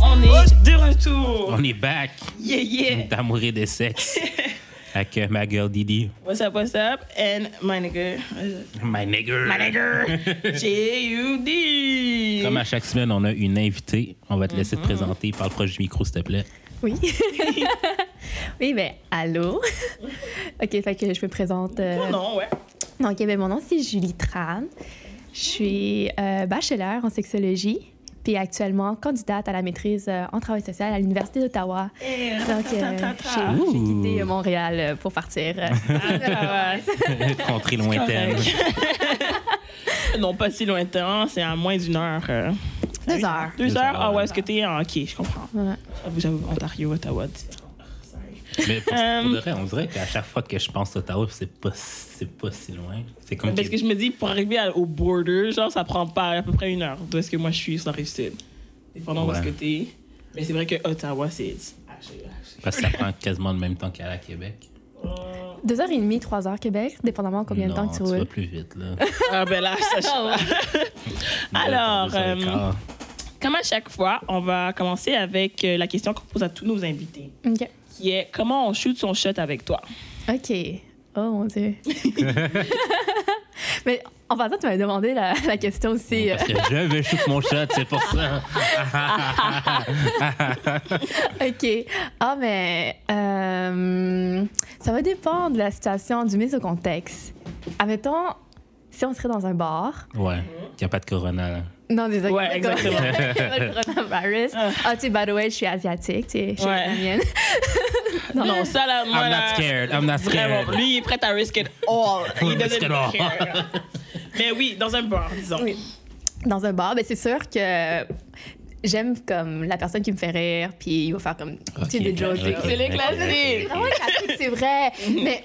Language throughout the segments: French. On est de retour. On est back Yeah, yeah. d'amour et de sexe avec euh, ma girl Didi. What's up, what's up? And my nigga. My nigger. My nigga. J.U.D. Comme à chaque semaine, on a une invitée. On va te laisser te présenter. Parle proche du micro, s'il te plaît. Oui. oui, ben, allô. OK, fait que je me présente. euh, Oh non, ouais. Donc, eh ben, mon nom, c'est Julie Tran. Je suis euh, bachelière en sexologie, puis actuellement candidate à la maîtrise euh, en travail social à l'Université d'Ottawa. Eh, Donc, euh, ratatata. j'ai- j'ai quitté euh, Montréal euh, pour partir. euh, Ah, ouais. Contrée lointaine. non, pas si lointain, c'est à moins d'une heure. euh. Deux heures. Deux Deux heures? Ah heures. ouais, est-ce que t'es en. Ok, je comprends. Ouais. J'avoue, j'avoue, Ontario, Ottawa. c'est- Mais pour, Euh, pour de vrai, on dirait qu'à chaque fois que je pense à Ottawa, c'est pas, c'est pas si loin. C'est comme Parce que je me dis, pour arriver à- au border, genre, ça prend pas à peu près une heure. D'où est-ce que moi je suis sur la rive sud? Dépendant où Ouais. est-ce que t'es. Mais c'est vrai que Ottawa, c'est. Ah, j'ai- Parce que ça prend quasiment le même temps qu'à la Québec. Deux heures et demie, trois heures Québec, dépendamment combien de temps Non, que tu vas roules. plus vite, là. Ah, ben là, ça, je- Alors, Deux heures et euh, quart. Comme à chaque fois, on va commencer avec euh, la question qu'on pose à tous nos invités, OK. qui est comment on shoot son shot avec toi. OK. Oh mon Dieu. Mais en passant, tu m'avais demandé la, la question aussi. euh, Parce que je veux shoot mon shot, c'est pour ça. OK. Ah, mais euh, ça va dépendre de la situation, du mise au contexte. Admettons, si on serait dans un bar. Ouais, qu'il n'y a pas de corona, là. Non, désolé. Ouais, exactement. le coronavirus. Ah, tu sais, by the way, je suis asiatique, tu sais, je suis Ouais. vietnamienne. Non, ça là, moi, I'm là, not scared, I'm not vraiment, scared. lui, il est prêt à risk it all. Oui, Il risk doesn't it all. care. Mais oui, dans un bar, disons. Oui. Dans un bar, ben, c'est sûr que j'aime comme la personne qui me fait rire, puis il va faire comme tu sais, Ok, des jokes. ok, C'est les ok, ok, classiques. ok. Ah ouais, classique, c'est vrai. mais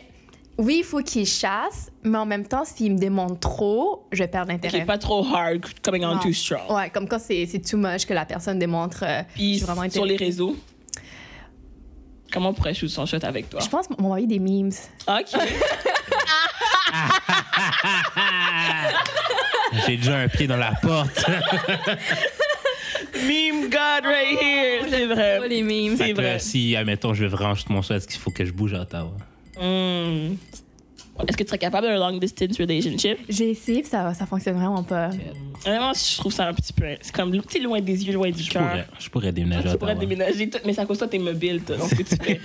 oui, il faut qu'il chasse, mais en même temps, s'il me démontre trop, je vais perdre Qui l'intérêt. est pas trop hard, coming on Non. too strong. Ouais, comme quand c'est c'est too much que la personne démontre. euh, je Puis suis vraiment sur les intéressée. réseaux, comment on pourrait shoot son shot avec toi? Je pense qu'on m'a envoyé des memes. Ok. J'ai déjà un pied dans la porte. Meme God right here. C'est vrai. Oh, les memes. C'est Fait que, vrai. si, admettons, je veux vraiment jeter mon chat, est-ce qu'il faut que je bouge à Ottawa? Hmm. Est-ce que tu serais capable d'un long distance relationship? J'ai essayé, puis ça, ça fonctionne vraiment pas. Vraiment, je trouve ça un petit peu. C'est comme le petit loin des yeux, loin du Je pourrais, hein. cœur. Ah, je pourrais déménager à Tu pourrais Ottawa. déménager, tout, mais c'est à cause de toi, t'es mobile, toi, dans ce que tu fais.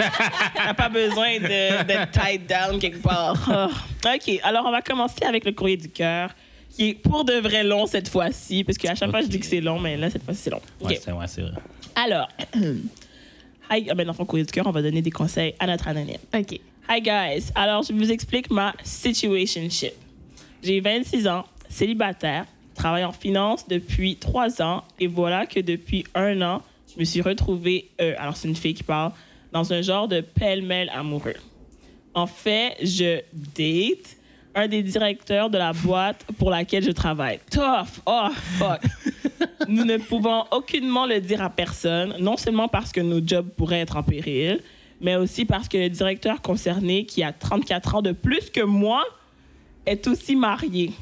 T'as pas besoin de- d'être tied down quelque part. Ah. OK, alors on va commencer avec le courrier du cœur, qui est pour de vrai long cette fois-ci, parce qu'à chaque fois, je Ok. dis que c'est long, mais là, cette fois-ci, c'est long. OK. Ouais, c'est ouais, c'est vrai. Alors, hi, ah ben, dans ton courrier du cœur, on va donner des conseils à notre anonyme. OK. Hi guys, alors je vous explique ma situationship. J'ai 26 ans, célibataire, travaille en finance depuis 3 ans et voilà que depuis un an, je me suis retrouvée, euh, alors c'est une fille qui parle, dans un genre de pêle-mêle amoureux. En fait, je date un des directeurs de la boîte pour laquelle je travaille. Tough! Oh, fuck! Nous ne pouvons aucunement le dire à personne, non seulement parce que nos jobs pourraient être en péril, mais aussi parce que le directeur concerné, qui a 34 ans de plus que moi, est aussi marié.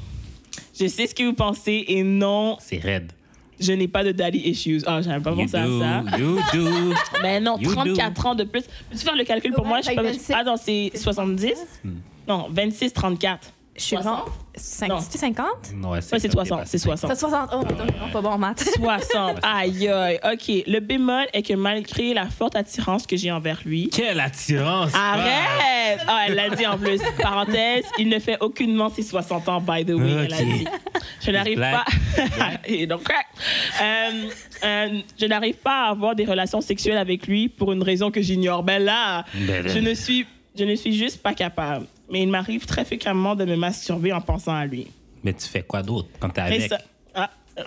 Je sais ce que vous pensez et non, C'est raide. je n'ai pas de daddy issues. Ah, j'avais pas You pensé à do, ça. you do. Mais non, You do. 34 ans de plus. Peux-tu faire le calcul pour Ouais, moi? Je suis fait pas, 26. ah non, c'est 70? Non, 26, 34. Je suis 60? vraiment. Cinq- Non. C'est 50? Ouais, Ouais, c'est 60, c'est 60. C'est 60. Oh, putain, je suis vraiment pas bon en maths. 60. Aïe, aïe. OK. Le bémol est que malgré la forte attirance que j'ai envers lui, Quelle attirance! Arrête! Ah, elle l'a dit en plus. Parenthèse, il ne fait aucunement ses 60 ans, by the way, elle a Ok. dit. Je n'arrive pas. black. Et donc, crack. Euh, euh, je n'arrive pas à avoir des relations sexuelles avec lui pour une raison que j'ignore. Ben là, Ben là. je ne suis, je ne suis juste pas capable. Mais il m'arrive très fréquemment de me masturber en pensant à lui. Mais tu fais quoi d'autre quand t'es Mais avec? ça- ah, euh,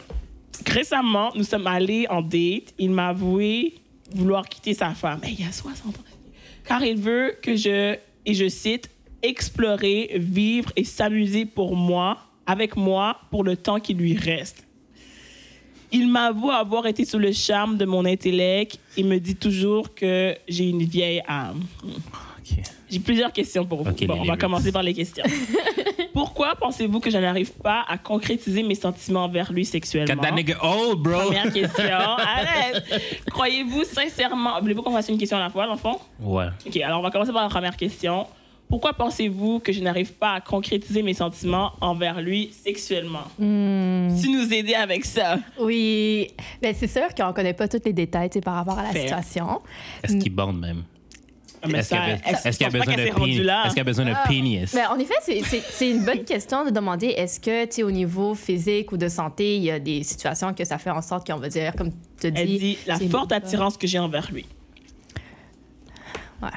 récemment, nous sommes allés en date. Il m'a avoué vouloir quitter sa femme. Mais il y a 60 ans. Car il veut que je, et je cite, explorer, vivre et s'amuser pour moi, avec moi, pour le temps qui lui reste. Il m'avoue avoir été sous le charme de mon intellect et me dit toujours que j'ai une vieille âme. Ok. J'ai plusieurs questions pour vous. Ok, Bon, les on va lyrics. commencer par les questions. Pourquoi pensez-vous que je n'arrive pas à concrétiser mes sentiments envers lui Got sexuellement? that nigga old, bro. Première question. Arrête. Croyez-vous sincèrement. Voulez-vous qu'on fasse une question à la fois, l'enfant? Ouais. OK, alors on va commencer par la première question. Pourquoi pensez-vous que je n'arrive pas à concrétiser mes sentiments envers lui sexuellement? Tu nous aider avec ça. Oui, mais c'est sûr qu'on connaît pas tous les détails tu sais, par rapport à la Fair. situation. Est-ce qu'il bande même? Ah, mais Est-ce qu'il ça, a, be- est-ce- est-ce qu'il a je pense pas besoin qu'elle de s'est rendue pénis? là. Ah. Est-ce qu'il a besoin de pénis? Mais Ben, en effet, c'est- c'est c'est une bonne question de demander est-ce que, tu sais, au niveau physique ou de santé, il y a des situations que ça fait en sorte qu'on va dire, comme tu Elle dis, dit la c'est- forte attirance que j'ai envers lui. Ouais.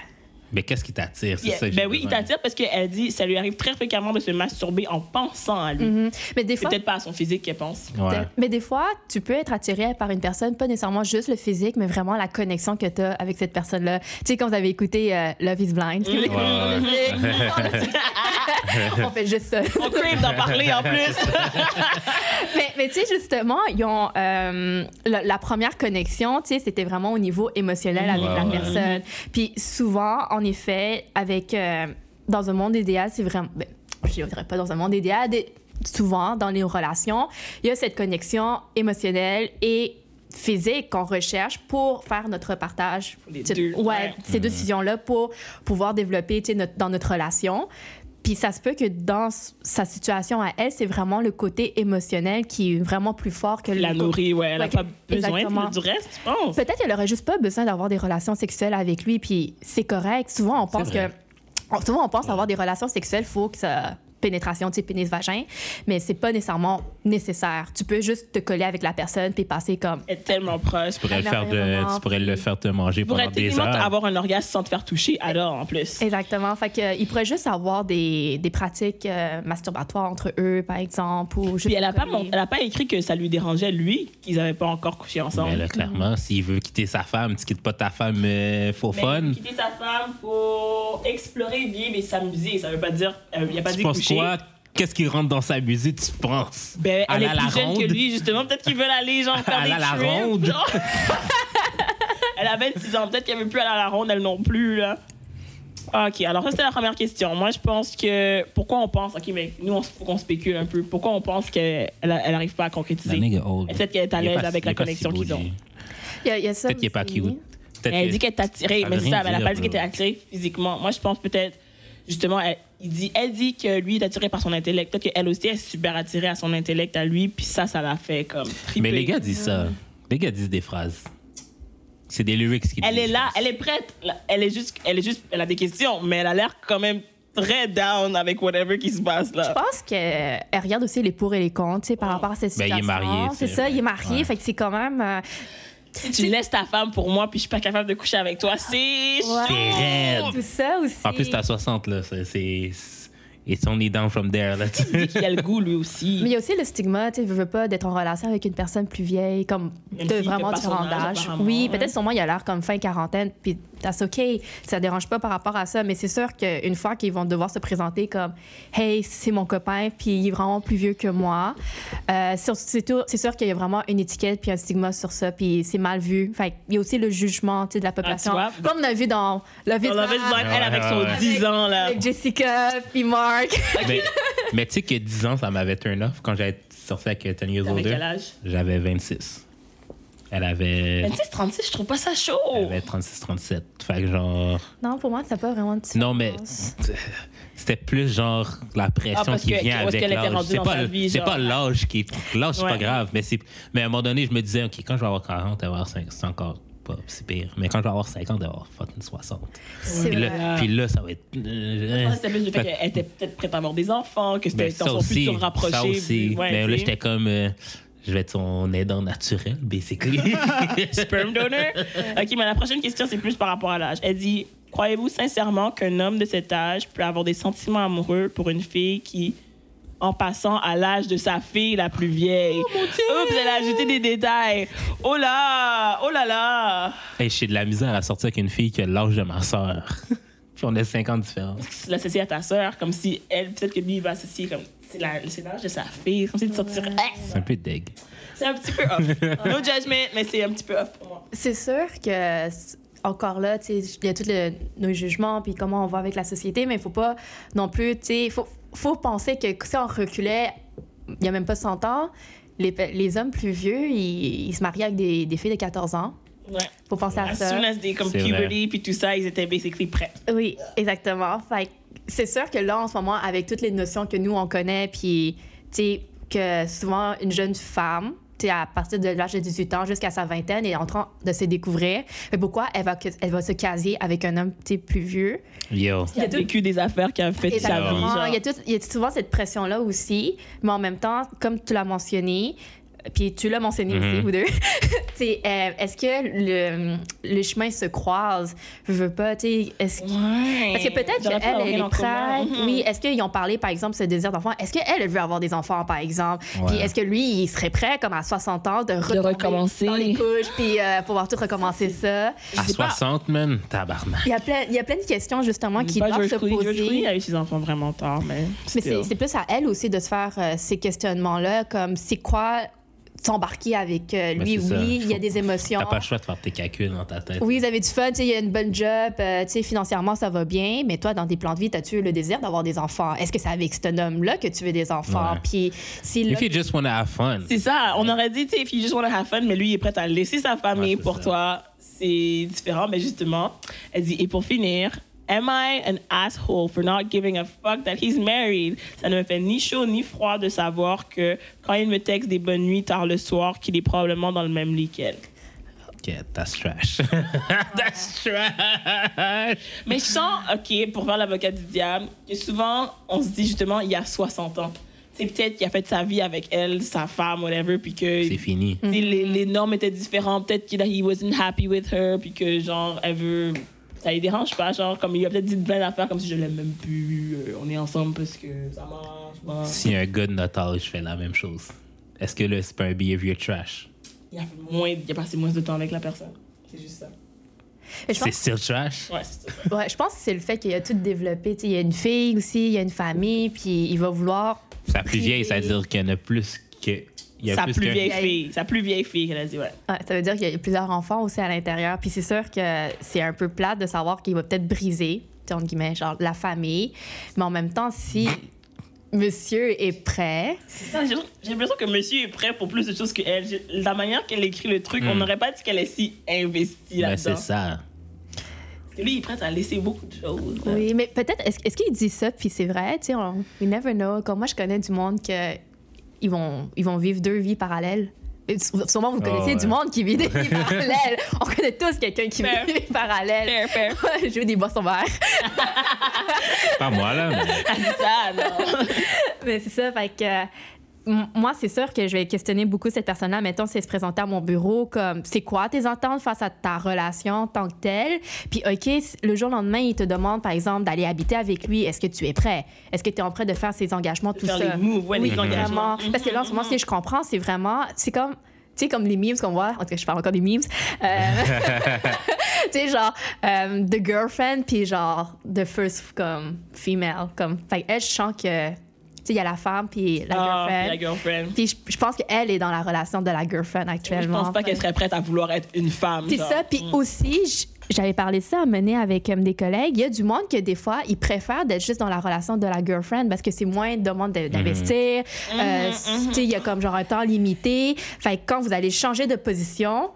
Mais qu'est-ce qui t'attire? C'est Yeah. ça que j'ai Ben oui, il besoin. t'attire parce qu'elle dit ça lui arrive très fréquemment de se masturber en pensant à lui. Mhm. Mais des C'est fois, peut-être pas à son physique qu'elle pense. Ouais. Mais des fois, tu peux être attiré par une personne, pas nécessairement juste le physique, mais vraiment la connexion que tu as avec cette personne-là. Tu sais, quand vous avez écouté euh, Love is Blind, Mm. Ouais, ouais, ouais. on fait juste ça. On crave d'en parler en plus. mais mais tu sais, justement, ils ont, euh, la, la première connexion, tu sais, c'était vraiment au niveau émotionnel avec Ouais, la ouais. personne. Puis souvent, en effet, avec euh, dans un monde idéal, c'est vraiment. ben, je dirais pas dans un monde idéal, des- souvent dans les relations, il y a cette connexion émotionnelle et physique qu'on recherche pour faire notre partage. Les Tu- deux, ouais, ouais. ces deux fusions-là pour pouvoir développer tu sais, notre- dans notre relation. Puis ça se peut que dans s- sa situation à elle, c'est vraiment le côté émotionnel qui est vraiment plus fort que le La côté- nourrit, ouais, elle a Ouais, pas besoin exactement. de- du reste, tu penses? Peut-être qu'elle aurait juste pas besoin d'avoir des relations sexuelles avec lui, puis c'est correct. Souvent, on pense que. vrai. on- Souvent, on pense avoir des relations sexuelles, faut que ça. Pénétration, tu sais, pénis-vagin, mais c'est pas nécessairement nécessaire. Tu peux juste te coller avec la personne puis passer comme. Elle est tellement proche. Tu pourrais, le Elle faire aurait de, vraiment tu pourrais le faire te manger Tu pourrais pendant des techniquement heures. avoir un orgasme sans te faire toucher, alors en plus. Exactement. Fait que, euh, il pourrait juste avoir des, des pratiques euh, masturbatoires entre eux, par exemple, ou juste. Puis elle a, pas, coller. mon- elle a pas écrit que ça lui dérangeait, lui, qu'ils n'avaient pas encore couché ensemble. Mais là, clairement, s'il veut quitter sa femme, tu quittes pas ta femme euh, for Mais fun. quitter sa femme pour explorer, vivre et s'amuser. Ça veut pas dire. euh, Il n'y a pas Tu dit penses coucher. quoi? Qu'est-ce qui rentre dans sa musique, tu penses? Ben, elle Aller est à la plus jeune ronde? que lui, justement. Peut-être qu'ils veulent aller, genre, faire Aller des à la trips, ronde? genre. elle a 26 ans. Peut-être qu'elle veut plus aller à la ronde, elle non plus, là. Ah, OK, alors ça, c'était la première question. Moi, je pense que... Pourquoi on pense... OK, mais nous, on, faut qu'on spécule un peu. Pourquoi on pense qu'elle n'arrive pas à La concrétiser? nigga old. Et peut-être qu'elle est à Il l'aise pas- avec il est la pas connexion si beau, qu'ils ont. Jay. Il y a, il y a ça Peut-être qu'il est pas aussi. cute. Peut-être Elle que- dit qu'elle est attirée, ça mais veut c'est rien ça, mais elle a dire, pas dit qu'elle était bro. attirée physiquement. Moi, je pense peut-être, justement, elle, il dit, elle dit que lui est attiré par son intellect. Peut-être qu'elle aussi est super attirée à son intellect, à lui, puis ça, ça l'a fait comme triper. Mais les gars disent ça. Ah. Les gars disent des phrases. C'est des lyrics qui Elle disent, est je là, pense. elle est prête. Là, Elle est juste, elle est juste, elle a des questions, mais elle a l'air quand même très down avec whatever qui se passe Je là. pense qu'elle elle regarde aussi les pour et les contre, tu sais, Oh. par rapport à cette Ben, il est situation. marié, tu C'est sais, ça, il est ouais. marié, Ouais. fait que c'est quand même. euh, Si tu laisses ta femme pour moi, puis je suis pas capable de coucher avec toi, c'est chaud. C'est raide. Tout ça aussi. Ah, En plus, t'as 60, là. c'est- C'est. c'est- It's only down from there, là. Il dit qu'il a le goût lui aussi. Mais il y a aussi le stigma, tu sais, je veux pas d'être en relation avec une personne plus vieille, comme Même de s'il vraiment fait pas différent son âge, d'âge. apparemment, Oui, ouais. peut-être sûrement il a l'air comme fin quarantaine, puis that's OK, ça dérange pas par rapport à ça, mais c'est sûr qu'une fois qu'ils vont devoir se présenter comme Hey, c'est mon copain, puis il est vraiment plus vieux que moi, euh, sur- c'est tout- c'est sûr qu'il y a vraiment une étiquette puis un stigma sur ça, puis c'est mal vu. Fait qu'il y a aussi le jugement, tu sais, de la population. Ah, vois? comme on a vu dans Love is On avait Blind, elle avec Ouais, ouais, son ouais. 10 ans là. avec Jessica, puis Mark. mais mais tu sais que 10 ans, ça m'avait turn off quand j'avais sorti avec euh, 10 Years Avec quel Older. âge? J'avais 26. Elle avait. 26, 36, je trouve pas ça chaud. Elle avait 36-37. Fait que genre. Non, pour moi, ça n'a pas vraiment de Non, mais différence. c'était plus genre la Ah, pression parce qui que- vient où est-ce avec qu'elle était l'âge. rendue C'est dans pas, sa vie, c'est genre. pas l'âge qui L'âge, c'est Ouais. pas grave. Mais, c'est- mais à un moment donné, je me disais, OK, quand je vais avoir 40, elle va avoir 50, c'est encore pas si pire. Mais quand je vais avoir 50, elle va avoir fucking 60. C'est Puis vrai. là, puis là, ça va être. euh, Ah, C'était plus le fait qu'elle était peut-être prête à mort des enfants, que c'était Ben, dans son futur rapproché. ça aussi. puis- ouais, mais là, tu sais. j'étais comme. euh, je vais être son aidant naturel, basically. sperm donor. OK, mais la prochaine question, c'est plus par rapport à l'âge. Elle dit Croyez-vous sincèrement qu'un homme de cet âge peut avoir des sentiments amoureux pour une fille qui en passant à l'âge de sa fille la plus vieille. Oh, Oups, elle a ajouté des détails. Oh là, oh là là. Hey, j'ai de la misère à sortir avec une fille qui a l'âge de ma soeur. Puis on a 50 différences. L'associer à ta sœur, comme si elle, peut-être que lui, il va associer comme c'est la- c'est l'âge de sa fille, comme si tu sortirais. Eh, C'est un peu deg. C'est un petit peu off. No judgment, mais c'est un petit peu off pour moi. C'est sûr que, c- encore là, tu sais, il y a tous nos jugements, puis comment on va avec la société, mais il faut pas non plus, tu sais, il faut, faut penser que si on reculait, il y a même pas 100 ans, les, pe- les hommes plus vieux, ils, ils se mariaient avec des, des filles de 14 ans. Ouais. Faut penser à As ça. soon as des comme C'est vrai. puberty puis tout ça, ils étaient basically prêts. Oui, exactement. Fait que c'est sûr que là, en ce moment, avec toutes les notions que nous, on connaît, puis, tu sais, que souvent, une jeune femme, tu sais, à partir de l'âge de 18 ans jusqu'à sa vingtaine, est en train de se découvrir. Mais pourquoi elle va, que- elle va se caser avec un homme, tu sais, plus vieux? Yo. Il a vécu des affaires qui a fait de sa vie. Exactement. genre. Il y, a tout- il y a souvent cette pression-là aussi, mais en même temps, comme tu l'as mentionné, puis tu l'as mentionné aussi, Mhm. vous deux, tu sais, euh, est-ce que le, le chemin se croise? Je veux pas, tu sais, est-ce Ouais. Parce que peut-être J'aurais qu'elle, pu avoir elle rien est en commun. prête. Mhm. Oui, est-ce qu'ils ont parlé, par exemple, ce désir d'enfant? Est-ce qu'elle, elle veut avoir des enfants, par exemple? Ouais. Puis est-ce que lui, il serait prêt, comme à 60 ans, de, retomber recommencer. dans les couches, puis euh, pouvoir tout recommencer ça? À 60, man, tabarnak. Il y a plein, il y a plein de questions, justement, qui Pas doivent George se Clooney. George Clooney poser. a eu ses enfants vraiment tard, mais. Mais c'est c'est plus à elle aussi de se faire euh, ces questionnements-là, comme c'est quoi s'embarquer avec euh, Mais lui? Ben, c'est ça. Oui, il y a Faut- des émotions. T'as pas le choix de faire tes calculs dans ta tête. Oui, vous avez du fun, tu sais, il y a une bonne job, euh, tu sais, financièrement, ça va bien, mais toi, dans tes plans de vie, as-tu le désir d'avoir des enfants? Est-ce que c'est avec cet homme-là que tu veux des enfants? Ouais. Puis, si le- If you just wanna have fun. C'est ça, on aurait dit, tu sais, if you just wanna have fun, mais lui, il est prêt à laisser sa famille Ouais, c'est pour ça. toi. C'est différent, mais justement, elle dit, et pour finir, am I an asshole for not giving a fuck that he's married? Ça ne me fait ni chaud ni froid de savoir que quand il me texte des bonnes nuits tard le soir, qu'il est probablement dans le même lit qu'elle. Yeah, that's trash. that's trash. Mais je sens, OK, pour faire l'avocat du diable, que souvent, on se dit justement, il y a 60 ans. C'est peut-être qu'il a fait sa vie avec elle, sa femme, whatever, puis que C'est fini. Tu sais, les, les normes étaient différentes. Peut-être qu'il he wasn't happy with her, puis que genre, elle veut. Ça lui dérange pas, genre, comme il a peut-être dit plein d'affaires comme si je l'aime même plus, euh, on est ensemble parce que ça marche, pas. Si un gars de notre âge fait la même chose, est-ce que là, c'est pas un behavior trash? Il a, fait moins, il a passé moins de temps avec la personne. C'est juste ça. je C'est pense, still trash? Ouais, c'est ça. ouais, je pense que c'est le fait qu'il a tout développé. tu sais, il y a une fille aussi, il y a une famille, puis il va vouloir. Sa plus vieille, ça veut dire qu'il y en a plus que. Il y a Sa plus plus qu'un- vieille qu'un- fille. Sa plus vieille fille, qu'elle a dit, ouais. Ouais, ah, ça veut dire qu'il y a plusieurs enfants aussi à l'intérieur. Puis c'est sûr que c'est un peu plate de savoir qu'il va peut-être briser, tu sais, entre guillemets, genre la famille. Mais en même temps, si monsieur est prêt, C'est ça, j'ai j'ai l'impression que monsieur est prêt pour plus de choses que elle. J'ai- La manière qu'elle écrit le truc, on n'aurait pas dit qu'elle est si investie Hmm. Ben, là-dedans. c'est ça. Parce que Lui, il est prêt à laisser beaucoup de choses. Oui, mais peut-être, est-ce, est-ce qu'il dit ça, puis c'est vrai, tu sais, on, we never know. Comme moi, je connais du monde que ils vont, ils vont vivre deux vies parallèles. Et sou- Sûrement, vous Ah, connaissez du ouais. monde qui vit des vies parallèles. On connaît tous quelqu'un qui Fair. vit des vies parallèles. Fair, fair. Je veux des boissons vertes. Pas moi, là, mais. Elle dit ça, non. Mais c'est ça, fait que... euh, m- Moi, c'est sûr que je vais questionner beaucoup cette personne-là. Mettons, si elle se présentait à mon bureau, comme, c'est quoi tes attentes face à ta relation en tant que telle? Puis, OK, s- le jour au lendemain, il te demande, par exemple, d'aller habiter avec lui. Est-ce que tu es prêt? Est-ce que tu es en train de faire ses engagements, tout faire ça? les moves, ouais, Oui, les engagements. vraiment. Parce que là, en Mmh. ce moment, ce que je comprends, c'est vraiment... C'est comme... Tu sais, comme les memes qu'on voit, en tout cas, je parle encore des memes. Euh, tu sais, genre, euh, The Girlfriend, puis genre, The First, comme, Female. Comme, fait elle, je sens que, tu sais, il y a la femme, puis la Ah, la girlfriend. girlfriend. Puis je, je pense qu'elle est dans la relation de la girlfriend Je actuellement. pense pas qu'elle serait prête à vouloir être une femme. C'est genre. ça, puis aussi, j- j'avais parlé de ça à mener avec euh, des collègues. Il y a du monde que des fois, ils préfèrent d'être juste dans la relation de la girlfriend parce que c'est moins de demande de- d'investir. Mm-hmm. Euh, tu sais, Il y a comme genre un temps limité. Fait que quand vous allez changer de position,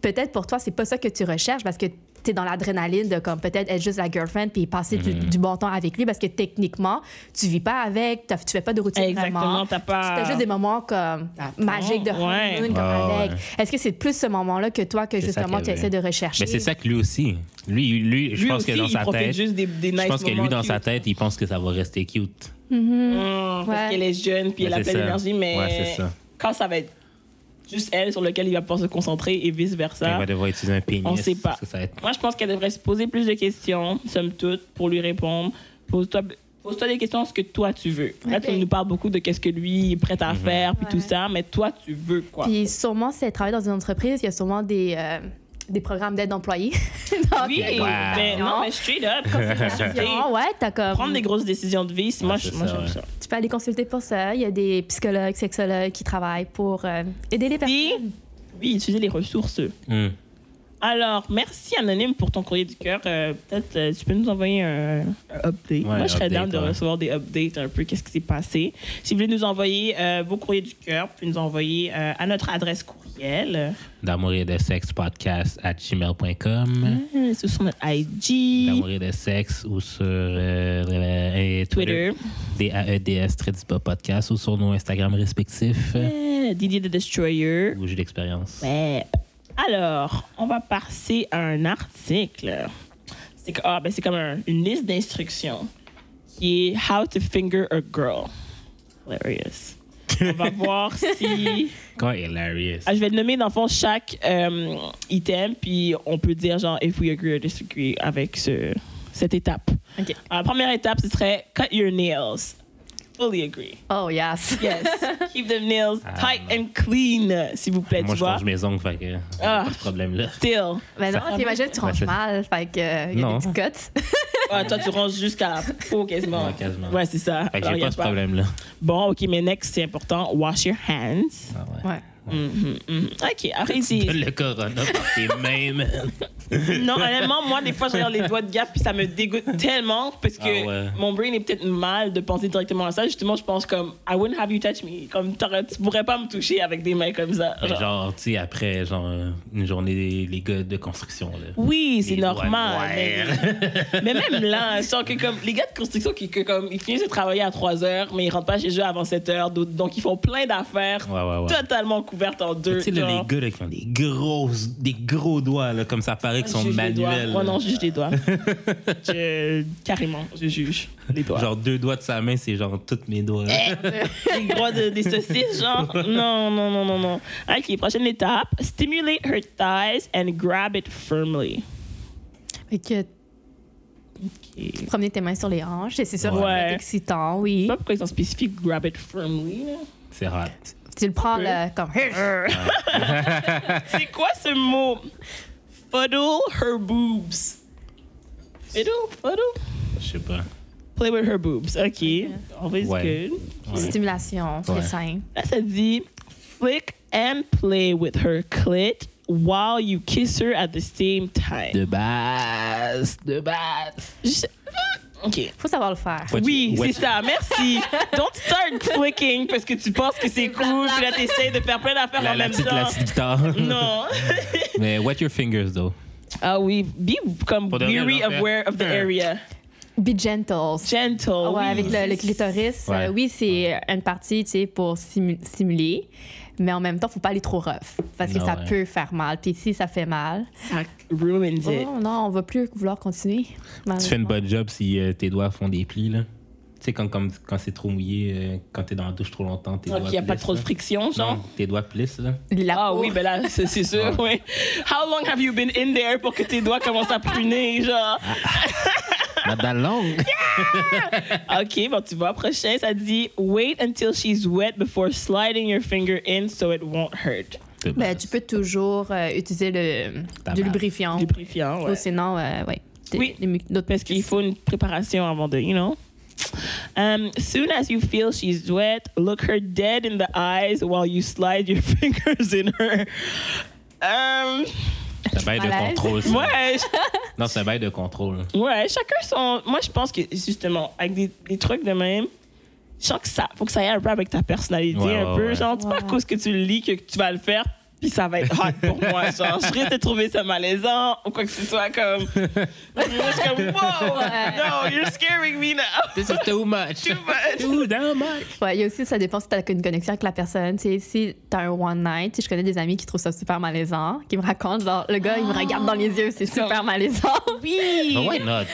peut-être pour toi, c'est pas ça que tu recherches parce que tu es dans l'adrénaline de comme peut-être être juste la girlfriend puis passer du, Mm-hmm. du bon temps avec lui parce que techniquement, tu vis pas avec, t'as- tu fais pas de routine Exactement, vraiment. t'as pas- T'as juste des moments comme T'attends, magiques de ouais. honeymoon, comme Ouais, ouais. avec. Est-ce que c'est plus ce moment-là que toi que C'est ça justement qu'il tu y avait. essaies de rechercher? Mais c'est ça que lui aussi. Lui, lui je Lui pense aussi, que dans il sa profite tête. juste des, des Je nice pense que lui, moments dans sa cute. tête, il pense que ça va rester cute. Mmh, Ouais. Parce qu'elle est jeune puis Mais elle a c'est plein ça. d'énergie, mais Ouais, c'est ça. quand ça va être juste elle sur laquelle il va pouvoir se concentrer et Il vice-versa, va devoir utiliser un pénis. Ah. on sait pas. parce que ça va être- Moi, je pense qu'elle devrait se poser plus de questions, somme toute, pour lui répondre. Pose-toi Pose-toi des questions ce que toi tu veux. Là, tu Ok. nous parles beaucoup de qu'est-ce que lui est prêt Mhm. à faire, puis tout Ouais. ça, mais toi, tu veux quoi? Puis sûrement, si elle travaille dans une entreprise, il y a sûrement des, euh, des programmes d'aide d'employés. Donc, oui, Wow. mais ben, non, mais straight up, quand c'est consulté, Ah ouais, t'as comme- prendre des grosses décisions de vie, c'est- moi, Ouais, je- c'est moi ça, j'aime ouais. ça. Tu peux aller consulter pour ça. Il y a des psychologues, sexologues qui travaillent pour euh, aider les Puis, personnes. oui, utiliser les ressources. Hmm. Alors, merci Anonyme pour ton courrier du cœur. Euh, Peut-être euh, tu peux nous envoyer un, un update. Moi, je serais update, down de ouais. recevoir des updates un peu, qu'est-ce qui s'est passé. Si vous voulez nous envoyer euh, vos courriers du cœur, vous pouvez nous envoyer euh, à notre adresse courriel. D'amour et de sexe podcast at gmail.com. Euh, C'est sur notre IG, D'amour et de sexe ou sur euh, euh, Twitter, D-A-E-D-S, E très du bas podcast, ou sur nos Instagram respectifs. euh, Didier the Destroyer. Où j'ai l'expérience. Ouais. Alors, on va passer à un article. C'est que- ah, ben, c'est comme un- une liste d'instructions qui est How to Finger a Girl. Hilarious. On va voir si. Quand hilarious. Ah, je vais nommer dans le fond chaque euh, item, puis on peut dire genre if we agree or disagree avec ce, cette étape. OK. Alors, la première étape, ce serait cut your nails. Fully agree. Oh, yes. Yes. Keep them nails tight and clean, s'il vous plaît, Ah, ben, Moi, tu je vois. range mes ongles, fait que euh, Ah. pas de problème là. Still. Mais non, Ça- t'imagines, tu ranges c'est- mal. Fait que, euh, il y a Non. des petites cotes. Ah, toi, tu ranges jusqu'à la peau quasiment. Ouais, quasiment. Ouais, c'est ça. Fait que Alors, j'ai y a pas ce problème là. Bon, OK, mais next, c'est important. Wash your hands. Ah ouais. ouais. Mm. Mhm. OK, arrêtez. Le corona par tes mains, man. non, honnêtement, moi, des fois, je regarde les doigts de gaffe puis ça me dégoûte tellement parce que Ah ouais. mon brain est peut-être mal de penser directement à ça. Justement, je pense comme « I wouldn't have you touch me ». Comme t'aurais- tu pourrais pas me toucher avec des mains comme ça. Mais Genre. Genre, tu sais, après, genre, euh, une journée, les- les gars de construction, là. Oui, c'est Les doigts normal. Mais, mais même là, je sens que comme les gars de construction qui que comme ils finissent de travailler à 3 heures, mais ils rentrent pas chez eux avant 7 heures, d'autres- donc ils font plein d'affaires Ouais, ouais, ouais. totalement couvertes en deux. Tu sais, là, genre. les gars là, qui ont des, grosses, des gros doigts, là, comme ça paraît qu'ils Je sont juge les manuels. Ah, doigts. Moi là. non, je juge les doigts. Je- carrément, je juge les doigts. Eh. Genre, deux doigts de sa main, c'est genre toutes mes doigts. là. les gros de- des saucisses, genre. Non, non, non, non, non. Ok, prochaine étape. Stimulate her thighs and grab it firmly. Fait que Ok. tu promener tes mains sur les hanches. Et c'est sûr Ouais. que c'est excitant, oui. Je sais pas pourquoi ils sont spécifiques grab it firmly. là. C'est rare. Tu le prends Ok. là, comme... C'est quoi ce mot? Fuddle her boobs. Fiddle? Fuddle? Je sais pas. Play with her boobs. OK. Always Ouais. good. Ouais. Stimulation, Ouais. c'est simple. Là, ça dit flick and play with her clit while you kiss her at the same time. De base, de base. Je- ah! OK. Faut savoir le faire. Ouais. Oui, What- c'est ça. Merci. Don't start flicking parce que tu penses que c'est cool. Puis là, t'essayes de faire plein d'affaires La, en la même petite, la temps. petite guitare. Non. Mais wet your fingers, though. Ah oui, be comme Pour de vrai, weary là, faire- aware of the faire- area. Be gentle. Gentle. Ah Ouais, oui. avec le, le clitoris, Ouais. euh, oui, c'est une partie, tu sais, pour simu- simuler, mais en même temps, faut pas aller trop rough, parce que Non, ça ouais. peut faire mal. Puis si ça fait mal, Ça ruins it. oh non, on va plus vouloir continuer. Tu fais une bonne job si euh, tes doigts font des plis, là. Tu sais, comme, comme quand c'est trop mouillé, euh, quand t'es dans la douche trop longtemps, tes Donc, doigts il n'y a pas plissent, trop de là. friction, genre. Non, tes doigts plissent, là. La Ah peau. oui, ben là, c'est c'est sûr, oui. How long have you been in there pour que tes doigts commencent à pruner, genre? Madame Ah. longue. OK, bon, tu vois, prochain, ça dit « Wait until she's wet before sliding your finger in so it won't hurt Ben, tu peux toujours euh, utiliser le Ta du bave. lubrifiant. ». Lubrifiant, Ou ouais. sinon, euh, ouais. des- Oui. des mu- d'autres Parce qu'il faut une préparation avant de, you know? Um, soon as you feel she's wet, look her dead in the eyes while you slide your fingers in her. Um, C'est un bail de Malaise. contrôle, ça. ouais, je Non, c'est un bail de contrôle. Ouais, chacun son. Moi, je pense que justement, avec des, des trucs de même, je sens que ça, faut que ça aille un peu avec ta personnalité Ouais, un ouais, peu. ouais. Genre, c'est pas à Ouais. cause que tu le lis que tu vas le faire, puis ça va être hot pour moi. Genre, je risque de trouver ça malaisant ou quoi que ce soit comme. moi, je suis comme, wow, no, you're scaring me now. This is too much. Too much. Too damn much. Ouais, il y a aussi, ça dépend si t'as une connexion avec la personne. Tu sais, si t'as un one night, tu sais, je connais des amis qui trouvent ça super malaisant, qui me racontent, genre, le gars, il me regarde dans les yeux, c'est super malaisant. Oui. But why not?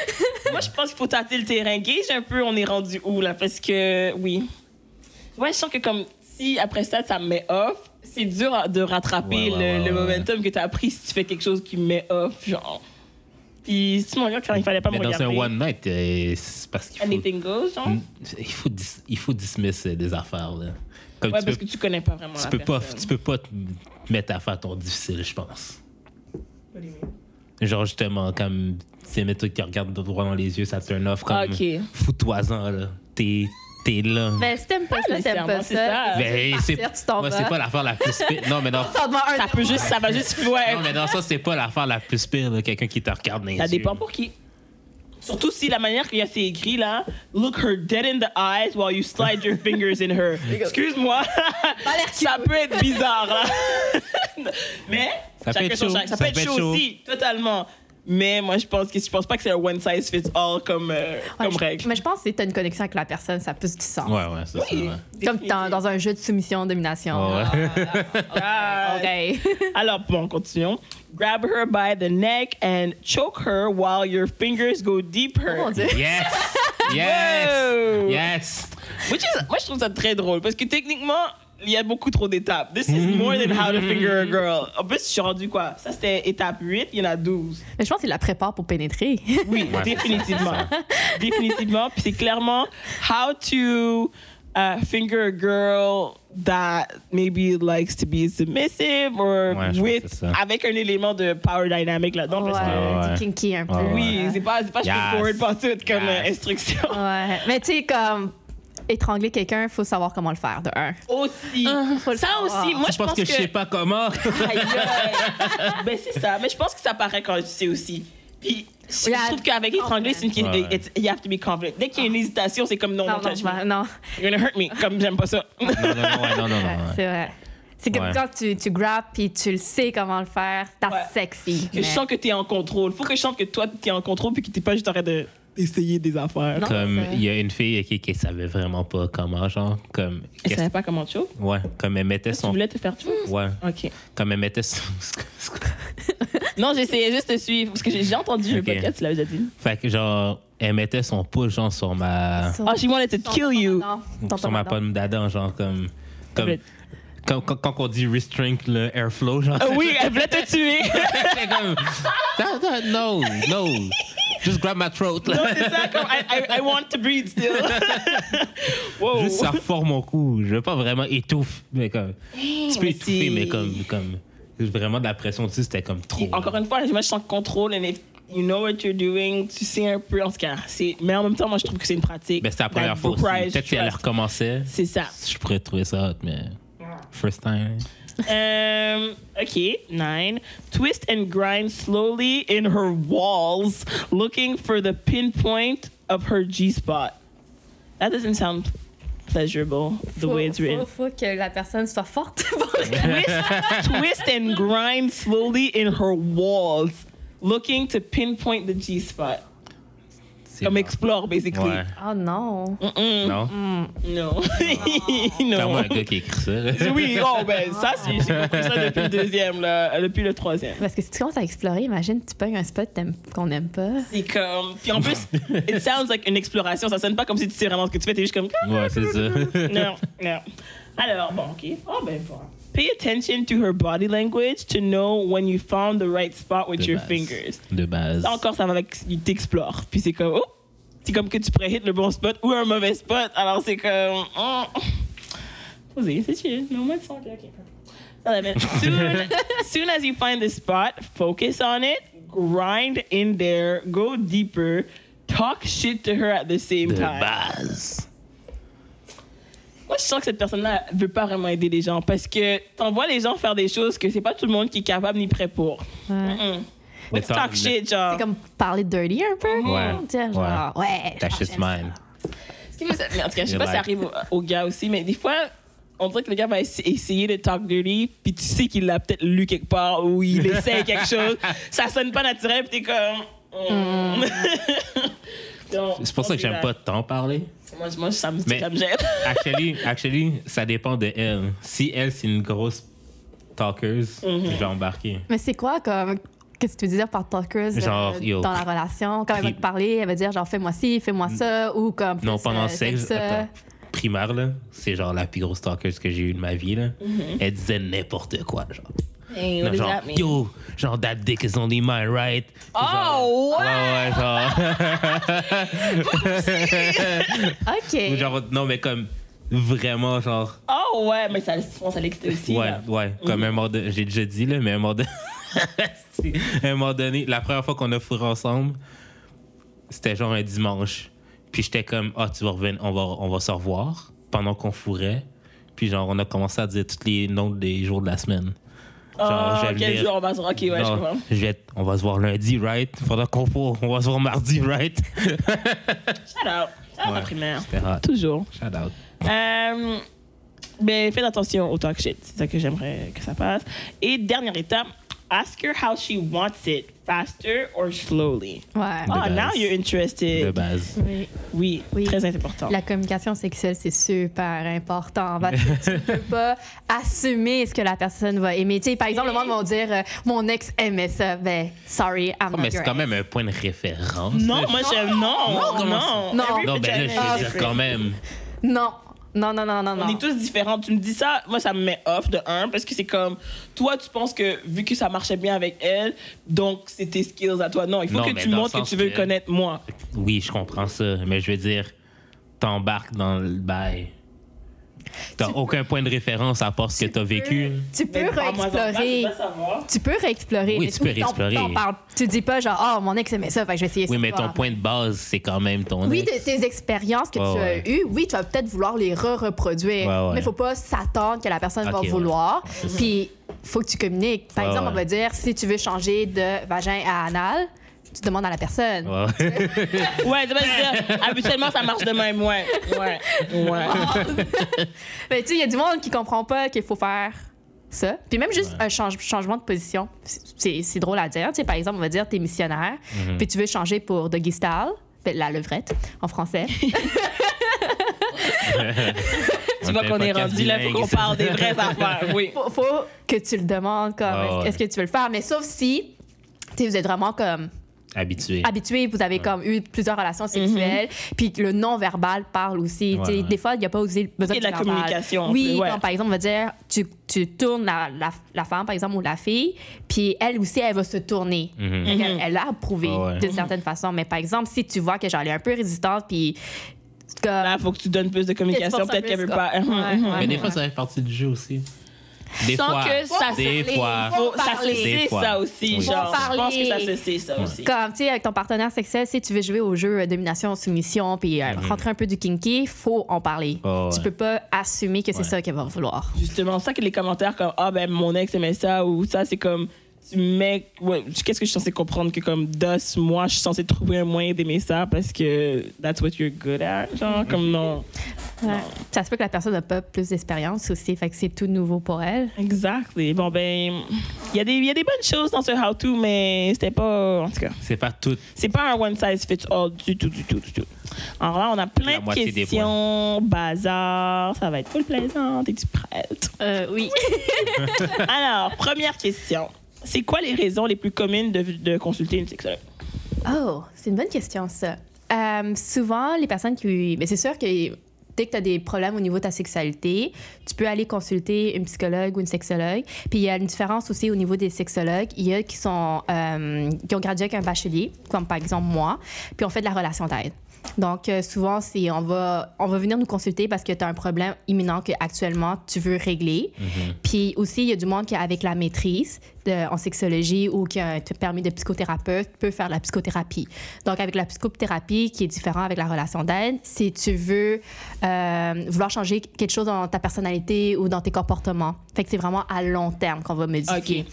Moi, je pense qu'il faut tâter le terrain gauge un peu. On est rendu où, là? Parce que, oui. Ouais, je sens que comme si après ça, ça me met off, c'est dur à- de rattraper Ouais, ouais, le, ouais, le ouais, ouais. momentum que tu as pris si tu fais quelque chose qui me met off, genre. Puis c'est mon gars, quand il fallait pas Mais me dans un regarder. one night, euh, c'est parce qu'il faut, Anything goes, genre. Mm, il faut, dis- il faut dismiss euh, des affaires. Là. Comme Ouais, tu parce peux, que tu connais pas vraiment tu la peux pas, personne. tu peux pas te mettre à faire ton difficile, je pense. Genre justement, comme c'est mes trucs qui regardent droit dans les yeux, ça turn off comme Ah, ok. fous-toi-en là. T'es t'es là. Ben, si t'aimes pas ça, t'aimes nécessairement, pas Ah, c'est ça. ça. Ben, c'est partir, tu t'en moi, vas. c'est pas l'affaire la plus pire. Non mais dans, T'en demandes un Ça peut juste, ça va juste flouer. non, mais dans ça, c'est pas l'affaire la plus pire là, quelqu'un qui te regarde dans les Ça yeux. dépend pour qui. Surtout si la manière qu'il y a c'est écrit là, look her dead in the eyes while you slide your fingers in her. Excuse-moi, Pas l'air ça peut être bizarre là. Mais Ça peut chacun être son chaud, chac- Ça, peut être chaud aussi, totalement. Mais moi je pense que je pense pas que c'est un one size fits all comme euh, Ouais, comme je- règle. Mais je pense que si t'as une connexion avec la personne, ça a plus du sens. Ouais, ouais, c'est ça. Comme dans, dans un jeu de soumission-domination. Ouais. Ouais, ouais. Ah, OK. Alors, bon, continuons. Grab her by the neck and choke her while your fingers go deeper. Mon Dieu. Yes! Yes! Wow! Yes! Which is- moi, je trouve ça très drôle parce que techniquement, il y a beaucoup trop d'étapes. This is more than how to finger a girl. En plus, je suis rendu quoi? Ça, c'était étape 8, il y en a 12. Mais je pense qu'il la prépare pour pénétrer. Oui, Ouais, définitivement. définitivement. Puis c'est clairement how to uh, finger a girl that maybe likes to be submissive or Ouais, je pense que with, c'est ça. avec un élément de power dynamic là-dedans. parce que- Ouais, ouais. Du kinky un peu. Ouais, Oui, c'est pas, c'est pas Yes. straightforward pas tout comme Yes. euh, instruction. Ouais. Mais tu sais, comme étrangler quelqu'un, faut savoir comment le faire, de un. Aussi. Ah, faut le Ça savoir. aussi, moi je Parce pense que, je sais pas comment. Aïe, aïe. ben, c'est ça. Mais je pense que ça paraît quand tu sais aussi. Puis, je Yeah. je trouve qu'avec étrangler, c'est une question. Ouais. it's- You have to be confident. Dès qu'il y a une hésitation, c'est comme non, Non, non, non, touch je me. m'en- non. You're gonna hurt me. Comme j'aime pas ça. non, non, non, ouais, non, non, non, ouais. C'est vrai. C'est comme Ouais. quand tu, tu grappes puis tu le sais comment le faire, t'as Ouais. sexy. Que je sens que t'es en contrôle. Faut que je sente que toi, t'es en contrôle puis que t'es pas juste en train de- d'essayer des affaires. Non. Comme c'est- il y a une fille qui, qui savait vraiment pas comment, genre, comme. Elle qu'est-ce- savait pas comment tu Ouais, comme elle mettait Ah, Tu son. voulais te faire tout? Ouais, Ok. comme elle mettait son. Non, j'essayais juste de suivre parce que j'ai j'ai entendu le Ok. podcast, tu l'avais déjà dit. fait que genre, elle mettait son pouce, genre, sur ma. Sur- Oh, she wanted to ton kill you. commandant. Ton Sur ma commandant. pomme d'Adam, genre, comme. Comme. Complète. Quand, quand, quand on dit restraint le airflow, genre. Ah oui, elle voulait te tuer. c'est comme. Non, non, no, no. Just grab my throat, non, là. c'est ça. Comme, I, I- I want to breathe still. wow. Juste ça fort mon cou. Je veux pas vraiment étouffe, mais comme. Tu peux mais étouffer, c'est- mais comme. comme vraiment de la pression dessus, c'était comme trop. Puis, encore une fois, moi, je sens le contrôle. And if you know what you're doing, tu sais un peu. En tout cas, c'est. Mais en même temps, moi, je trouve que c'est une pratique. Ben, c'était la that première fois aussi. requires Peut-être si elle trust. recommençait, C'est ça. je pourrais trouver ça hot, mais. First time. Um, okay, nine. Twist and grind slowly in her walls, looking for the pinpoint of her G spot. That doesn't sound pleasurable the way it's written. Faut, faut que la personne soit forte. pour le- twist, twist and grind slowly in her walls, looking to pinpoint the G spot. C'est Comme bon. explore, basically. Ouais. oh non. Mm. Non? No. C'est moi no. un gars qui écrit ça. là. Ah. Oui, oh ben ça, c'est- j'ai compris ça depuis le deuxième, là, euh, depuis le troisième. Parce que si tu commences à explorer, imagine, tu pognes un spot t'aimes- qu'on n'aime pas. C'est comme. Puis en plus, it sounds like une exploration. Ça sonne pas comme si tu sais vraiment ce que tu fais. T'es juste comme. Ouais, c'est ça. Non, non. Alors, bon, OK. Oh, ben, bon. Pay attention to her body language to know when you found the right spot with De your base. fingers. De base. Là encore, ça va avec. Il t'explore. Puis c'est comme. Oh! C'est comme que tu pourrais hit le bon spot ou un mauvais spot. Alors c'est comme. Oh. Posez, c'est chill. Mais au moins, tu sens que- OK, parfait. Eleven. Soon, soon as you find the spot, focus on it, grind in there, go deeper, talk shit to her at the same De time. base. Moi, je sens que cette personne-là veut pas vraiment aider les gens parce que t'envoies les gens faire des choses que c'est pas tout le monde qui est capable ni prêt pour. Ouais. Mm-mm. Le temps- Talk le- shit, genre. C'est comme parler dirty un peu. Ouais. Dire genre, ouais. That je shit's pense que- mine. Mais en tout cas, je sais pas You're si ça right. arrive aux, aux gars aussi, mais des fois, on dirait que le gars va essa- essayer de talk dirty, puis tu sais qu'il l'a peut-être lu quelque part ou il essaie quelque chose. Ça sonne pas naturel, puis t'es comme. mm. Donc, C'est pour ça que j'aime pas tant parler. Moi, je- moi, ça me, Mais- ça me gêne. Actually, actually, ça dépend de elle. Si elle, c'est une grosse talkeuse, Mm-hmm. je vais embarquer. Mais c'est quoi, comme, qu'est-ce que tu veux dire par talkeuse Genre, euh, yo, dans la relation? Quand elle va pri- te parler, elle va dire genre fais-moi ci, fais-moi ça, ou comme. Non, plus, pendant euh, le sexe, fais ça. attends, primaire, là, c'est genre la plus grosse talkeuse que j'ai eue de ma vie. Là. Elle disait n'importe quoi. Genre, Hey, Non, Mhm. what does genre that mean? yo, genre that dick is only mine, right? Puis genre- ah. Oh, ouais, ouais! ouais, Ah! genre. Ou OK. genre, non, mais comme vraiment, genre, Oh ouais, mais ça, je pense à l'extérieur aussi. ouais, là. Mm. ouais, comme un moment de- j'ai déjà dit, là, mais un moment donné, un moment donné, la première fois qu'on a fourré ensemble, c'était genre un dimanche. Puis j'étais comme, ah, tu vas revenir, on va, on va se revoir pendant qu'on fourrait. Puis genre, on a commencé à dire tous les noms des jours de la semaine. Ah, je vais quel venir- jour on va se ok, ouais, je Non, comprends. je vais être- on va se voir lundi, right? Faudra qu'on fourre, on va se voir mardi, right? Shout out. Shout out Ouais. à primaire. C'était hot. Toujours. Shout out. Euh, mais faites attention au talk shit. C'est ça que j'aimerais que ça passe. Et dernière étape, ask her how she wants it, faster or slowly. Ouais. Oh, base. now you're De interested. base. Oui. Oui, Oui. très important. Ah. La communication sexuelle, c'est super important. Parce que tu ne peux pas assumer ce que la personne va aimer. Tu sais, par exemple, le monde va dire euh, Mon ex aimait ça. Ben, sorry, I'm Oh, not mais c'est your quand ex. même un point de référence. Non, là. moi, je... Non, non, comment non. ça? Non. Every Non, ben là, vagina je is veux dire different. quand même. Non. Non, non, non, non, On non. est tous différents. Tu me dis ça, moi, ça me met off de un, parce que c'est comme, toi, tu penses que vu que ça marchait bien avec elle, donc c'est tes skills à toi. Non, il faut Non, que mais tu dans le montres que sens tu veux que- connaître moi. Oui, je comprends ça, mais je veux dire, t'embarques dans le bail. T'as aucun point de référence à part ce que t'as vécu. Tu peux Mais parle-moi-en pas, je réexplorer. veux pas savoir. Tu peux réexplorer. Oui, mais tu peux t'en- réexplorer. t'en parles- Tu dis pas genre, oh, mon ex aimait ça, fait que je vais essayer Oui, ça. mais ton Ah. point de base, c'est quand même ton Oui, de ex. tes expériences que Ouais, tu ouais. as eues, oui, tu vas peut-être vouloir les re-reproduire. Ouais, ouais. Mais il faut pas s'attendre que la personne Ok, ouais. va vouloir. C'est ça. Puis, faut que tu communiques. Par Ouais, exemple, ouais. on va dire, si tu veux changer de vagin à anal, tu demandes à la personne. Ouais. Ouais, tu vas dire, habituellement, ça marche de même, ouais. Ouais, ouais. Ah. Mais Ben, tu sais, il y a du monde qui comprend pas qu'il faut faire ça. Puis même juste un change- changement de position. C'est c'est drôle à dire. Tu sais, par exemple, on va dire, t'es missionnaire, Mhm. puis tu veux changer pour doggy style, fait, la levrette en français. Tu vois qu'on est rendu là, faut qu'on parle des vraies affaires, oui. faut, faut que tu le demandes comme Ah ouais. est-ce que tu veux le faire mais sauf si tu sais, vous êtes vraiment comme Habitué. habitué, vous avez comme eu plusieurs Mhm. relations sexuelles, puis que le non-verbal parle aussi. Ouais, Tu sais, ouais. Des fois, il n'y a pas aussi besoin Et de la verbal. communication, Oui, ouais. quand, par exemple, on va dire, tu, tu tournes la, la, la femme, par exemple, ou la fille, puis elle aussi, elle va se tourner. Mhm. Fait qu'elle- Elle l'a approuvé Ah ouais. d'une certaine façon. Mais par exemple, si tu vois que genre, elle est un peu résistante, puis comme... Là, faut que tu donnes plus de communication, forces un peut-être peu, qu'elle veut quoi. pas. Mhm, Ouais, ouais. Mais des fois, ça fait partie du jeu aussi. Des Sans fois. que ça des se- fois. Faut Faut- ça se parler. sait, Des fois. ça aussi, Oui. genre. Faut Je pense que ça se parler. sait, ça aussi. Comme, tu sais, avec ton partenaire sexuel, si tu veux jouer au jeu euh, domination, soumission, puis euh, rentrer un peu du kinky, faut en parler. Mhm. Ah ouais. Tu peux pas assumer que c'est Ouais. ça qu'elle va vouloir. Justement, c'est ça que les commentaires comme Ah, ben mon ex aimait ça ou ça, c'est comme Tu mets. ouais, Qu'est-ce que je suis censée comprendre que comme DOS, moi, je suis censée trouver un moyen d'aimer ça parce que that's what you're good at. Genre, comme non. Ouais. Ça se peut que la personne n'a pas plus d'expérience aussi, fait que c'est tout nouveau pour elle. Exactly. Bon, ben, il y, a des- il y a des bonnes choses dans ce how-to, mais c'était pas. En tout cas, C'est pas tout. c'est pas un one size fits all du tout, du tout, du tout. Alors là, on a La plein de moitié des questions, bazar, ça va être full plaisant. Es-tu prête? Euh, oui. Alors, première question. C'est quoi les raisons les plus communes de, de consulter une sexologue? Oh, c'est une bonne question, ça. Euh, souvent, les personnes qui. Mais c'est sûr que dès que tu as des problèmes au niveau de ta sexualité, tu peux aller consulter une psychologue ou une sexologue. Puis il y a une différence aussi au niveau des sexologues. Il y a qui, sont, euh, qui ont gradué avec un bachelier, comme par exemple moi, puis on fait de la relation d'aide. Donc, euh, souvent, c'est on va, on va venir nous consulter parce que tu as un problème imminent que actuellement tu veux régler. Puis aussi, il y a du monde qui, avec la maîtrise de- en sexologie ou qui a un t- permis de psychothérapeute, peut faire la psychothérapie. Donc, avec la psychothérapie, qui est différent avec la relation d'aide, si tu veux euh, vouloir changer quelque chose dans ta personnalité ou dans tes comportements, fait que c'est vraiment à long terme qu'on va modifier. Ok.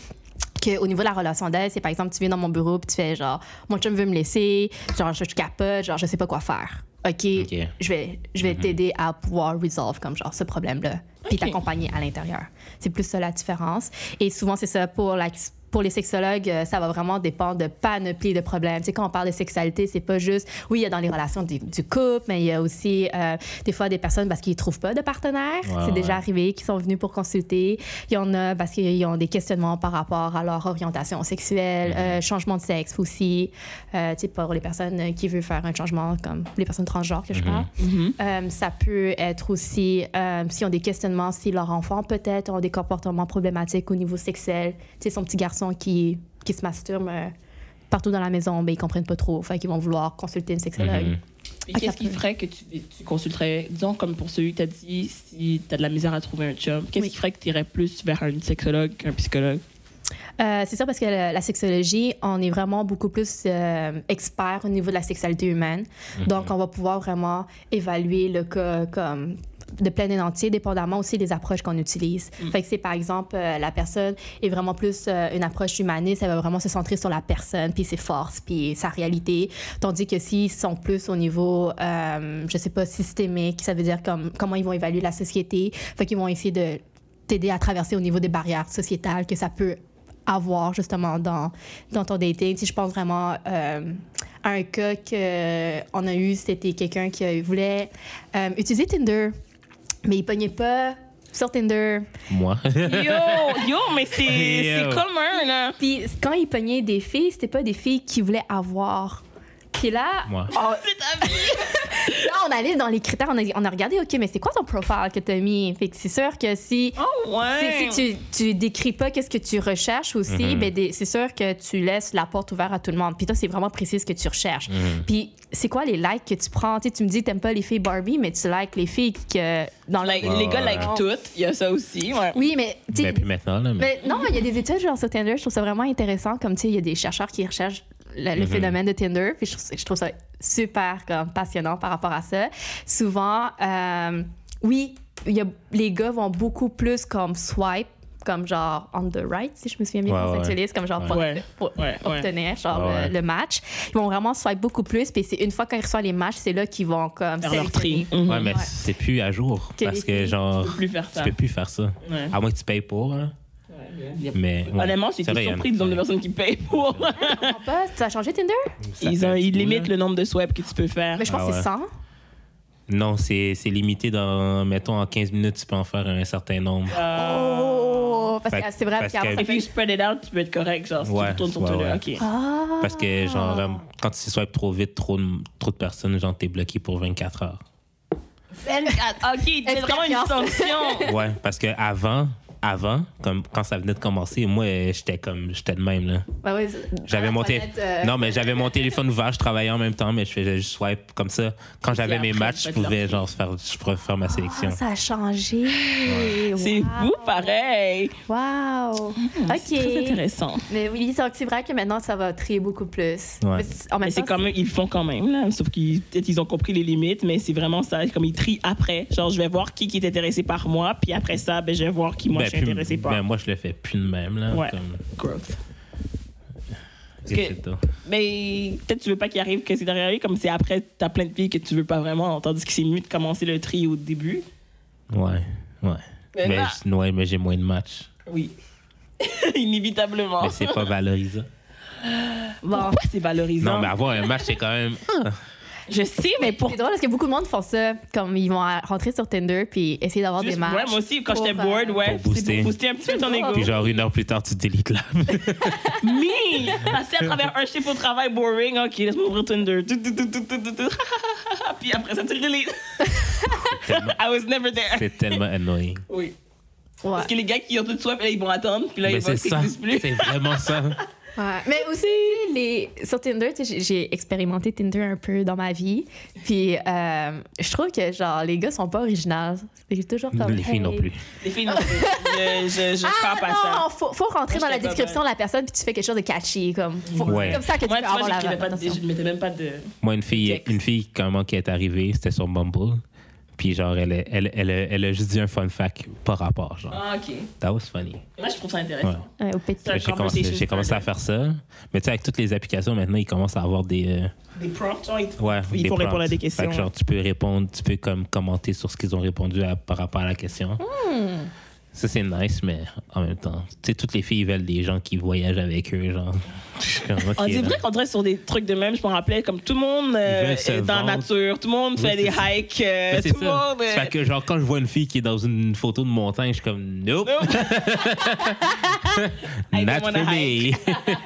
Que au niveau de la relation d'aide, c'est par exemple, tu viens dans mon bureau puis tu fais genre, mon chum veut me laisser, genre, je, je capote, genre, je sais pas quoi faire. OK, Ok. je vais, je vais t'aider à pouvoir résoudre comme genre ce problème-là, puis Ok. t'accompagner à l'intérieur. C'est plus ça la différence. Et souvent, c'est ça pour la- Pour les sexologues, euh, ça va vraiment dépendre de panoplie de problèmes. Tu sais, quand on parle de sexualité, c'est pas juste, oui, il y a dans les relations du, du couple, mais il y a aussi euh, des fois des personnes parce qu'ils trouvent pas de partenaire. Ouais, ouais. c'est déjà arrivé qui sont venus pour consulter. Il y en a parce qu'ils ont des questionnements par rapport à leur orientation Mhm. sexuelle, euh, changement de sexe aussi. Euh, tu sais, pour les personnes qui veulent faire un changement, comme les personnes transgenres Mhm. que je parle. Euh, ça peut être aussi euh, s'ils ont des questionnements, si leur enfant peut-être ont des comportements problématiques au niveau sexuel. Tu sais, son petit garçon qui qui se masturbent euh, partout dans la maison, mais ils comprennent pas trop. Fait qu'ils vont vouloir consulter une sexologue. Mhm. Puis Ah, qu'est-ce qui capable. ferait que tu, tu consulterais, disons, comme pour celui que tu as dit, si tu as de la misère à trouver un chum, qu'est-ce Oui. qui ferait que tu irais plus vers un sexologue qu'un psychologue? Euh, c'est ça parce que la, la sexologie, on est vraiment beaucoup plus euh, expert au niveau de la sexualité humaine. Donc, on va pouvoir vraiment évaluer le cas comme de plein et entier, dépendamment aussi des approches qu'on utilise. Fait que c'est par exemple, euh, la personne est vraiment plus euh, une approche humaniste, elle va vraiment se centrer sur la personne, puis ses forces, puis sa réalité. Tandis que s'ils sont plus au niveau, euh, je sais pas, systémique, ça veut dire comme, comment ils vont évaluer la société, fait qu'ils vont essayer de t'aider à traverser au niveau des barrières sociétales que ça peut avoir justement dans, dans ton dating. Si je pense vraiment euh, à un cas qu'on a eu, c'était quelqu'un qui voulait euh, utiliser Tinder, mais il pognait pas sur Tinder. Moi. Yo, yo, mais c'est c'est Yo. commun, là. Puis quand il pognait des filles, c'était pas des filles qu'il voulait avoir. Puis là, Moi. on- C'est ta vie. là, on allait dans les critères, on a, on a regardé, OK, mais c'est quoi ton profile que t'as mis? Fait que c'est sûr que si Oh, ouais. Si, si tu, tu décris pas qu'est-ce que tu recherches aussi, Mhm. ben des- c'est sûr que tu laisses la porte ouverte à tout le monde. Puis toi, c'est vraiment précis ce que tu recherches. Mhm. Puis c'est quoi les likes que tu prends? Tu sais, tu me dis t'aimes pas les filles Barbie, mais tu likes les filles que dans la... Like, les gars, like ouais. toutes, il y a ça aussi. Ouais. Oui, mais... tu sais, Ben, puis maintenant, là. Mais... mais non, il y a des études genre sur Tinder, je trouve ça vraiment intéressant. Comme tu sais, il y a des chercheurs qui recherchent le, le Mhm. phénomène de Tinder, puis je trouve, ça- je trouve ça super comme, passionnant par rapport à ça. Souvent, euh, oui, il y a- les gars vont beaucoup plus comme swipe, comme genre on the right, si je me souviens bien Ouais, qu'on ouais. s'actualise, comme genre pour- Ouais. pour- Ouais, ouais. obtenir genre Ouais, ouais. le, le match. Ils vont vraiment swipe beaucoup plus, puis c'est une fois qu'ils reçoivent les matchs, c'est là qu'ils vont comme Faire leur sélectionner. tri. Mhm. Ouais, mais Ouais. c'est plus à jour. Que parce les que, filles, genre, Plus faire tu ça. peux plus faire ça. Ouais. À moins que tu payes pour, là. Y a- Mais. ouais. Honnêtement, j'ai C'est été vrai, surprise y du en- nombre de personnes qui payent pour. Je comprends pas, Ah, ça a changé Tinder? Ça Ils, fait ont, un ils petit bout, limitent là. le nombre de swipes que tu peux faire. Mais je pense Ah que c'est hein. ouais. 100. Non, c'est c'est limité dans. Mettons, en 15 minutes, tu peux en faire un certain nombre. Ah. Oh, parce Fait- que c'est vrai. parce puis après, que- ça If you spread it out, tu peux être correct. Genre, si Ouais, tu tournes sur ouais, ton ouais. ok. Ah. Parce que, genre, euh, quand tu swipes trop vite, trop de, trop de personnes, genre, t'es bloqué pour 24 heures. Ok, c'est vraiment une sanction. Ouais, parce que avant, avant, comme quand ça venait de commencer, moi, euh, j'étais comme, j'étais de même, là. Ouais, ouais, J'avais Ah, la mon, té- toilette, euh, non, mais j'avais mon téléphone ouvert, je travaillais en même temps, mais je faisais juste swipe comme ça. Quand j'avais mes après, matchs, je tu fais de pouvais, genre, se faire, je pourrais faire ma sélection. ah, ça a changé. C'est vous, pareil. Wow. C'est très OK. Bah, intéressant. Mais oui, donc c'est vrai que maintenant, ça va trier beaucoup plus. Ouais. Mais c'est- en Mais même c'est temps, quand même, ils le font quand même, là. Sauf qu'ils peut-être ils ont compris les limites, mais c'est vraiment ça. Comme ils trient après. Genre, je vais voir qui, qui est intéressé par moi, puis après ça, ben, je vais voir qui moi Ben, je suis puis- intéressé par. ben, moi, je le fais plus de même, là. Ouais. Comme, Growth. et que- c'est tout. Mais peut-être tu veux pas qu'il arrive que c'est derrière lui, comme c'est après, t'as plein de filles que tu veux pas vraiment, tandis que c'est mieux de commencer le tri au début. Ouais, ouais. Mais Mais, là- je- ouais, mais j'ai moins de matchs. Oui. Inévitablement. Mais c'est pas valorisant. bon. Pourquoi c'est valorisant? non, mais avoir un match, c'est quand même. Je sais, mais pour C'est drôle parce que beaucoup de monde font ça, comme ils vont à- rentrer sur Tinder puis essayer d'avoir des Juste- matchs. Ouais, moi aussi, quand pour, j'étais euh, bored, ouais, Pour c'est booster. pour booster un petit peu ton ego. Puis, genre, une heure plus tard, tu délites l'app. Me! Passer à travers un chiffre au travail boring, ok, laisse-moi ouvrir Tinder. Tout, tout, tout, tout, tout, tout, tout. Puis après ça, tu releases. I was never there. C'est tellement annoying. Oui. Ouais. Parce que les gars qui ont tout soif, là, ils vont attendre, puis là, Mais ils vont c'est ça. s'excusent plus. C'est vraiment ça. Ouais. Mais aussi, les... sur Tinder, tu sais, j'ai- j'ai expérimenté Tinder un peu dans ma vie. Puis euh, je trouve que genre, les gars sont pas originaux. C'est toujours comme. Les filles non hey. plus. Les filles, non, je, je, je frappe à Ah ça. non, faut, faut rentrer Moi, dans la j'étais pas description de la personne puis tu fais quelque chose de catchy. Comme, faut- Ouais. c'est comme ça que tu Moi, peux tu avoir vois, la j'écrivais pas de- attention. je ne mettais même pas de. Moi, une fille, Texte. une fille comment qui est arrivée, c'était sur Bumble. Puis genre, elle, a- elle, elle, a- elle a juste dit un fun fact par rapport, genre. Ah, ok. That was funny. Moi, je trouve ça intéressant. Ouais, au petit. Un J'ai commencé, conversation j'ai commencé à faire ça. Mais tu sais, avec toutes les applications, maintenant, ils commencent à avoir des... euh, Des prompts, genre, ils ouais, ils des font répondre prompts. à des Fait questions. que, genre, tu peux répondre, tu peux comme commenter sur ce qu'ils ont répondu à- par rapport à la question. Hmm. Ça, c'est nice, mais en même temps, tu sais, toutes les filles veulent des gens qui voyagent avec eux, genre. Je suis comme, ok, On là. dit Ah, vrai qu'on dirait sur des trucs de même, je me rappelais, comme tout le monde euh, Ils veulent se est dans la vendre. nature, tout le monde Oui, fait des c'est ça. hikes, euh, Ben, c'est tout le ça. monde. euh, Fait que genre quand je vois une fille qui est dans une photo de montagne, je suis comme nope. I don't Not for wanna me.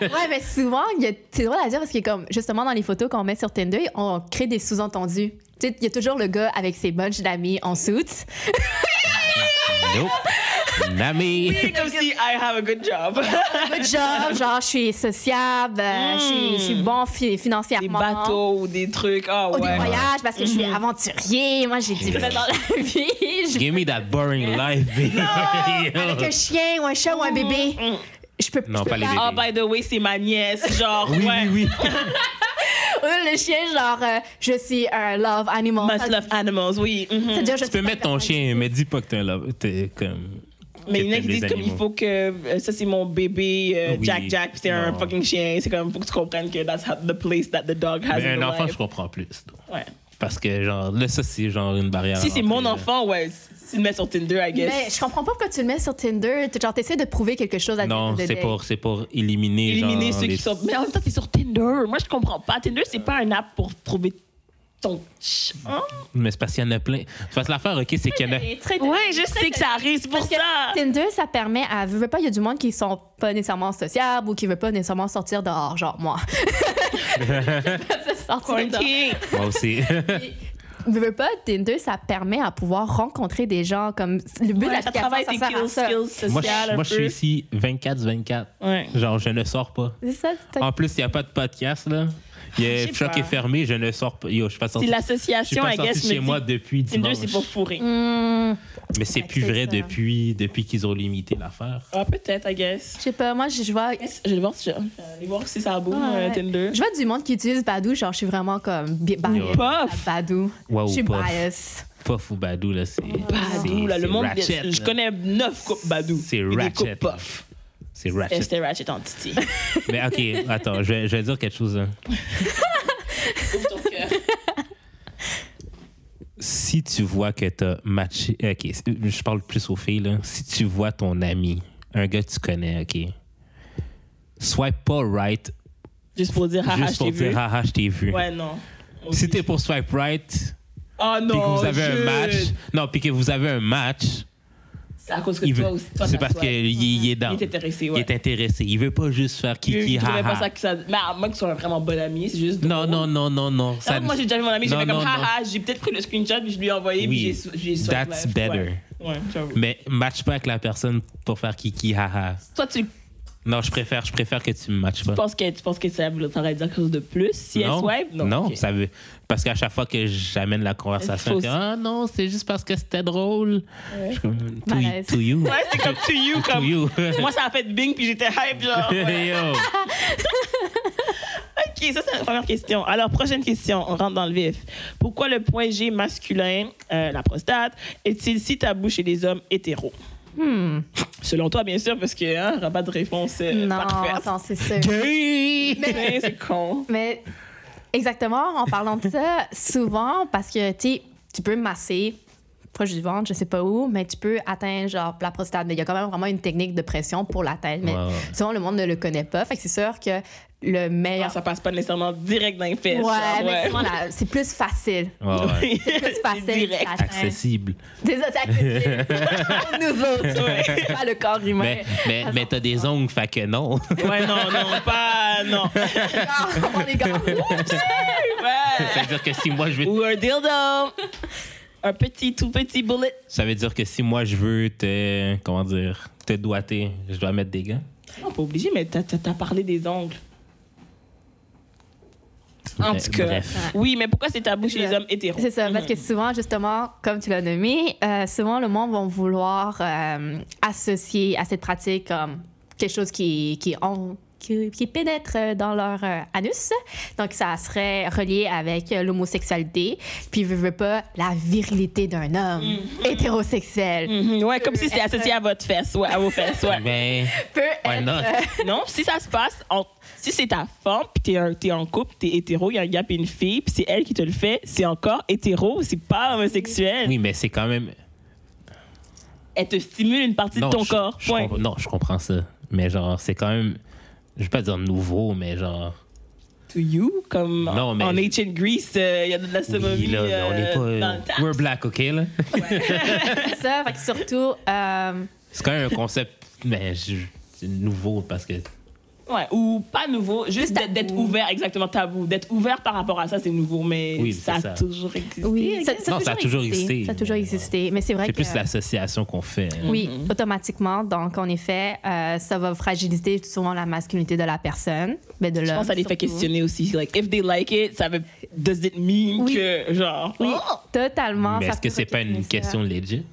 Ouais, mais souvent, il y a- c'est drôle à dire parce que, comme, justement, dans les photos qu'on met sur Tinder, on crée des sous-entendus. Tu sais, il y a toujours le gars avec ses bunch d'amis en suits. nope. Nami. C'est comme si I have a good job. Good job, genre, je suis sociable, euh, je, suis, je suis bon fi- Des financièrement. bateaux ou des trucs. Ah Au ouais. Mm-hmm. voyage, parce que je suis aventurier. Moi, j'ai du vrai dans la vie. Je- Give me that boring life, baby. Avec un chien ou un chat ou Mm-hmm. un bébé. Je peux Non, je peux pas les bébés. Ah, by the way, c'est ma nièce. Genre, oui, ouais. oui, oui. Le chien, genre, euh, je suis un love animal. Must love animals, oui. mhm. C'est-à-dire, je Tu peux mettre ton chien, mais dis pas que t'es un love. T'es comme. Mais il y en a t'aimes qui les disent comme il animaux. faut que euh, ça c'est mon bébé euh, Oui. Jack Jack puis c'est un Non. fucking chien c'est comme faut que tu comprennes que that's how- the place that the dog has Mais in Ben, un the enfant, life. je comprends plus. donc. ouais. Parce que, genre, là, ça, c'est genre une barrière. si à c'est mon rentrer, là. enfant ouais si tu le mets sur Tinder I guess Mais je comprends pas pourquoi tu le mets sur Tinder. T'es- Genre, t'essaies de prouver quelque chose à Non, the end of the c'est day. pour, c'est pour éliminer. éliminer genre, ceux les- qui sont mais en même temps t'es sur Tinder moi je comprends pas Tinder c'est pas un app pour trouver ton ch- hein? Mais c'est parce qu'il y en a plein. Parce que l'affaire, OK, c'est qu'il y en a. Et très- ouais je sais que ça arrive c'est pour Parce que ça Tinder, ça permet à. Je veux pas, il y a du monde qui sont pas nécessairement sociables ou qui veut pas nécessairement sortir dehors, genre moi. sortir dehors. Quarantine. Moi aussi. Je veux pas, Tinder, ça permet à pouvoir rencontrer des gens comme. Le but de Ouais, ça l'application, travaille ça tes sert à skills, ça. skills moi, sociales je, un moi, je suis peu ici 24-24. Ouais. Genre, je ne sors pas. C'est ça, t'as- En plus, il n'y a pas de podcast, là. Il y Je a sais Choc pas. est fermé, je ne sors pas. Yo, je suis pas c'est sorti. Je suis l'association pas I guess sorti me chez dit, moi depuis Tinder dimanche. c'est pour hein. fourrer Hmm, Mais c'est Ouais, plus c'est vrai ça. depuis, depuis qu'ils ont limité l'affaire. ah peut-être I guess je sais pas, moi, je je vois. Je vais voir si, je- euh, aller voir si ça boum Ouais. euh, Tinder. Je vois du monde qui utilise Badou, genre, je suis vraiment comme. bi- biased Yo. Puff. à Badou. Wow, je suis puff. bias. Puff ou Badou, là, c'est. Badou, c'est- là, le c'est monde. ratchet, je là. connais neuf coupes Badou. C'est et des ratchet, coupes là. Puff. C'est Et ratchet. C'était Ratchet en Titi. Mais OK, attends, je vais, je vais dire quelque chose, hein. là. si tu vois que t'as matché. OK, je parle plus aux filles, là. Si tu vois ton ami, un gars que tu connais, OK, swipe pas right Juste pour dire, haha, juste je t'ai pour vu. dire haha, je t'ai vu. Ouais, non. Si t'es pour swipe right, Oh non. puis que vous avez un je- match. Non, puis que vous avez un match, C'est à cause que il toi veut- aussi. toi, c'est t'as parce soif. qu'il il est dans. Il est intéressé, Il ouais. est intéressé. Il veut pas juste faire Je- kiki je trouvais pas ça haha. que ça. Mais à moins que tu sois vraiment bon ami, c'est juste. Non, non, non, non, non. Ça, Ah, moi, j'ai déjà vu mon ami, j'ai Non, fait comme, non, non. haha, j'ai peut-être pris le screenshot, puis je lui ai envoyé, Oui. puis j'ai- j'ai swipe That's left. better. Ouais, Ouais, j'avoue. Mais match pas avec la personne pour faire kiki haha. Toi, tu Non, je préfère, je préfère que tu me matches pas. Tu penses que, tu penses que ça voulait t'aurait dire quelque chose de plus si elle swipe? non, ok. ça veut. Parce qu'à chaque fois que j'amène la conversation, Faut- que, ah non, c'est juste parce que c'était drôle. Je suis comme, to, Malaise. to you. Bah, Ouais, c'est comme to you, To comme. you. Moi, ça a fait bing, puis j'étais hype, genre. ouais. Yo. Ok, ça, c'est la première question. Alors, prochaine question, on rentre dans le vif. Pourquoi le point G masculin, euh, la prostate, est-il si tabou chez les hommes hétéros? Selon toi, bien sûr, parce que, hein, on aura pas de réponse euh, Hmm. Non, parfaite. attends, c'est sûr. Gay. Ouais, c'est con. Mais exactement, en parlant de ça, souvent, parce que tu sais, tu peux masser proche du ventre, je sais pas où, mais tu peux atteindre genre la prostate. Mais il y a quand même vraiment une technique de pression pour l'atteindre. Mais Ouais, ouais. souvent, le monde ne le connaît pas. Fait que c'est sûr que le Ah, meilleur. ça passe pas nécessairement direct dans les fesses. ouais, genre, mais ouais. souvent, la- c'est plus facile. Ouais, ouais. Oui. Plus facile. direct. d'atteindre. Accessible. C'est ça, c'est accessible. Pour nous autres, Ouais. pas le corps humain. Mais, mais, mais t'as des ongles, fait que non. Ouais, non, non, pas. Non. Ah, on les gars. Ouais. ça veut dire que si moi je veux, ou un dildo. Un petit, tout petit bullet. ça veut dire que si moi je veux te, comment dire, te doigter, je dois mettre des gants. Non, pas obligé, mais t'as t'as- t'as parlé des ongles. En Mais- tout cas. bref. Oui, mais pourquoi c'est tabou chez les hommes hétéros? Mhm. C'est ça, parce que souvent, justement, comme tu l'as nommé, euh, souvent le monde va vouloir euh, associer à cette pratique comme quelque chose qui, qui, on- qui, qui pénètre dans leur euh, anus. Donc, ça serait relié avec euh, l'homosexualité, puis je veux pas la virilité d'un homme hétérosexuel. Mhm, ouais, comme si c'était associé à votre fesse, ouais, à vos fesses, ouais. Ben, Peut why être, not? Non, si ça se passe, on- si c'est ta femme, puis t'es un- t'es en couple, t'es hétéro, il y a un gars puis une fille, puis c'est elle qui te le fait, c'est encore hétéro, c'est pas homosexuel. Oui, mais c'est quand même. Elle te stimule une partie de ton je- corps. je point. comprends- non, je comprends ça. Mais genre, c'est quand même. Je vais pas dire nouveau, mais genre. To you, comme Non, mais- en Ancient Greece, euh, il y a de la sodomie Oui, là, on euh, n'est dans le pas. tas. We're black, OK, là? c'est ça, fait que surtout... euh, C'est quand même un concept. Mais je- c'est nouveau parce que. Ouais, ou pas nouveau, juste d'être- d'être tabou. ouvert, exactement tabou. D'être ouvert par rapport à ça, c'est nouveau, mais Oui, ça a c'est ça. toujours existé. Oui, ça, Non, ça a toujours existé. Ça a toujours existé. Mais c'est vrai C'est que. plus l'association qu'on fait. hein. Oui, automatiquement. Donc, en effet, euh, ça va fragiliser souvent la masculinité de la personne, mais de l'homme. Je pense que ça les fait surtout. questionner aussi. Like, if they like it, ça veut. Does it mean Oui. que, genre. Oui, oh, totalement. Mais ça est-ce que peut c'est pas retourner une ça. question legit?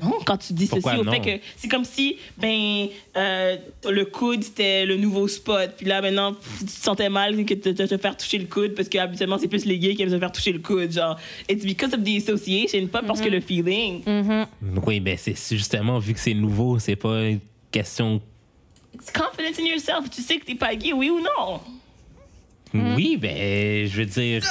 non, quand tu dis Pourquoi ceci, au non? fait que c'est comme si, ben, euh, le coude, c'était le nouveau spot. Puis là, maintenant, tu te sentais mal que de de te faire toucher le coude parce que habituellement, c'est plus les gays qui aiment se faire toucher le coude. Genre, it's because of the association, pas Mm-hmm. parce que le feeling. Mhm. Oui, mais c'est c'est justement, vu que c'est nouveau, c'est pas une question. It's confidence in yourself. Tu sais que t'es pas gay, oui ou non? Mm-hmm. Oui, ben, je veux dire.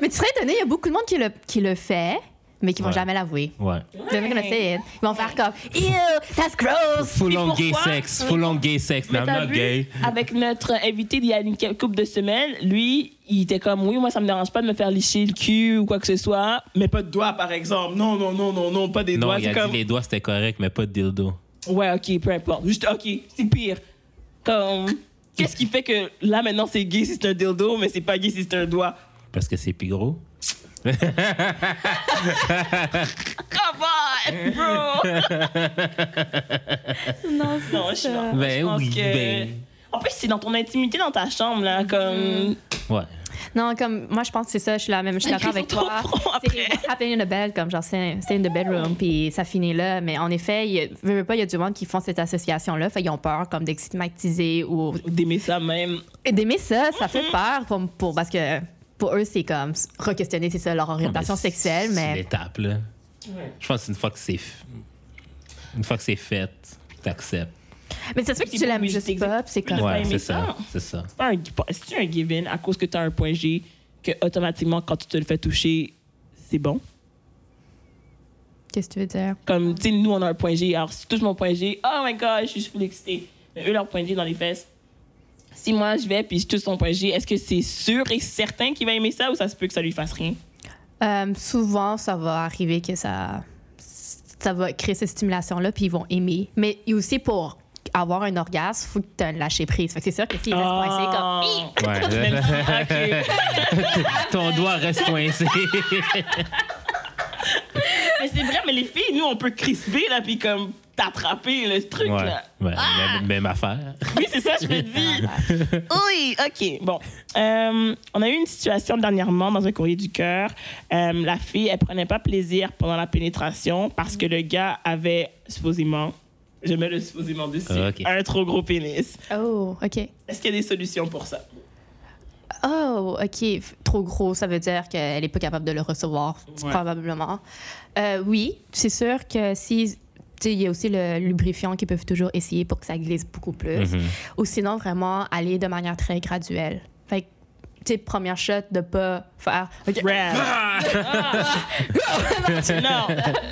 Mais tu serais étonné, il y a beaucoup de monde qui le, qui le fait, mais qui vont Ouais. jamais l'avouer. Ouais. They're not gonna say it. Ils vont faire comme Ew, that's gross! Full Puis on gay pourquoi? sex. Full on gay sex. Mais Non, t'as I'm not vu, gay. Avec notre invité d'il y a une couple de semaines, lui, il était comme oui, moi ça me dérange pas de me faire licher le cul ou quoi que ce soit, mais pas de doigts par exemple. Non, non, non, non, non, pas des Non, doigts. il a C'est dit comme les doigts, c'était correct, mais pas de dildo. ouais, ok, peu importe. Juste ok, c'est pire. Comme qu'est-ce qui fait que là maintenant c'est gay si c'est un dildo, mais c'est pas gay si c'est un doigt. Parce que c'est plus gros. Come on, bro. Non, non, je suis ça. non. Ben je pense oui, que- ben. En plus c'est dans ton intimité dans ta chambre là, comme Ouais. Non, comme moi, je pense que c'est ça, je suis la même, je suis d'accord Ils avec sont toi. trop bons C'est après. what's happening in the bed, comme genre, c'est c'est in the bedroom, puis ça finit là. Mais en effet, il y a- veux, veux pas, il y a du monde qui font cette association-là, fait ils ont peur, comme d'extigmatiser ou d'aimer ça même. Et d'aimer ça, ça Mhm. fait peur pour, pour- parce que pour eux, c'est comme re-questionner, c'est ça, leur orientation Non, mais sexuelle, C'est une mais étape, là. Je pense qu'une fois que c'est. f- Une fois que c'est fait, t'acceptes. mais ça se fait que C'est tu pas l'aimes obligé juste d'exister. pas, puis c'est T'as comme pas Ouais, aimé c'est ça? ça. C'est ça. pas un, c'est un given à cause que tu as un point G que automatiquement quand tu te le fais toucher, c'est bon. qu'est-ce que tu veux dire Comme tu sais nous on a un point G, alors si tu touches mon point G, oh my god, je suis full excitée. Mais eux leur point G dans les fesses. Si moi je vais puis je touche son point G, est-ce que c'est sûr et certain qu'il va aimer ça ou ça se peut que ça lui fasse rien Euh, Souvent, ça va arriver que ça ça va créer cette stimulation-là, puis ils vont aimer. Mais aussi pour avoir un orgasme, faut que tu aies lâché prise. Fait que c'est sûr que s'ils restent coincés comme Oh. Ouais. Même si- ok. Ton doigt reste coincé. Mais c'est vrai, mais les filles, nous on peut crisper là puis comme t'attraper le truc Ouais. là. Ouais, Ah! même, même affaire. Oui, c'est ça, je me dis. Oui, OK. Bon. Euh, on a eu une situation dernièrement dans un courrier du cœur. Euh, la fille, elle prenait pas plaisir pendant la pénétration parce que le gars avait, supposément, je mets le supposément dessus, Ah, OK. un trop gros pénis. Ah. oh, ok, Est-ce qu'il y a des solutions pour ça? oh, ok, F- trop gros, ça veut dire qu'elle est pas capable de le recevoir Ouais. probablement. Euh, oui, c'est sûr que si tu sais, il y a aussi le lubrifiant qu'ils peuvent toujours essayer pour que ça glisse beaucoup plus. Mhm. ou sinon vraiment aller de manière très graduelle. Fait que, tu sais, première shot, de pas faire OK, Rare. Ah. non,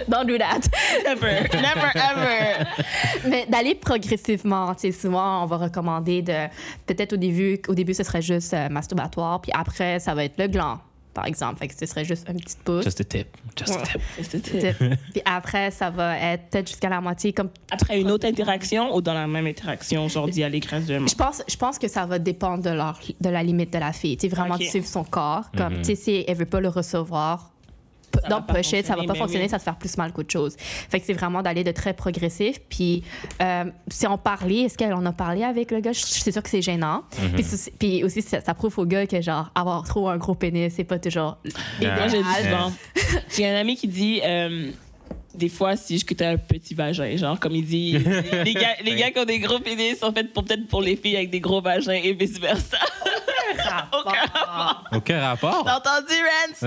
don't do that. never, never, ever. Mais d'aller progressivement, tu sais, souvent on va recommander de peut-être au début au début ce serait juste euh, masturbatoire, puis après ça va être le gland par exemple. Fait que ce serait juste un petit pouce. Just a tip. Just a tip. Tip. Puis après, ça va être peut-être jusqu'à la moitié. Comme, Après une autre interaction ou dans la même interaction, genre d'y aller graduellement? je, pense, je pense que ça va dépendre de, leur, de la limite de la fille. Tu sais, vraiment Ok. de suivre son corps. Comme, tu sais, si elle veut pas le recevoir, Ça dans va pas pochette, ça va fonctionner, pas mais fonctionner, oui. ça va te faire plus mal qu'autre chose. Fait que c'est vraiment d'aller de très progressif. Puis, euh, si on parlait, est-ce qu'elle en a parlé avec le gars? Je je suis sûre que c'est gênant. Puis c'est- Puis aussi, ça, ça prouve au gars que, genre, avoir trop un gros pénis, c'est pas toujours. Moi, Ah, j'ai Ah, dit souvent. J'ai un ami qui dit. euh, des fois, si je que t'as un petit vagin, genre, comme il dit, les gars, les gars qui ont des gros pénis sont faits pour peut-être pour les filles avec des gros vagins et vice-versa. Aucun rapport. Aucun rapport. T'as entendu,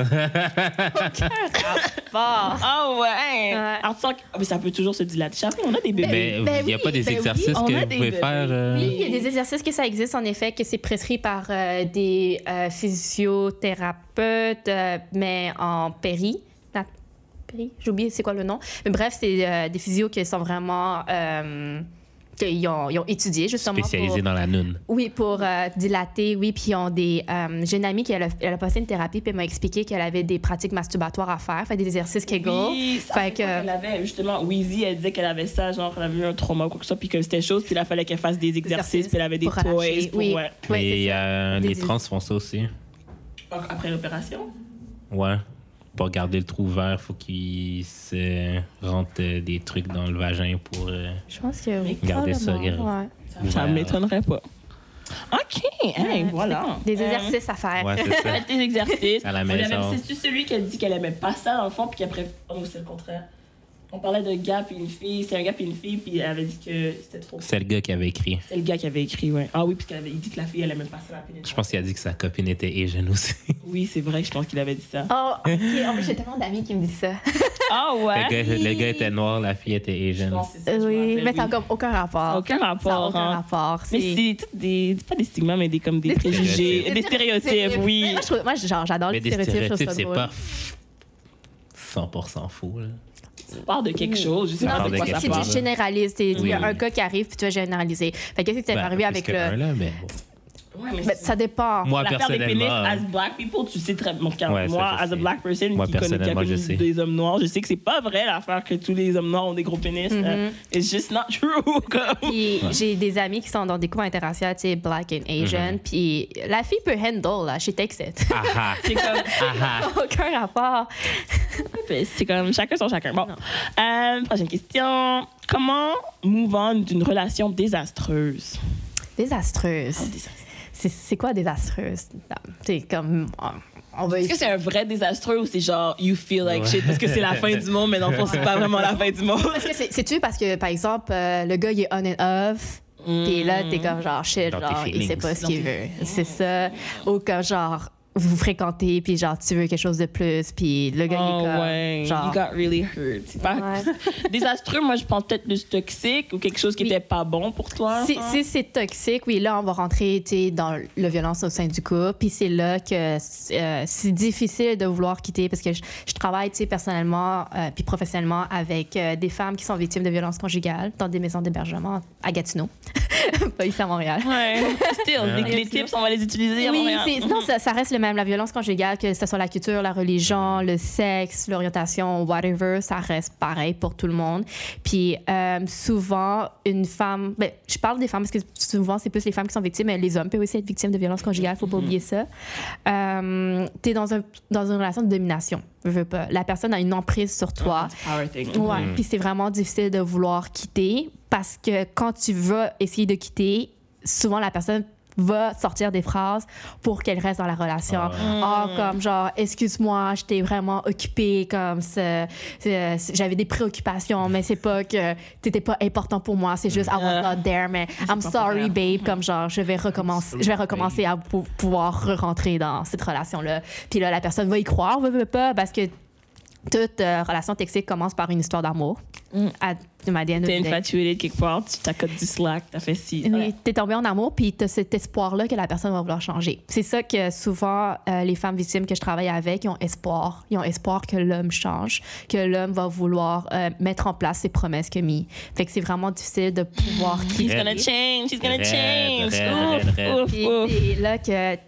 Rance? Bon. Oh, ouais. Ouais. Alors, tu sens que- ah, mais ça peut toujours se dilater. Chapeau, on a des bébés. Mais il Ben n'y a oui, pas des ben oui, exercices on que a vous des pouvez bébés. faire. euh, Oui, il y a des exercices que ça existe en effet, que c'est prescrit par euh, des euh, physiothérapeutes, euh, mais en péri. La- péri? J'ai oublié c'est quoi le nom. Mais bref, c'est euh, des physios qui sont vraiment. euh, qu'ils ont, ils ont étudié justement. Spécialisé pour- dans la noune. Oui, pour euh, dilater, oui. Puis ils ont des. euh, J'ai une amie qui elle a, elle a passé une thérapie, puis elle m'a expliqué qu'elle avait des pratiques masturbatoires à faire, fait des exercices Kegel. Oui, ça fait fait quoi que. qu'elle avait justement Weezy, elle disait qu'elle avait ça, genre elle avait eu un trauma ou quoi que ce soit, puis que c'était chose, puis là, il fallait qu'elle fasse des exercices, puis elle avait des pour toys, relâcher. pour, oui. ouais. Oui, c'est Et ça. euh, Des- les des- trans font ça aussi. après l'opération. Ouais. Pour garder le trou ouvert, faut qu'ils se rentrent euh, des trucs dans le vagin pour. euh, Je pense que oui. Gardez ça, Probablement, gardez. ouais. Ça ouvert. m'étonnerait pas. OK, hey, voilà. Des Euh, exercices à faire. Ouais, c'est ça. faites des exercices. À la On maison. avait- C'est-tu celui qui a dit qu'elle aimait pas ça, dans le fond, puis qu'après... Oh, c'est le contraire. On parlait d'un gars puis une fille, c'était un gars puis une fille, puis elle avait dit que c'était trop. C'est le gars qui avait écrit. C'est le gars qui avait écrit, ouais. Ah oui, parce qu'elle avait il dit que la fille, elle aimait pas ça, la Je pénétration. pense qu'il a dit que sa copine était Asian aussi. Oui, c'est vrai, je pense qu'il avait dit ça. Oh, ok. En plus, j'ai tellement d'amis qui me disent ça. Ah Le, gars, le gars était noir, la fille était Je Asian. pense que c'est ça, je me oui, rappelle, mais ça n'a comme aucun rapport. Aucun Ça n'a rapport. aucun hein. rapport. Mais c'est- c'est toutes des. Pas des stigmas, mais des, comme des, préjugés. stéréotypes. Des stéréotypes, oui. Moi, je trouve- moi, genre, j'adore Mais les des stéréotypes. je trouve stéréotypes, ça c'est drôle. pas 100% faux. là. On parle de quelque chose, je sais Non, pas parle de de quoi quelque ça c'est parle. du généraliste. Il Oui, y a oui. un cas qui arrive, puis tu vas généraliser. Fait qu'est-ce qui t'est Ben, arrivé plus avec que le. un, là, mais bon. Ouais, mais Ben, c'est- ça dépend. Moi, L'affaire des pénis, personnellement. euh, hein. as black people, tu sais très bien. Ouais, ça, moi, je as a sais. black person, Moi, qui connaît personnellement, je sais. quelqu'un des hommes noirs, je sais que c'est pas vrai l'affaire que tous les hommes noirs ont des gros pénis. euh, It's just not true. comme. Puis j'ai des amis qui sont dans des cours interraciaux, tu sais, black and Mm-hmm. Asian. Puis la fille peut handle, là. She takes it. Ah ah. C'est comme, Ah aucun rapport. Ben, C'est comme chacun son chacun. Bon. Euh, prochaine question. Comment move on d'une relation désastreuse? Oh, Désastreuse. C'est- C'est quoi désastreuse? Non, C'est comme. on- On va Est-ce que c'est un vrai désastreux ou c'est genre you feel like shit parce que c'est la fin du monde, mais dans le fond, c'est pas vraiment la fin du monde? Parce que c'est- c'est-tu parce que, par exemple, euh, le gars, il est on and off, puis là, t'es comme genre shit, Hmm. Dans tes genre, il sait feelings. pas ce Dans qu'il tes veut. C'est ça. Ou comme genre, vous vous fréquentez, puis genre, tu veux quelque chose de plus, puis le gars, Ah il est comme. You Genre, got really hurt. C'est pas Oh, Ouais. désastreux. Moi, je pense peut-être plus toxique ou quelque chose qui Oui. était pas bon pour toi. si, si c'est toxique, oui, là, on va rentrer tu sais, dans la violence au sein du couple. Puis c'est là que euh, c'est difficile de vouloir quitter parce que je, je travaille tu sais, personnellement euh, puis professionnellement avec euh, des femmes qui sont victimes de violences conjugales dans des maisons d'hébergement à Gatineau, pas ici à Montréal. Ouais. Still, les, les tips, on va les utiliser à Oui, Montréal. Mhm. c'est- non, ça, ça reste le même. La violence conjugale, que ce soit la culture, la religion, le sexe, l'orientation, whatever, ça reste pareil pour tout le monde. Puis euh, souvent, une femme, ben, je parle des femmes parce que souvent, c'est plus les femmes qui sont victimes, mais les hommes peuvent aussi être victimes de violences conjugales, faut pas Mhm. oublier ça. Euh, T'es dans, un, dans une relation de domination, veux, veux pas. La personne a une emprise sur toi. Power thing. Ouais, puis c'est vraiment difficile de vouloir quitter parce que quand tu vas essayer de quitter, souvent la personne va sortir des phrases pour qu'elle reste dans la relation. Ah Ah, Mm. comme genre, excuse-moi, j'étais vraiment occupée, comme ça, ça- j'avais des préoccupations, mais c'est pas que t'étais pas important pour moi, c'est juste I was Ah. not there, mais I'm pas sorry, pour babe, comme genre, je vais recommencer, je vais recommencer à pou- pouvoir re-rentrer dans cette relation-là. Puis là, la personne va y croire, veut, veut pas, parce que toute euh, relation toxique commence par une histoire d'amour. À- de ma DNA. T'es infatuée de quelque part, tu t'accotes du slack, t'as fait ci. Oui, t'es tombé en amour, puis t'as cet espoir-là que la personne va vouloir changer. C'est ça que souvent, euh, les femmes victimes que je travaille avec, ils ont espoir. Ils ont espoir que l'homme change, que l'homme va vouloir euh, mettre en place ses promesses qu'il a mis. Fait que c'est vraiment difficile de pouvoir She's quitter. gonna change, she's gonna Raide, change. raide, Ouf, raide, ouf, Puis ouf. c'est là que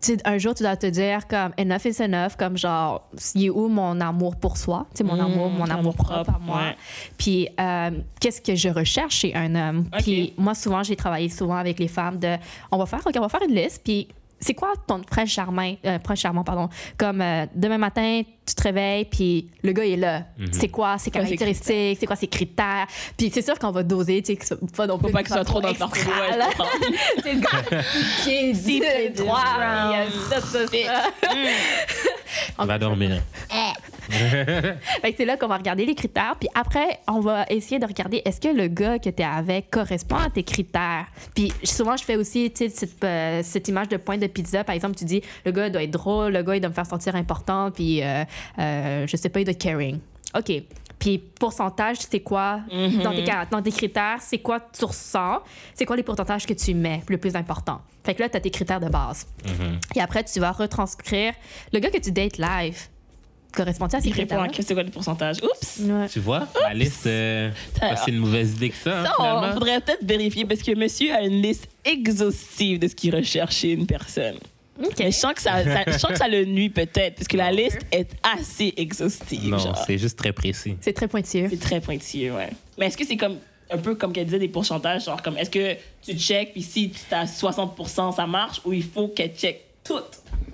tu sais, un jour, tu dois te dire comme enough is enough, comme genre, il est où mon amour pour soi, tu sais, mon Mm, amour, mon amour propre à moi. ouais. Puis euh, qu'est-ce que je recherche chez un homme. Ok. Puis moi, souvent, j'ai travaillé souvent avec les femmes de, on va faire, ok, on va faire une liste, puis c'est quoi ton prince charmant, euh, prince charmant, pardon, comme euh, demain matin, tu te réveilles, puis le gars est là. C'est quoi Mhm. quoi ses ses caractéristiques, c'est quoi ses critères. Puis c'est sûr qu'on va doser, tu sais, que ce- pas non Faut plus pas que ce soit trop dans le parcours. extra, ouais, je là. comprends. C'est le gars qui est dit C'est de droit. brown. il y a ça, ça, ça. Va dormir. Fait que c'est là qu'on va regarder les critères. Puis après, on va essayer de regarder est-ce que le gars que tu es avec correspond à tes critères. Puis souvent, je fais aussi tu sais, cette, euh, cette image de pointe de pizza. Par exemple, tu dis le gars il doit être drôle, le gars il doit me faire sentir important, puis euh, euh, je sais pas, il doit être caring. OK. Puis pourcentage, c'est quoi Mm-hmm. dans, tes, car- dans tes critères, c'est quoi tu ressens, c'est quoi les pourcentages que tu mets le plus important. Fait que là, tu Mm-hmm. as tes critères de base. Et après, tu vas retranscrire le gars que tu dates live. correspond à ces Il répond à critères-là? que c'est quoi le pourcentage. Oups! Ouais. Tu vois, la liste, euh, Ça- bah, c'est une mauvaise idée que ça, hein, Ça, on finalement. faudrait peut-être vérifier parce que monsieur a une liste exhaustive de ce qu'il recherche chez une personne. OK. Mais je sens que ça, ça- je sens que ça le nuit peut-être parce que la liste est assez exhaustive. Non, genre. c'est juste très précis. C'est très pointilleux. C'est très pointilleux, ouais. Mais est-ce que c'est comme un peu comme qu'elle disait des pourcentages, genre comme est-ce que tu check puis si tu à 60% ça marche ou il faut qu'elle check tout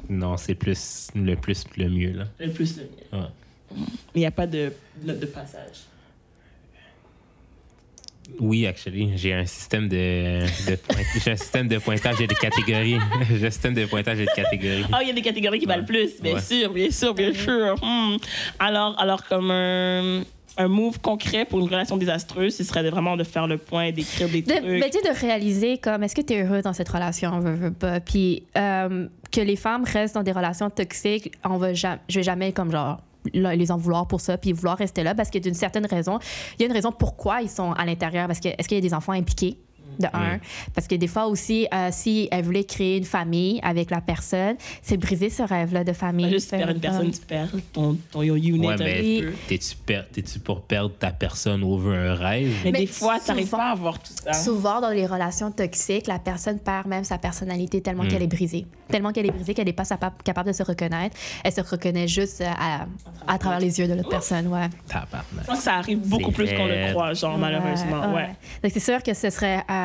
Non, c'est plus le plus le mieux, là. le plus le mieux. Ouais. Il n'y a pas de note de passage. Oui, actually, j'ai un système de, de point- j'ai un système de pointage et de catégories. j'ai un système de pointage et de catégories. Ah, il y a des catégories qui valent plus, bien Ouais. sûr, bien sûr, bien sûr. Hmm. Alors, alors comme un, un move concret pour une relation désastreuse, ce serait vraiment de faire le point, d'écrire des De, trucs. mais tu sais, de réaliser comme est-ce que tu es heureux dans cette relation, veux, veux pas. Puis euh, que les femmes restent dans des relations toxiques, on va jamais, je vais jamais comme genre le- les en vouloir pour ça, puis vouloir rester là parce que d'une certaine raison, il y a une raison pourquoi ils sont à l'intérieur. Parce que est-ce qu'il y a des enfants impliqués? De un. Ouais. Parce que des fois aussi, euh, si elle voulait créer une famille avec la personne, c'est briser ce rêve-là de famille. Pas juste Faire faire une personne, comme- tu perds ton, ton unit Ouais, un mais peu. t'es-tu, per- t'es-tu pour perdre ta personne over un Mais, rêve? Mais des fois, tu n'arrives souvent- pas à avoir tout ça. Souvent, dans les relations toxiques, la personne perd même sa personnalité tellement Hmm. Mm. qu'elle est brisée. Tellement qu'elle est brisée qu'elle n'est pas sapa- capable de se reconnaître. Elle se reconnaît juste euh, à, à travers les yeux de l'autre personne, ouais. Tabarnak. Je pense que ça arrive beaucoup C'est plus qu'on le raide. croit, genre, Oh, malheureusement. Ouais. Donc, c'est sûr que ce serait... euh,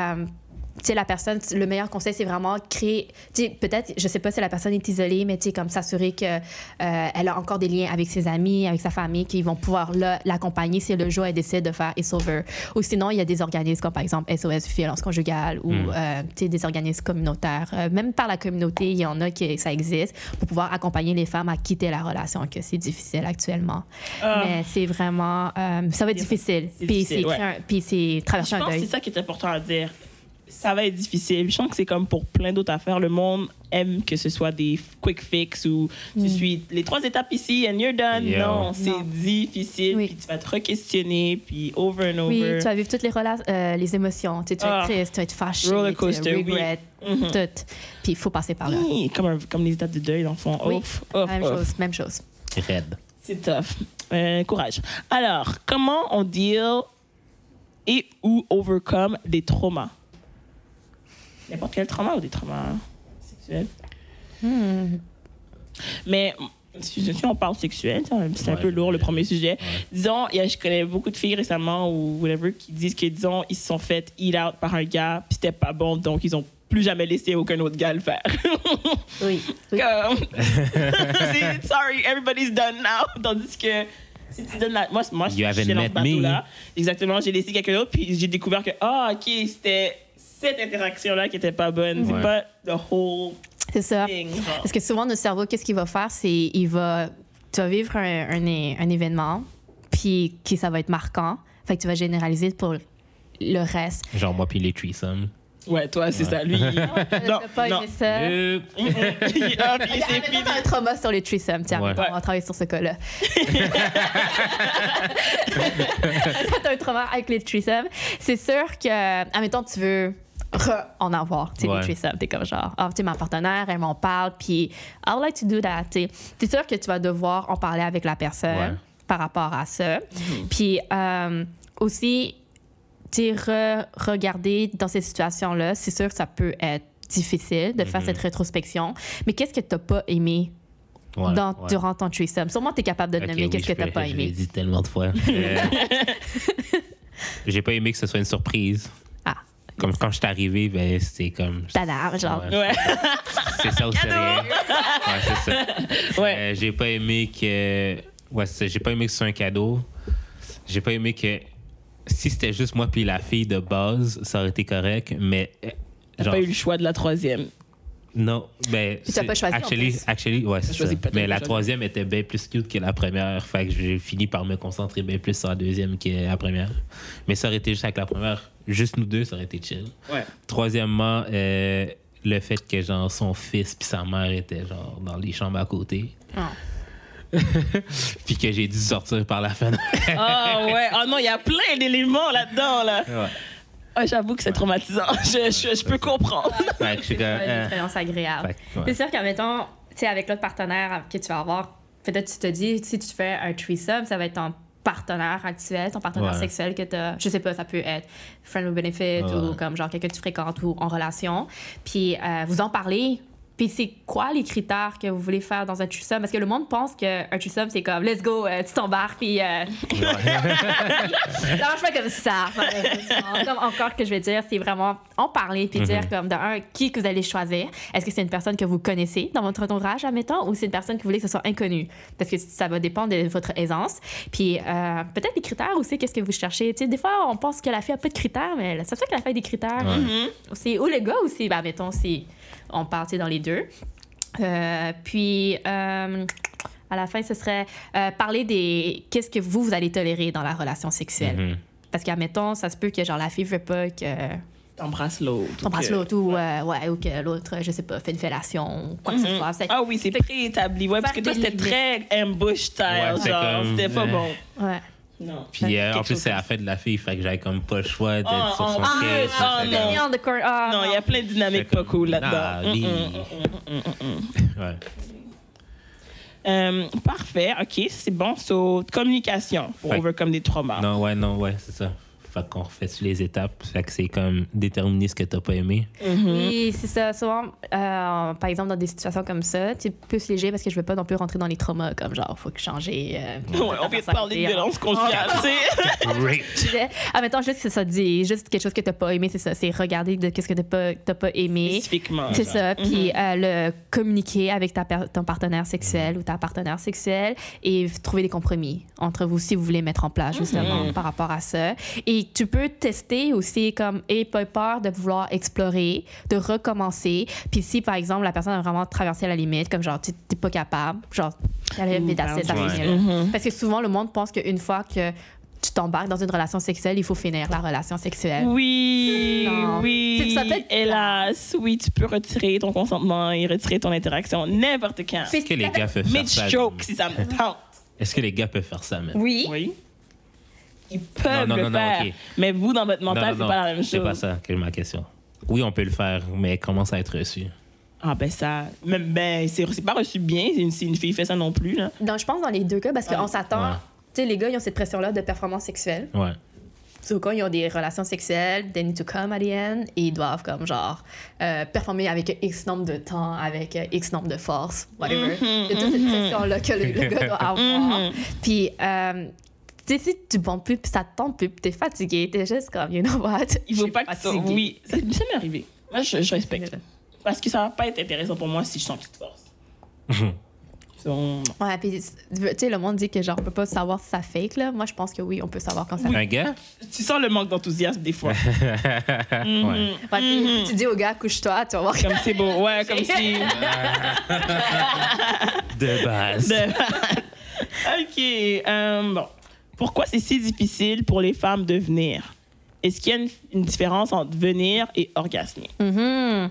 tu sais, la personne, le meilleur conseil, c'est vraiment créer. Tu sais, peut-être, je sais pas si la personne est isolée, mais tu sais, comme s'assurer qu'elle elle a encore des liens avec ses amis, avec sa famille, qu'ils vont pouvoir là, l'accompagner si le jour elle décide de faire et sauveur. Ou sinon, il y a des organismes comme par exemple SOS violence conjugale ou Mm. euh, tu sais, des organismes communautaires. Euh, même par la communauté, il y en a qui ça existe pour pouvoir accompagner les femmes à quitter la relation, que c'est difficile actuellement. Ah. Mais c'est vraiment. euh, ça va être C'est- difficile. c'est Puis difficile, c'est ouais. créer un- puis c'est traverser Je un pense que deuil. c'est ça qui est important à dire. Ça va être difficile. Je pense que c'est comme pour plein d'autres affaires. Le monde aime que ce soit des quick fix ou tu suis les trois étapes ici and you're done. Yeah. Non, c'est Mm. Non. difficile. Oui. Puis tu vas te re-questionner, puis over and Oui, over. tu vas vivre toutes les, rela- euh, les émotions. Tu, sais, tu vas Ah. être triste, tu vas être fâché, Roller tu vas coaster, oui. regret, Mhm. tout. Puis il faut passer par là. Oui, comme, un- comme les étapes de deuil, dans le fond. Oui. Ouf, ouf, Même ouf. chose, même chose. Raide. C'est tough. Euh, courage. Alors, comment on deal et ou overcome des traumas? N'importe quel trauma ou des traumas hein, sexuels? Hmm. Mais si, si on parle sexuel, c'est un- c'est un Ouais. peu lourd le premier sujet. Disons, il y a- je connais beaucoup de filles récemment ou whatever qui disent que, disons, ils se sont fait eat out par un gars, puis c'était pas bon, donc ils ont plus jamais laissé aucun autre gars le faire. Oui. Comme. c'est- sorry, everybody's done now. Tandis que si tu donnes la. Moi, moi je You haven't suis dans ce met me. bateau-là. Exactement, j'ai laissé quelqu'un d'autre, puis j'ai découvert que, ah, OK, c'était cette interaction-là qui était pas bonne. C'est Ouais. pas the whole C'est ça. thing. Parce que souvent, notre cerveau, qu'est-ce qu'il va faire? C'est il va. Tu vas vivre un, un é- un événement, puis que ça va être marquant. Fait que tu vas généraliser pour le reste. Genre moi puis les threesomes. Ouais, toi, c'est ça. Lui, il- non, T'as pas non. aimé ça. Euh, il a appelé ses Mettons filles. un trauma sur les threesomes. Tiens, Ouais. mettons, on va travailler sur ce cas-là. Quand t'as un trauma avec les threesomes, c'est sûr que, euh, admettons, tu veux re- en avoir, tu sais, Ouais. les threesomes. T'es comme genre, ah, tu sais, ma partenaire, elle m'en parle, puis I would like to do that, tu sais. T'es sûr que tu vas devoir en parler avec la personne Ouais. Mm-hmm. par rapport à ça. Puis euh, aussi, tu sais, re- regarder dans ces situations-là, c'est sûr que ça peut être difficile de Mm-hmm. faire cette rétrospection, mais qu'est-ce que t'as pas aimé ouais, dans, ouais. durant ton threesome? Sûrement, t'es capable de Ok, nommer oui, qu'est-ce je que t'as peux- pas je l'ai aimé. dit tellement de fois. Euh, J'ai pas aimé que ce soit une surprise. Ah, Comme quand je suis arrivé, ben c'est comme tada, genre. Ouais. Ouais, c'est ça ou c'est rien. Ouais, c'est ça. ouais. Euh, j'ai pas aimé que ouais, c'est- j'ai pas aimé que ce soit un cadeau. J'ai pas aimé que si c'était juste moi puis la fille de base, ça aurait été correct, mais euh, T'as genre pas eu le choix de la troisième. non, ben Puis t'as c'est- pas choisi, en actually, plus. actually, ouais, c'est choisi ça. peut-être Mais la déjà. troisième était bien plus cute que la première, fait que j'ai fini par me concentrer bien plus sur la deuxième que la première. Mais ça aurait été juste avec la première, juste nous deux, ça aurait été chill. Ouais. Troisièmement, euh, le fait que genre son fils puis sa mère étaient genre dans les chambres à côté. Ah. puis que j'ai dû sortir par la fenêtre. Ah ouais. Oh non, il y a plein d'éléments là-dedans, là. Ouais. Ah, J'avoue que c'est traumatisant. Je, je, je peux comprendre. Fait que je suis C'est comme, pas une euh, expérience agréable. fait que, ouais. C'est sûr qu'en mettant, tu sais, avec l'autre partenaire que tu vas avoir, peut-être tu te dis, si tu fais un threesome, ça va être ton partenaire actuel, ton partenaire Ouais. sexuel que t'as, je sais pas, ça peut être friend with benefit Ouais. ou comme genre quelqu'un que tu fréquentes ou en relation. Puis euh, vous en parlez. Puis c'est quoi les critères que vous voulez faire dans un threesome? Parce que le monde pense qu'un threesome, c'est comme, let's go, euh, tu t'embarques, puis... euh, ça marche pas comme ça, malheureusement. Comme encore que je vais dire, c'est vraiment en parler puis dire comme de un qui que vous allez choisir. Est-ce que c'est une personne que vous connaissez dans votre entourage, admettons, ou c'est une personne que vous voulez que ce soit inconnue Parce que ça va dépendre de votre aisance. Puis euh, peut-être les critères aussi. Qu'est-ce que vous cherchez Tu sais, des fois on pense que la fille a pas de critères, mais ça se fait que la fille a des critères Ouais. aussi ou le gars aussi. Bah mettons si on partait dans les deux. Euh, puis euh, à la fin, ce serait euh, parler des qu'est-ce que vous vous allez tolérer dans la relation sexuelle. Mhm. Parce qu'admettons, ça se peut que genre la fille veut pas que T'embrasses l'autre. on passe que- l'autre ou, euh, ouais, ou que l'autre, je sais pas, fait une fellation ou quoi que ce soit. C'est- Ah oui, c'est préétabli. Ouais, parce que Faire toi, des c'était très ambush style. Ouais, c'était genre, comme- c'était pas Ouais. bon. ouais. Non. Puis euh, en Quelque plus, chose c'est comme la fête de la fille, fait que j'avais comme pas le choix d'être Oh, sur son oh, case, ah, fait ah, que- euh, non. Et on the court- ah, Non, il y a plein de fait dynamiques comme, pas cool nah, là-dedans. Mm, li. Mm-mm. mm, Ouais. Euh, parfait, ok, c'est bon. So, communication pour Fait- overcome des traumas. Non, ouais, non, ouais, c'est ça. Fait qu'on refait sur les étapes. Fait que c'est comme déterminer ce que t'as pas aimé. Mm-hmm. Oui, c'est ça. Souvent, euh, par exemple, dans des situations comme ça, tu es plus léger parce que je veux pas non plus rentrer dans les traumas, comme genre, faut que changer. euh, Ouais, on vient de parler de violence hein. conjugale, tu sais. Great! sujet. Ah, mettons, juste que ça dit, juste quelque chose que t'as pas aimé, c'est ça. C'est regarder de qu'est-ce que t'as pas, t'as pas aimé. Spécifiquement. C'est ça. Puis euh, le communiquer avec ta per- ton partenaire sexuel ou ta partenaire sexuelle et f- trouver des compromis entre vous si vous voulez mettre en place justement par rapport à ça. Et tu peux tester aussi comme et pas peur de vouloir explorer, de recommencer. Puis si par exemple la personne a vraiment traversé la limite, comme genre tu t'es pas capable, genre elle a Ooh, mais that's it, ça boundaries. finit là. Mhm. Mm-hmm. Parce que souvent le monde pense qu'une fois que tu t'embarques dans une relation sexuelle, il faut finir la relation sexuelle. Oui, Non. oui. C'est- ça peut être- Hélas, oui, tu peux retirer ton consentement et retirer ton interaction n'importe quand. Puis Est-ce que les gars peuvent faire ça? Mid-stroke, si ça me tente. Est-ce que les gars peuvent faire ça, même? Oui. Oui. Ils peuvent Non, non, le non, non, faire. ok. Mais vous, dans votre mental, c'est non, pas la même C'est chose. pas ça que est ma question. Oui, on peut le faire, mais comment ça va être reçu? Ah, ben ça. Même, ben, c'est c'est pas reçu bien si une, si une fille fait ça non plus. Là. Non, je pense dans les deux cas parce qu'on s'attend. Ouais. Tu sais, les gars, ils ont cette pression-là de performance sexuelle. Ouais. Sauf quand ils ont des relations sexuelles, they need to come at the end et ils doivent, comme, genre, euh, performer avec X nombre de temps, avec euh, X nombre de force, Mhm, whatever. Il y a toute cette pression-là que le, le gars doit avoir. Puis, euh, tu sais, si tu bombes plus, puis ça te tente plus, puis t'es fatigué, t'es juste comme, you know what? Il je faut suis pas que ça. fatiguée. Oui, ça, ça m'est arrivé. Moi, je, je respecte. Parce que ça va pas être intéressant pour moi si je sens que tu te forces. Donc, Ouais, puis, tu sais, le monde dit que, genre, on peut pas savoir si ça fake, là. Moi, je pense que oui, on peut savoir quand ça Un gars? tu sens le manque d'enthousiasme des fois. Ouais. Ouais, puis Mhm. Tu dis au gars, couche-toi, tu vas voir comme c'est beau. Ouais, comme si. De base. De- ok. euh, bon. Pourquoi c'est si difficile pour les femmes de venir? Est-ce qu'il y a une, une différence entre venir et orgasmer? Mhm.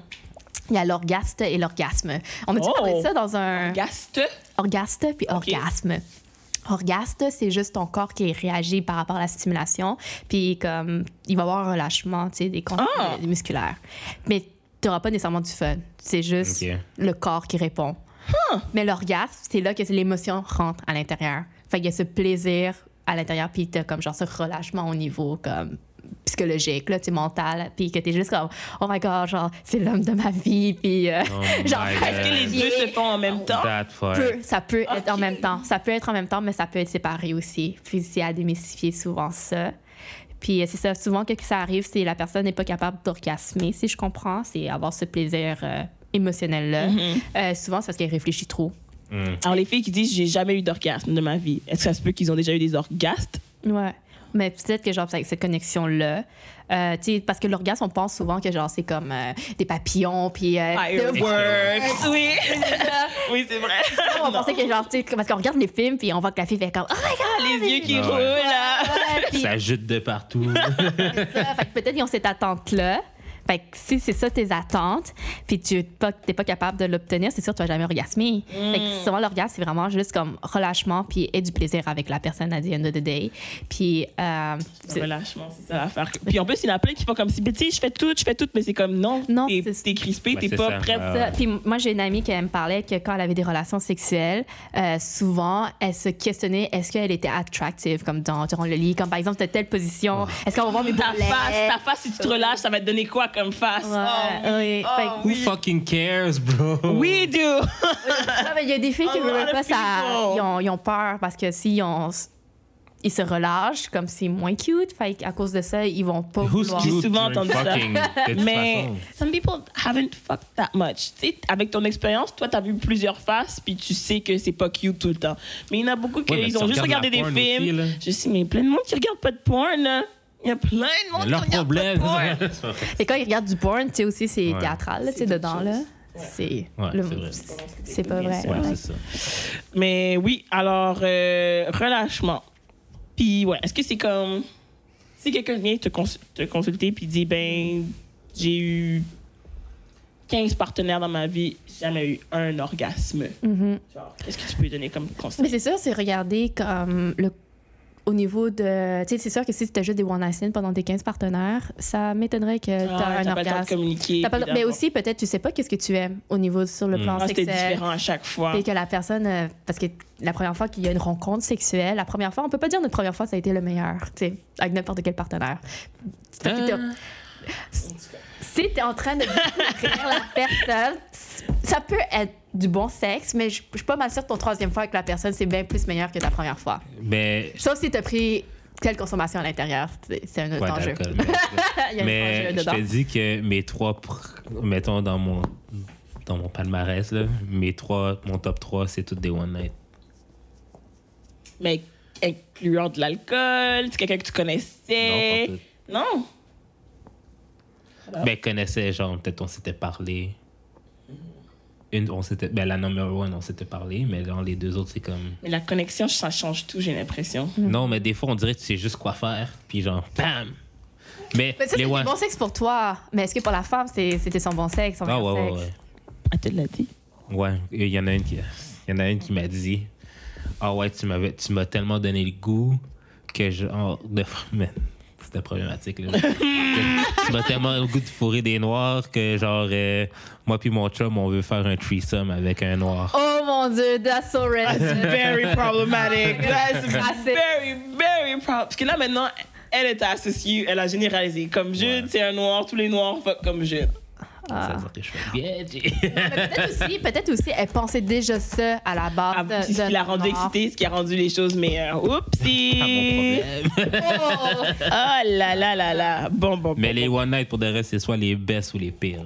Il y a l'orgaste et l'orgasme. On m'a dit Oh! parler de ça dans un Orgaste? orgaste puis orgasme. Orgaste, c'est juste ton corps qui réagit par rapport à la stimulation, puis comme il va y avoir un relâchement, tu sais, des contraintes Ah! musculaires. Mais tu n'auras pas nécessairement du fun. C'est juste Ok. le corps qui répond. Mais l'orgasme, c'est là que l'émotion rentre à l'intérieur. Fait qu'il y a ce plaisir à l'intérieur, puis t'as comme genre ce relâchement au niveau comme psychologique, là, tu sais, mental, puis que t'es juste comme « Oh my God, genre, c'est l'homme de ma vie », puis euh, Oh genre... my est-ce Est-ce que que les deux se font en même temps? That part. peut- ça peut être en Ok. même temps. Ça peut être en même temps, mais ça peut être séparé aussi. Puis c'est à démystifier souvent ça. Puis euh, c'est ça, souvent, que ça arrive, c'est la personne n'est pas capable d'orgasmer, si je comprends. C'est avoir ce plaisir euh, émotionnel-là. Euh, souvent, c'est parce qu'elle réfléchit trop. Alors, les filles qui disent j'ai jamais eu d'orgasme de ma vie, est-ce que ça se peut qu'ils ont déjà eu des orgastes? Ouais. Mais peut-être que, genre, avec cette connexion-là, euh, tu sais, parce que l'orgasme, on pense souvent que, genre, c'est comme euh, des papillons, puis. Ah, euh, de- Fireworks! Oui! oui, c'est vrai. on pensait que, genre, tu sais, parce qu'on regarde les films, puis on voit que la fille fait comme. Oh my God! Les yeux qui Ah ouais. roulent, là. Ouais, puis Ça jute de partout. ça. Fait que peut-être ils ont cette attente-là. Fait que si c'est ça tes attentes, puis tu n'es pas, t'es pas capable de l'obtenir, c'est sûr que tu vas jamais orgasmer. Fait Mm. que souvent, l'orgasme, c'est vraiment juste comme relâchement, puis et du plaisir avec la personne à the end of the day. Puis, euh, Ah c'est- Relâchement, c'est ça l'affaire. Puis en plus, il y en a plein qui font comme si, mais tu sais, je fais tout, je fais tout, mais c'est comme non, Non, t'es c'est- t'es crispé, Ouais, t'es c'est pas ça. prête. Ah. Ça, Puis moi, j'ai une amie qui elle me parlait que quand elle avait des relations sexuelles, euh, souvent, elle se questionnait est-ce qu'elle était attractive, comme dans, durant le lit, comme par exemple de telle position, est-ce qu'on va voir mes Ta bourrelets? face, ta face, si tu te relâches, ça va te donner quoi comme face? Ouais, Oh, oui. Fait que- Who fucking cares, bro? We do! Ah, mais Il y a des filles qui A veulent lot pas of ça. people. Ils ont, ils ont peur parce que s'ils ont- ils se relâchent, comme c'est moins cute, fait à cause de ça, ils vont pas Who's vouloir. cute souvent entendu during ça. fucking, de toute Mais façon? some people haven't fucked that much. Tu sais, avec ton expérience, toi, t'as vu plusieurs faces, puis tu sais que c'est pas cute tout le temps. Mais il y en a beaucoup qui Ouais, mais ils tu ont juste regardes regardé la des porn films. aussi, là. Je sais, mais plein de monde qui regarde pas de porn, là. Il y a plein de monde Leur qui regarde problème. pas de porn. Et quand ils regardent du porn, tu sais aussi, c'est Ouais. théâtral, là, tu sais, dedans, là. C'est Ouais, le- c'est vrai. c'est pas vrai. Ouais, Ouais. c'est ça. Mais oui, alors, euh, relâchement. Puis, ouais, est-ce que c'est comme. Si quelqu'un vient te, cons- te consulter puis dit, ben, j'ai eu 15 partenaires dans ma vie, j'ai jamais eu un orgasme. Mhm. Genre, qu'est-ce que tu peux lui donner comme Mais conseil? c'est sûr, c'est regarder comme le au niveau de. Tu sais, c'est sûr que si c'était juste des one night stand pendant tes 15 partenaires, ça m'étonnerait que tu Ah, as t'as pas un le temps de orgasme. communiquer. T'as pas le- puis Mais d'avoir- aussi, peut-être, tu sais pas qu'est-ce que tu aimes au niveau sur le Mm. plan Ah, c'était sexuel. différent à chaque fois. Et que la personne, euh, parce que la première fois qu'il y a une rencontre sexuelle, la première fois, on peut pas dire notre première fois ça a été le meilleur, tu sais, avec n'importe quel partenaire. Fait que t'es- Euh. Si t'es en train de découvrir la personne, ça peut être du bon sexe, mais je je suis pas mal sûre que ton troisième fois avec la personne, c'est bien plus meilleur que ta première fois. Mais Sauf si t'as pris quelle consommation à l'intérieur, c'est- c'est un autre Ouais, enjeu. d'alcool, mais- Il y a un mais enjeu je dedans. te dis que mes trois, pr- mettons dans mon dans mon palmarès là, mes trois, mon top 3, c'est toutes des one night. Mais incluant de l'alcool, c'est quelqu'un que tu Non, connaissais. pas Non. toutes. Ben connaissais genre peut-être on s'était parlé. Une, on s'était, ben la numéro one, on s'était parlé, mais dans les deux autres c'est comme. Mais la connexion, ça change tout, j'ai l'impression. Mm. Non, mais des fois on dirait que tu sais juste quoi faire, puis genre bam. Mais, Mais ça, c'est les du one. bon sexe pour toi. Mais est-ce que pour la femme, c'est- c'était son bon sexe? son Ah meilleur ouais ouais sexe? ouais. Ah, Elle te l'a dit. Ouais, il y en a une qui, il y en a une qui m'a dit Ah ouais, tu m'avais tu m'as tellement donné le goût que je oh, de man, c'était problématique là. Que tu m'as tellement le goût de fourrer des noirs que genre euh, moi puis mon chum on veut faire un threesome avec un noir. Oh mon dieu, that's so racist. Ah, Very problematic. That's Raciste. very, very prob- Parce que là, maintenant, elle est associée, elle a généralisé. Comme Jude, c'est un noir, tous les noirs fuck comme Jude. Ça veut dire que je Ah. fais bien. j'ai- Mais peut-être aussi, peut-être aussi, elle pensait déjà ça à la base. Ah, de- c'est ce de- qui l'a rendu non. excitée, ce qui a rendu les choses meilleures. Oupsie! Pas Ah, mon problème. Oh! Oh là là là là. Bon, bon, bon, Mais les bon. one night pour de reste c'est soit les best ou les pires.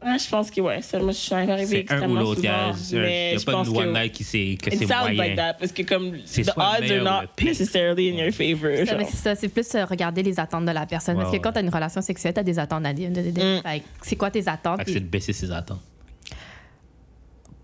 Ah, je pense que ouais, ça, moi, je suis arrivée C'est un ou extrêmement l'autre. Il souvent. n'y a, mais y a je pas pense une que one night qui c'est que c'est It sounds like moyen. that parce que comme C'est the soit odds le are meilleur ou le not pire. necessarily in your favor. Non, mais genre. c'est ça, c'est plus euh, regarder les attentes de la personne. Ouais, parce que ouais. quand t'as une relation sexuelle, t'as des attentes à dire. de- de- de- Mm. fait que C'est quoi tes attentes? Fait que c'est de baisser ses attentes.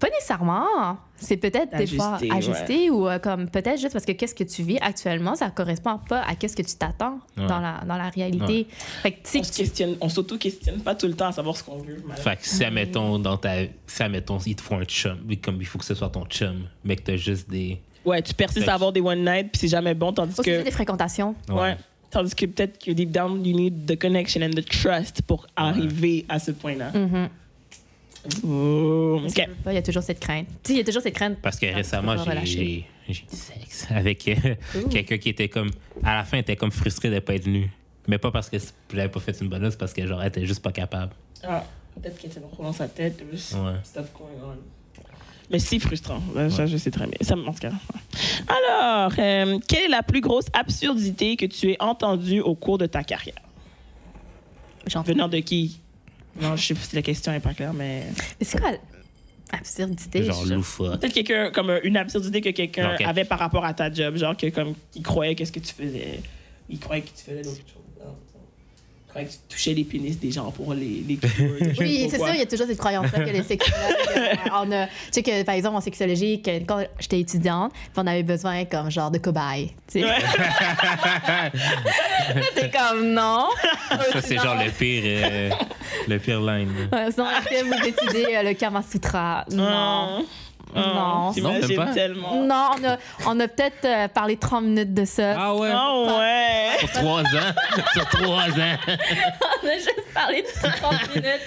Pas nécessairement. C'est peut-être des fois D'ajuster, ajusté ou euh, comme peut-être juste parce que qu'est-ce que tu vis actuellement, ça correspond pas à qu'est-ce que tu t'attends Ouais. dans, la, dans la réalité. Fait que, tu sais, On se questionne, on s'auto-questionne pas tout le temps à savoir ce qu'on veut. malheureusement. Fait que si, admettons, dans ta. Si, admettons, ils te font un chum, mais comme il faut que ce soit ton chum, mais que t'as juste des. Ouais, tu persistes Fait- à avoir des one night puis c'est jamais bon tandis au sujet que des fréquentations. ouais. tandis que peut-être que deep down you need the connection and the trust pour arriver à ce point-là. Mhm. Oh, Parce ok. que, pas, Il y a toujours cette crainte. Tu sais, il y a toujours cette crainte. Parce que Ah, récemment, tu peux pas j'ai- relâcher. j'ai j'ai du sexe avec euh, Ouh. quelqu'un qui était comme. À la fin, était comme frustré de pas être venu. Mais pas parce que c- j'avais pas fait une bonne note, c'est parce que genre, elle était juste pas capable. Ah, peut-être qu'elle était trop dans sa tête. there was Ouais. Stuff going on. Mais c'est frustrant, Là, ça je sais très bien. Ça me manque. Alors, euh, quelle est la plus grosse absurdité que tu aies entendue au cours de ta carrière? J'en fais. Venant de qui? Non, je sais pas si la question est pas claire, mais. Mais c'est quoi l'absurdité? Genre je- loufoque. Peut-être quelqu'un, comme euh, une absurdité que quelqu'un Ok. avait par rapport à ta job, genre que comme il croyait qu'est-ce que tu faisais, il croyait que tu faisais d'autres choses. Fait que tu touchais les pénis des gens pour les, les keywords. Oui, c'est sûr, il y a toujours cette croyance-là que les sexologues. euh, on a, tu sais que, par exemple, en sexologie, que quand j'étais étudiante, puis on avait besoin, comme, genre, de cobayes. Tu sais. T'es comme, non. Ça, c'est genre le pire, euh, le pire line. là. Ouais, Sinon, est-ce que vous étudiez euh, le Kama Sutra? Non. Non. Non, même J'imagine pas. tellement. Non, on a, on a peut-être euh, parlé 30 minutes de ça. Ah ouais? Ah ouais! Sur trois ans. Sur trois ans. On a juste parlé de 30 minutes.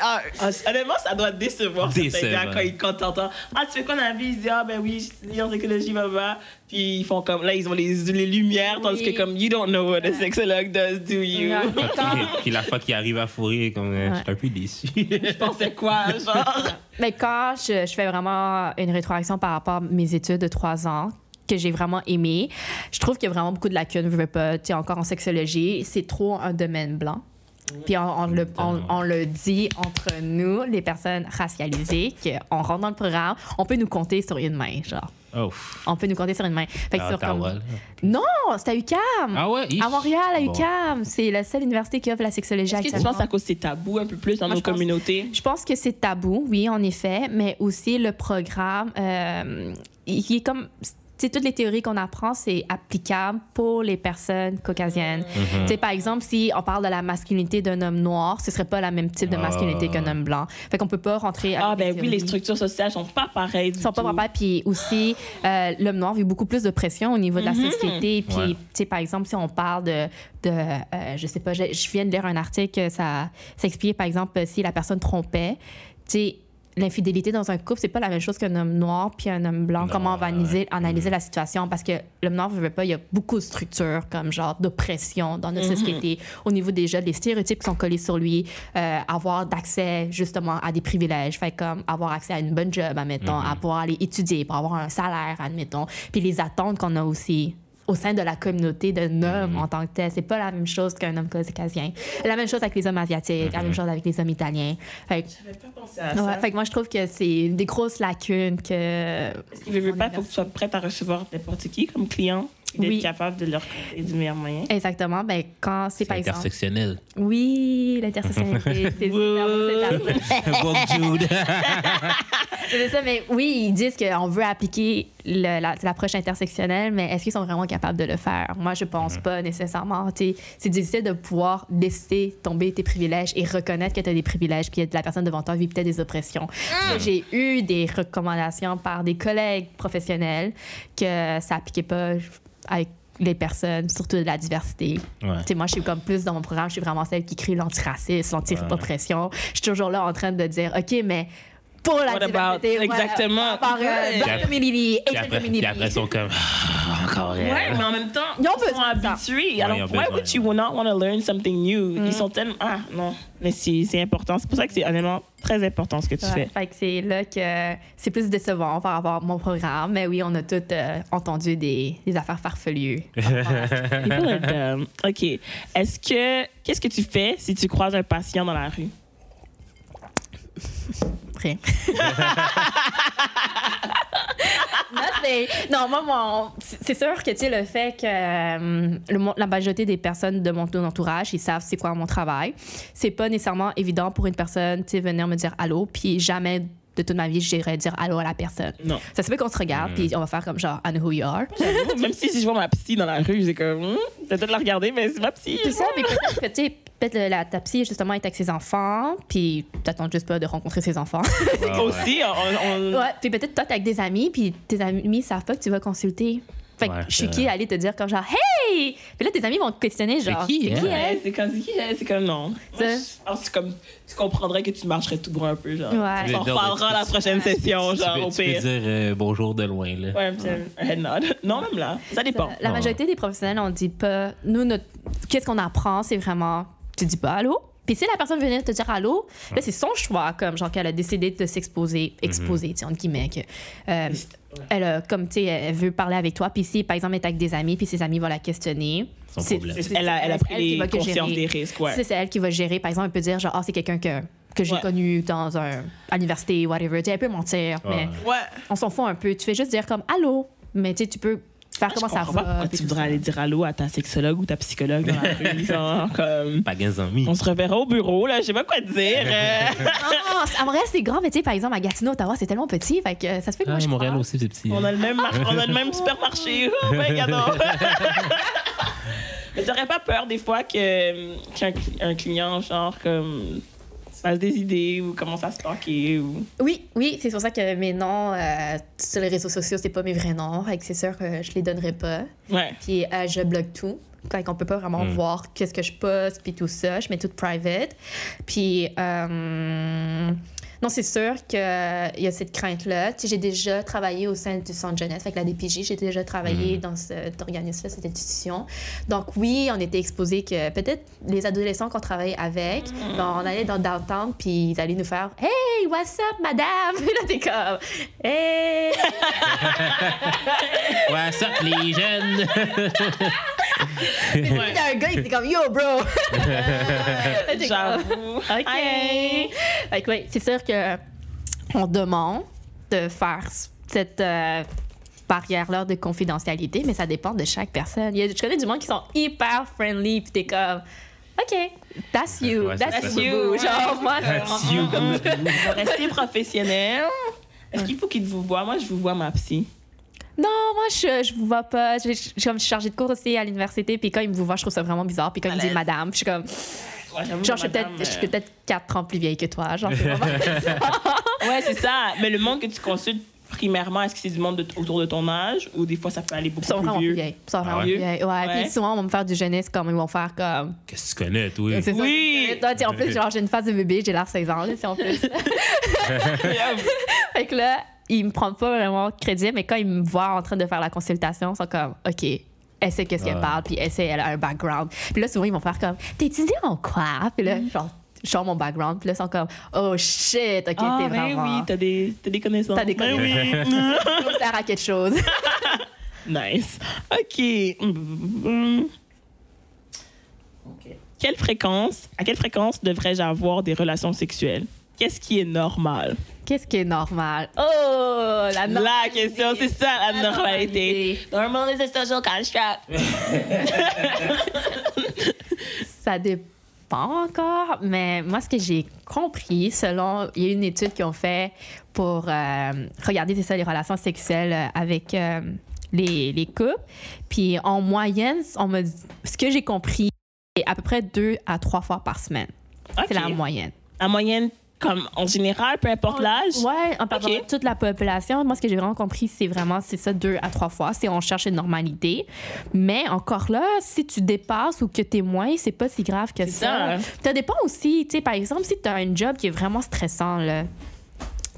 Ah, Honnêtement, ça doit décevoir certains Décevant. gars quand, ils- quand t'entends Ah, tu fais quoi dans la vie Ils disent Ah, ben oui, j'étudie en psychologie, baba. Puis ils font comme Là, ils ont les, les lumières, tandis Oui. que comme You don't know what a sexologue does, do you Non. Puis- puis- Puis la fois qu'il arrive à fourrer, comme, euh, Ouais. je suis un peu déçu. Je pensais quoi, genre Mais quand je, je fais vraiment une rétroaction par rapport à mes études de trois ans, que j'ai vraiment aimé, je trouve qu'il y a vraiment beaucoup de lacunes. Je veux pas, tu sais, encore en sexologie, c'est trop un domaine blanc. Puis on, on le, on- on le dit entre nous, les personnes racialisées, qu'on rentre dans le programme, on peut nous compter sur une main, genre. Oh, On peut nous compter sur une main. Fait que à sur comme- Ottawa, là. Non, c'est à UCAM! Ah ouais? ish. À Montréal, à Bon. UCAM, c'est la seule université qui offre la sexologie Est-ce que tu actuellement. penses à cause que c'est tabou un peu plus dans Moi, nos je pense- communautés Je pense que c'est tabou, oui, en effet, mais aussi le programme, euh, il est comme... tu sais, toutes les théories qu'on apprend, c'est applicable pour les personnes Mm. caucasiennes. Mm-hmm. Tu sais, Par exemple, si on parle de la masculinité d'un homme noir, ce serait pas la même type de masculinité Ah. qu'un homme blanc. Fait qu'on peut pas rentrer... Ah, avec ben oui, les théories. structures sociales sont pas pareilles. Du Ils sont pas tout. propres. Puis aussi, euh, l'homme noir vit beaucoup plus de pression au niveau de la Mm-hmm. société. Puis, Ouais. tu sais, par exemple, si on parle de, de euh, je sais pas, je, je viens de lire un article, euh, ça, ça expliquait, par exemple, euh, si la personne trompait, tu sais, l'infidélité dans un couple, c'est pas la même chose qu'un homme noir puis un homme blanc. Non, Comment on va analyser, ouais. analyser la situation? Parce que l'homme noir, veut veut pas, il y a beaucoup de structures comme genre d'oppression dans notre société. Au niveau déjà des stéréotypes qui sont collés sur lui, euh, avoir d'accès justement à des privilèges, fait comme avoir accès à une bonne job, admettons, à pouvoir aller étudier, pour avoir un salaire, admettons, puis les attentes qu'on a aussi au sein de la communauté d'un homme en tant que tel. C'est pas la même chose qu'un homme caucasien. La même chose avec les hommes asiatiques, la même chose avec les hommes italiens. Fait que- J'avais pas pensé à Ouais, ça. fait que moi, je trouve que c'est des grosses lacunes que. Parce qu'ils veulent pas, faut que tu sois prête à recevoir n'importe qui comme client. et D'être Oui. capable de leur créer du meilleur moyen. Exactement. Ben, quand c'est C'est par exemple. intersectionnel. Oui, l'intersectionnalité. c'est super beau, c'est la- Woke Jude. C'est ça, mais oui, ils disent qu'on veut appliquer le- la- l'approche intersectionnelle, mais est-ce qu'ils sont vraiment capables de le faire? Moi, je pense pas nécessairement. Tu sais, C'est difficile de pouvoir laisser tomber tes privilèges et reconnaître que tu as des privilèges, puis que la personne devant toi vit peut-être des oppressions. Ça, J'ai eu des recommandations par des collègues professionnels que ça appliquait pas avec les personnes, surtout de la diversité. Ouais. Tu sais, moi, je suis comme plus dans mon programme, je suis vraiment celle qui crée l'antiracisme, l'anti-oppression. Je suis toujours là en train de dire, OK, mais pour la What about- diversité. ouais, exactement. Par euh, Ouais. Black Community, Puis Asian après, Community. puis après, ils sont comme. Ah, encore elle. Ouais, mais en même temps, ils, Ils ont sont besoin de ça. Mm. habitués. Ouais, ils ont Alors, why besoin, would you ouais. not want to learn something new? Ils sont tellement. Ah, non. Mais c'est c'est important. C'est pour ça que c'est honnêtement très important ce que tu Ouais, fais. fait que c'est là que c'est plus décevant par rapport à mon programme. Mais oui, on a toutes euh, entendu des, des affaires farfelues. People are dumb. OK. Est-ce que. Qu'est-ce que tu fais si tu croises un patient dans la rue? Rien. non, c'est- non, moi, mon- c'est c'est sûr que, tu sais, le fait que euh, le mon- la majorité des personnes de mon entourage, ils savent c'est quoi mon travail. C'est pas nécessairement évident pour une personne, tu sais, venir me dire allô, puis jamais de toute ma vie, j'irai dire allô à la personne. Non. Ça se fait qu'on se regarde, puis on va faire comme genre, I know who you are. Même si, si je vois ma psy dans la rue, c'est comme. Hmm, je vais peut-être la regarder, mais c'est ma psy. Puis ça, mais peut-être que, tu sais, peut-être le- la ta psy, justement, est avec ses enfants, puis t'attends juste pas de rencontrer ses enfants. Ah, ouais. Aussi, on. on- Ouais, puis peut-être toi, t'es avec des amis, puis tes amis savent pas que tu vas consulter. Fait que Ouais, je suis c'est qui vrai. aller te dire comme genre, hey! Puis là, tes amis vont te questionner, genre, qui, c'est hein? elle? Ouais, c'est comme, c'est qui, elle? c'est comme non. Ça. Moi, je pense que c'est comme, tu comprendrais que tu marcherais tout droit un peu, genre. Ouais. On en reparlera à la prochaine session, Tu genre, peux, au tu peux pire. dire euh, bonjour de loin, là. Ouais, un petit- un head nod. Non, même là. Ça dépend. La majorité des professionnels, on dit pas, nous, notre, qu'est-ce qu'on apprend, c'est vraiment, tu dis pas allô? Puis si la personne venait te dire allô, là, c'est son choix, comme genre qu'elle a décidé de s'exposer, Mhm. exposer, tu sais, entre guillemets, que, euh, elle a, comme, tu sais, elle veut parler avec toi. Puis si, par exemple, elle est avec des amis, puis ses amis vont la questionner. Son c'est- problème. c'est- Elle a, elle a c'est qui pris va les que conscience gérer. des risques, ouais. C'est- C'est elle qui va gérer. Par exemple, elle peut dire genre, ah, c'est quelqu'un que, que j'ai Ouais. connu dans un, à l'université, whatever. Tu sais, elle peut mentir, Ouais. mais Ouais. on s'en fout un peu. Tu fais juste dire comme allô, mais tu sais, tu peux faire comment ça Ah, comprends pas va. pourquoi puis tu tout voudrais ça. aller dire allô à ta sexologue ou ta psychologue dans la rue, genre, comme, Pas gains amis. on se reverra au bureau, là, je sais pas quoi te dire. euh. Non, à Montréal, c'est grand, mais tu sais, par exemple, à Gatineau, Ottawa, c'est tellement petit. Fait que euh, ça se fait que Ah, moi, je Montréal pars. aussi, c'est petit. hein. on a le même, mar- on a le même supermarché. Oh, ben, gadon. Mais t'aurais pas peur des fois que, qu'un cli- un client, genre, comme, se fasse des idées ou commence à se tanker ou. Oui, oui, c'est pour ça que mes noms euh, sur les réseaux sociaux, c'est pas mes vrais noms. Fait que c'est sûr que je les donnerai pas. Ouais. Puis euh, je bloque tout. Fait qu'on peut pas vraiment Mm. voir qu'est-ce que je poste, puis tout ça. Je mets tout private. Puis, euh, non, c'est sûr qu'il y a cette crainte-là. Tu sais, j'ai déjà travaillé au sein du centre jeunesse avec la DPJ. J'ai déjà travaillé dans cet organisme-là, cette institution. Donc, oui, on était exposé que peut-être les adolescents qu'on travaillait avec, ben, on allait dans Downtown, puis ils allaient nous faire Hey, what's up, madame? Puis là, t'es comme Hey! What's up, les jeunes? Puis là, un gars, il était comme Yo, bro! Là, t'es comme, J'avoue. OK. Hey. Fait que oui, c'est sûr que euh, on demande de faire s- cette euh, barrière-là de confidentialité, mais ça dépend de chaque personne. Il y a- je connais du monde qui sont hyper friendly, puis t'es comme, OK, that's you, Ouais, c'est that's, ça. you. Ouais. Genre, moi, That's you. Restez professionnel. Est-ce qu'il faut qu'il vous voie? Moi, je vous vois ma psy. non, moi, je, je vous vois pas. Je, je- je- comme, je suis chargée de cours aussi à l'université, puis quand ils me voient, je trouve ça vraiment bizarre. Puis quand ils me Malaise. disent madame, puis je suis comme, Ouais, j'avoue, genre, je suis peut-être madame, euh, peut 4 ans plus vieille que toi. Genre, c'est vraiment- Ouais, c'est ça. Mais le monde que tu consultes primairement, est-ce que c'est du monde de- autour de ton âge ou des fois ça peut aller beaucoup Ils sont vraiment plus plus vieux? Ah vieilles. Ils sont vraiment ouais? plus vieilles. Ouais, Ouais. puis souvent, on va me faire du jeunesse comme ils vont faire comme. Qu'est-ce que tu connais, toi? C'est ça, Oui. c'est- Toi, tu sais, en plus, genre, j'ai une phase de bébé, j'ai l'air 16 ans, là, tu sais, en plus. fait que là, ils me prennent pas vraiment de crédit, mais quand ils me voient en train de faire la consultation, ils sont comme, OK, elle sait qu'est-ce qu'elle Ah. Ouais. parle, puis elle sait, elle a un background. Puis là, souvent, ils vont faire comme, t'es étudié en quoi? Puis Mm. là, genre, je sors mon background, puis là, ils sont comme, oh shit, OK, Ah, ben t'es vraiment. oui, t'as des, t'as des connaissances. T'as des Ben oui. Ça sert à quelque chose. Nice. OK. Mm. Quelle fréquence, à quelle fréquence devrais-je avoir des relations sexuelles? Qu'est-ce qui est normal? Qu'est-ce qui est normal? Oh, la normalité. La question, c'est ça, la La normalité. Normal is a social construct. Ça dépend encore, mais moi, ce que j'ai compris, selon. Il y a une étude qu'ils ont fait pour euh, regarder, c'est ça, les relations sexuelles euh, avec euh, les, les couples. Puis en moyenne, on me, dit- ce que j'ai compris, c'est à peu près deux à trois fois par semaine. OK. C'est la moyenne. La moyenne, comme en général, peu importe l'âge. Ouais, en parlant Ok. de toute la population, moi, ce que j'ai vraiment compris, c'est vraiment, c'est ça, deux à trois fois. C'est on cherche une normalité. Mais encore là, si tu dépasses ou que t'es moins, c'est pas si grave que ça. hein. ça. Ça dépend aussi, tu sais, par exemple, si t'as un job qui est vraiment stressant, là. Tu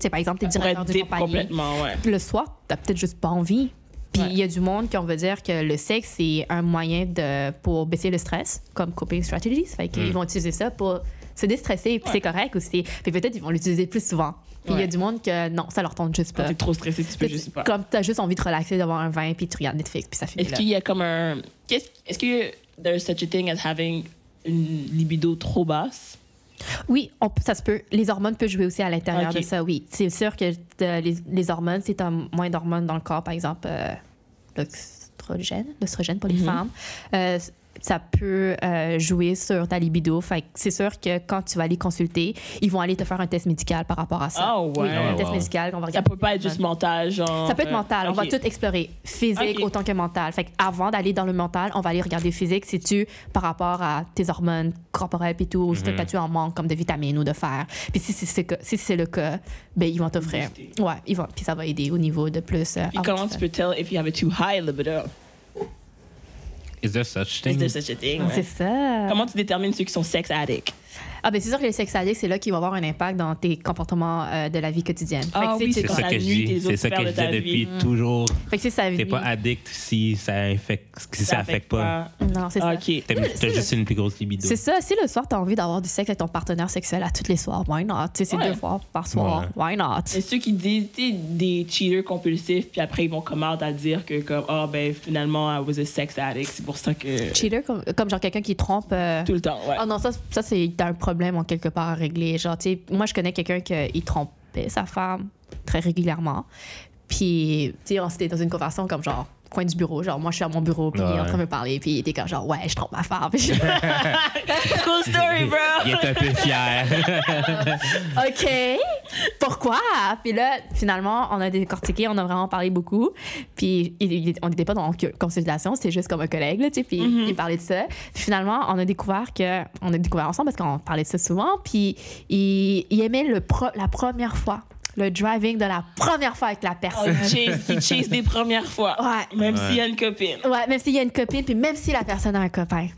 sais, par exemple, t'es Ça pourrait directeur de être compagnie. complètement, ouais. Le soir, t'as peut-être juste pas envie. Puis il y a du monde qui on veut dire que le sexe c'est un moyen de pour baisser le stress comme coping strategies, fait Mm. qu'ils vont utiliser ça pour se déstresser puis c'est correct aussi. Puis peut-être ils vont l'utiliser plus souvent. Puis il y Ouais. a du monde que non, ça leur tente juste Quand pas. t'es trop stressé, tu peux juste pas. Comme t'as juste envie de relaxer devant un vin puis tu regardes Netflix puis ça finit Est-ce là. qu'il y a comme un. Qu'est-ce, est-ce que there's such a thing as having une libido trop basse? Oui, on peut- ça se peut. Les hormones peuvent jouer aussi à l'intérieur Ok. de ça, oui. C'est sûr que t'as les, les hormones, c'est un moins d'hormones dans le corps, par exemple, euh, l'oestrogène, l'oestrogène pour les Mhm. femmes. euh, ça peut euh, jouer sur ta libido. Fait que c'est sûr que quand tu vas aller consulter, ils vont aller te faire un test médical par rapport à ça. Oh, ouais. Oui, un Oh, test wow. médical qu'on Ça va regarder. peut pas être juste mental, genre. Ça peut être euh, mental. On va ok. tout explorer. Physique Ok. autant que mental. Fait que avant d'aller dans le mental, on va aller regarder physique si tu, par rapport à tes hormones corporelles et tout, Mhm. si t'as- tu en manques comme de vitamines ou de fer. Puis si, c'est- c'est que- si c'est le cas, ben ils vont t'offrir. Booster. Ouais, ils vont. Puis ça va aider au niveau de plus. euh, Puis hormones. comment tu peux tell if you have a too high libido? Is there such Is thing? there such a thing? C'est Ouais. ça. Comment tu détermines ceux qui sont sex addicts? Ah ben c'est sûr que les sex addicts, c'est là qu'ils vont avoir un impact dans tes comportements euh, de la vie quotidienne. Fait Ah que c'est- oui, c'est C'est quand ça ça que je nuit tes dis. autres C'est ça que sphères je de ta disais depuis Mm. vie. toujours. Fait que c'est ça. T'es pas addict si ça infecte, si ça affecte pas. Non, c'est ça. Ok. T'as t'as juste une plus grosse libido. C'est ça, si le soir, t'as envie d'avoir du sexe avec ton partenaire sexuel à tous les soirs, why not? Tu sais, c'est Ouais. deux fois par soir, why not? C'est ceux qui disent, tu sais, des cheaters compulsifs, puis après ils vont commencer à dire que, comme, ah, ben finalement, I was a sex addict, c'est pour ça que. Cheater, comme, comme genre quelqu'un qui trompe. euh, Tout le temps, ouais. Ah non, ça, ça c'est t'as un problème en quelque part à régler. Genre, tu sais, moi, je connais quelqu'un qui euh, trompait sa femme très régulièrement. Puis, tu sais, on s'était dans une conversation comme genre, coin du bureau. Genre, moi, je suis à mon bureau, puis il est en train de me parler, puis il était comme genre, ouais, je trompe ma femme. Puis je- Cool story, Il bro. est un peu fier. OK, pourquoi? Puis là, finalement, on a décortiqué, on a vraiment parlé beaucoup. Puis il- il- on n'était pas dans que- consultation, c'était juste comme un collègue, là, tu sais, puis Mm-hmm. il parlait de ça. Puis finalement, on a découvert que, on a découvert ensemble parce qu'on parlait de ça souvent, puis il, il aimait le pro- la première fois, le driving de la première fois avec la Oh, personne. il chase, il chase des premières fois. Ouais. Même Ouais. s'il y a une copine. Ouais, même s'il y a une copine, puis même si la personne a un copain.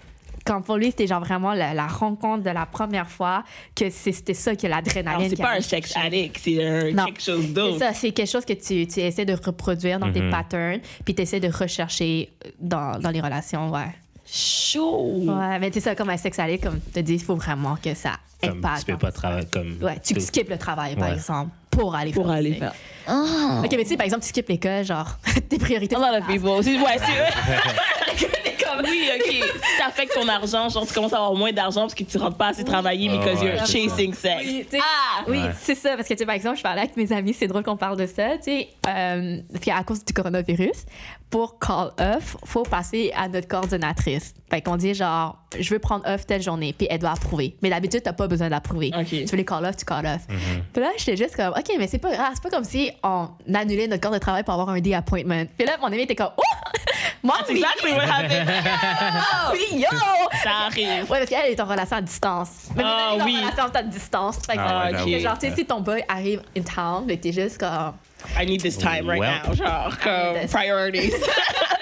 Quand pour lui, c'était genre vraiment la, la rencontre de la première fois, que c'est- c'était ça que Alors, l'adrénaline. c'est qui pas arrive. un sex addict, c'est un Non. quelque chose C'est d'autre. ça, c'est quelque chose que tu, tu essaies de reproduire dans tes Mhm. patterns, puis tu essaies de rechercher dans, dans les relations, ouais. Chaud. Ouais, mais tu sais ça, comme un sexe allé, comme tu dis, il faut vraiment que ça Comme, impacte. tu peux pas travailler comme. Ouais, tu tout. skippes le travail, par Ouais. exemple, pour aller Pour faire aller ça. faire. Ah. OK, mais tu sais, par exemple, tu skippes l'école, genre, tes priorités. A lot of people. C'est- Ouais, c'est T'es comme oui, ok. Si t'affectes ton argent, genre tu commences à avoir moins d'argent parce que tu rentres pas assez travailler Ah because ouais, you're c'est ça. chasing sex. Oui, tu sais, Ah! oui, Ouais. c'est ça. Parce que, tu sais, par exemple, je parlais avec mes amis, c'est drôle qu'on parle de ça, tu sais, euh, parce qu'à cause du coronavirus, pour call off, faut passer à notre coordonnatrice. Fait qu'on dit genre, je veux prendre off telle journée, puis elle doit approuver. Mais d'habitude, t'as pas besoin d'approuver. Ok. Tu veux les call off, tu call off. Puis là, j'étais juste comme, OK, mais c'est pas grave, c'est pas comme si on annulait notre corps de travail pour avoir un day appointment. Puis là, mon ami était comme, oh! Moi, That's oui, exactly what happened. oui, yo! Ah, Ça arrive. Ouais, parce qu'elle est en relation à distance. Mais Ah, elle est oui. En relation à distance. Fait que, Ah, ouais, ben fait que j'avoue. genre, tu sais, si ton boy arrive in town, mais t'es juste comme. I need this time right Well. now. Genre, I need comme this. priorities.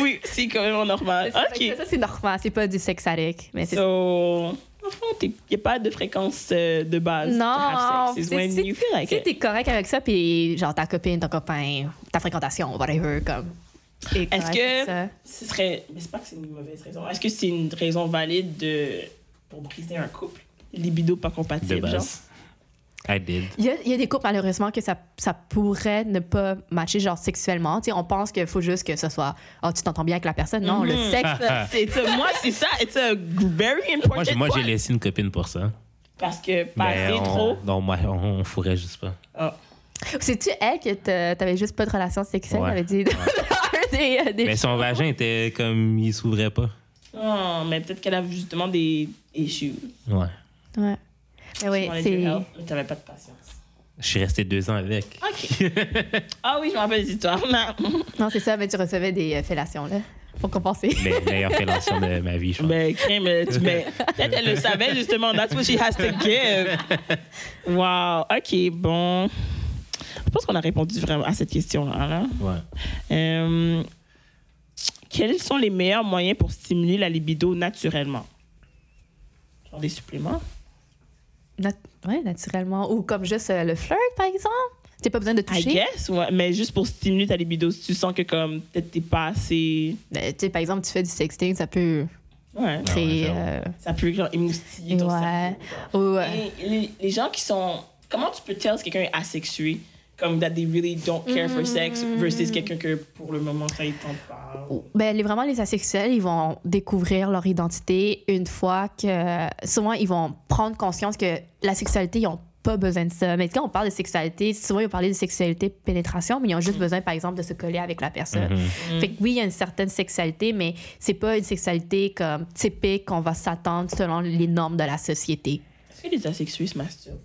oui, c'est quand même normal. Fait que Ok. Ça, c'est normal. C'est pas du sexe addict. Mais c'est. So, en fait, il n'y a pas de fréquence euh, de base. to Non, have sex. It's c'est- when si- you feel like si it. t'es correct avec ça, puis genre ta copine, ton copain, ta fréquentation, whatever, comme. est correct Est-ce avec que ça. ce serait. Mais c'est pas que c'est une mauvaise raison. Est-ce que c'est une raison valide de... pour briser un couple? Libido pas compatible. De genre? base. I did. Il y, a, il y a des couples, malheureusement, que ça, ça pourrait ne pas matcher, genre sexuellement. Tu sais, on pense qu'il faut juste que ce soit. Oh, tu t'entends bien avec la personne. Non, Mhm. le sexe. C'est ça. moi, c'est ça. It's a very Ah. Moi, j'ai- important. moi, j'ai point. laissé une copine pour ça. Parce que Mais passer on- trop. Non, moi, on, on fourrait juste pas. Ah. C'est-tu elle que t'as- t'avais juste pas de relation sexuelle? Ouais. T'avais dit. des, euh, des Mais son vagin était comme. Il s'ouvrait pas. Oh, mais peut-être qu'elle a justement des issues. Ouais. Ouais. Mais oui, She wanted c'est. your help, Mais t'avais pas de patience. Je suis resté deux ans avec. OK. Ah oui, je me rappelle des histoires. Non. Non, c'est ça, mais tu recevais des euh, fellations, là, pour compenser. Les meilleures fellations de ma vie, je pense. Ben, crème, tu- ben, peut-être elle le savait justement. That's what she has to give. Wow. OK, bon. Je pense qu'on a répondu vraiment à cette question-là. là. Ouais. Euh, quels sont les meilleurs moyens pour stimuler la libido naturellement? Genre des suppléments? Nat- ouais, naturellement. Ou comme juste euh, le flirt, par exemple. T'as pas besoin de I toucher. guess, ouais. Mais juste pour stimuler ta libido, si tu sens que comme peut-être t'es pas assez... Euh, tu sais, par exemple, tu fais du sexting, ça peut Ouais. Ah ouais, créer. j'avoue. euh, Ça peut genre émoustiller ton cerveau. ouais. Ou, euh, Et les, les gens qui sont. Comment tu peux tell si quelqu'un est asexué? Comme that they really don't care for sex Mm-hmm. versus quelqu'un que pour le moment ça ils tente pas. Ben, les, vraiment, les asexuels, ils vont découvrir leur identité une fois que. Souvent, ils vont prendre conscience que la sexualité, ils n'ont pas besoin de ça. Mais quand on parle de sexualité, souvent, ils parlent de sexualité pénétration, mais ils ont juste besoin, par exemple, de se coller avec la personne. Fait que oui, il y a une certaine sexualité, mais c'est pas une sexualité comme typique qu'on va s'attendre selon les normes de la société. Est-ce que les asexués se masturbent?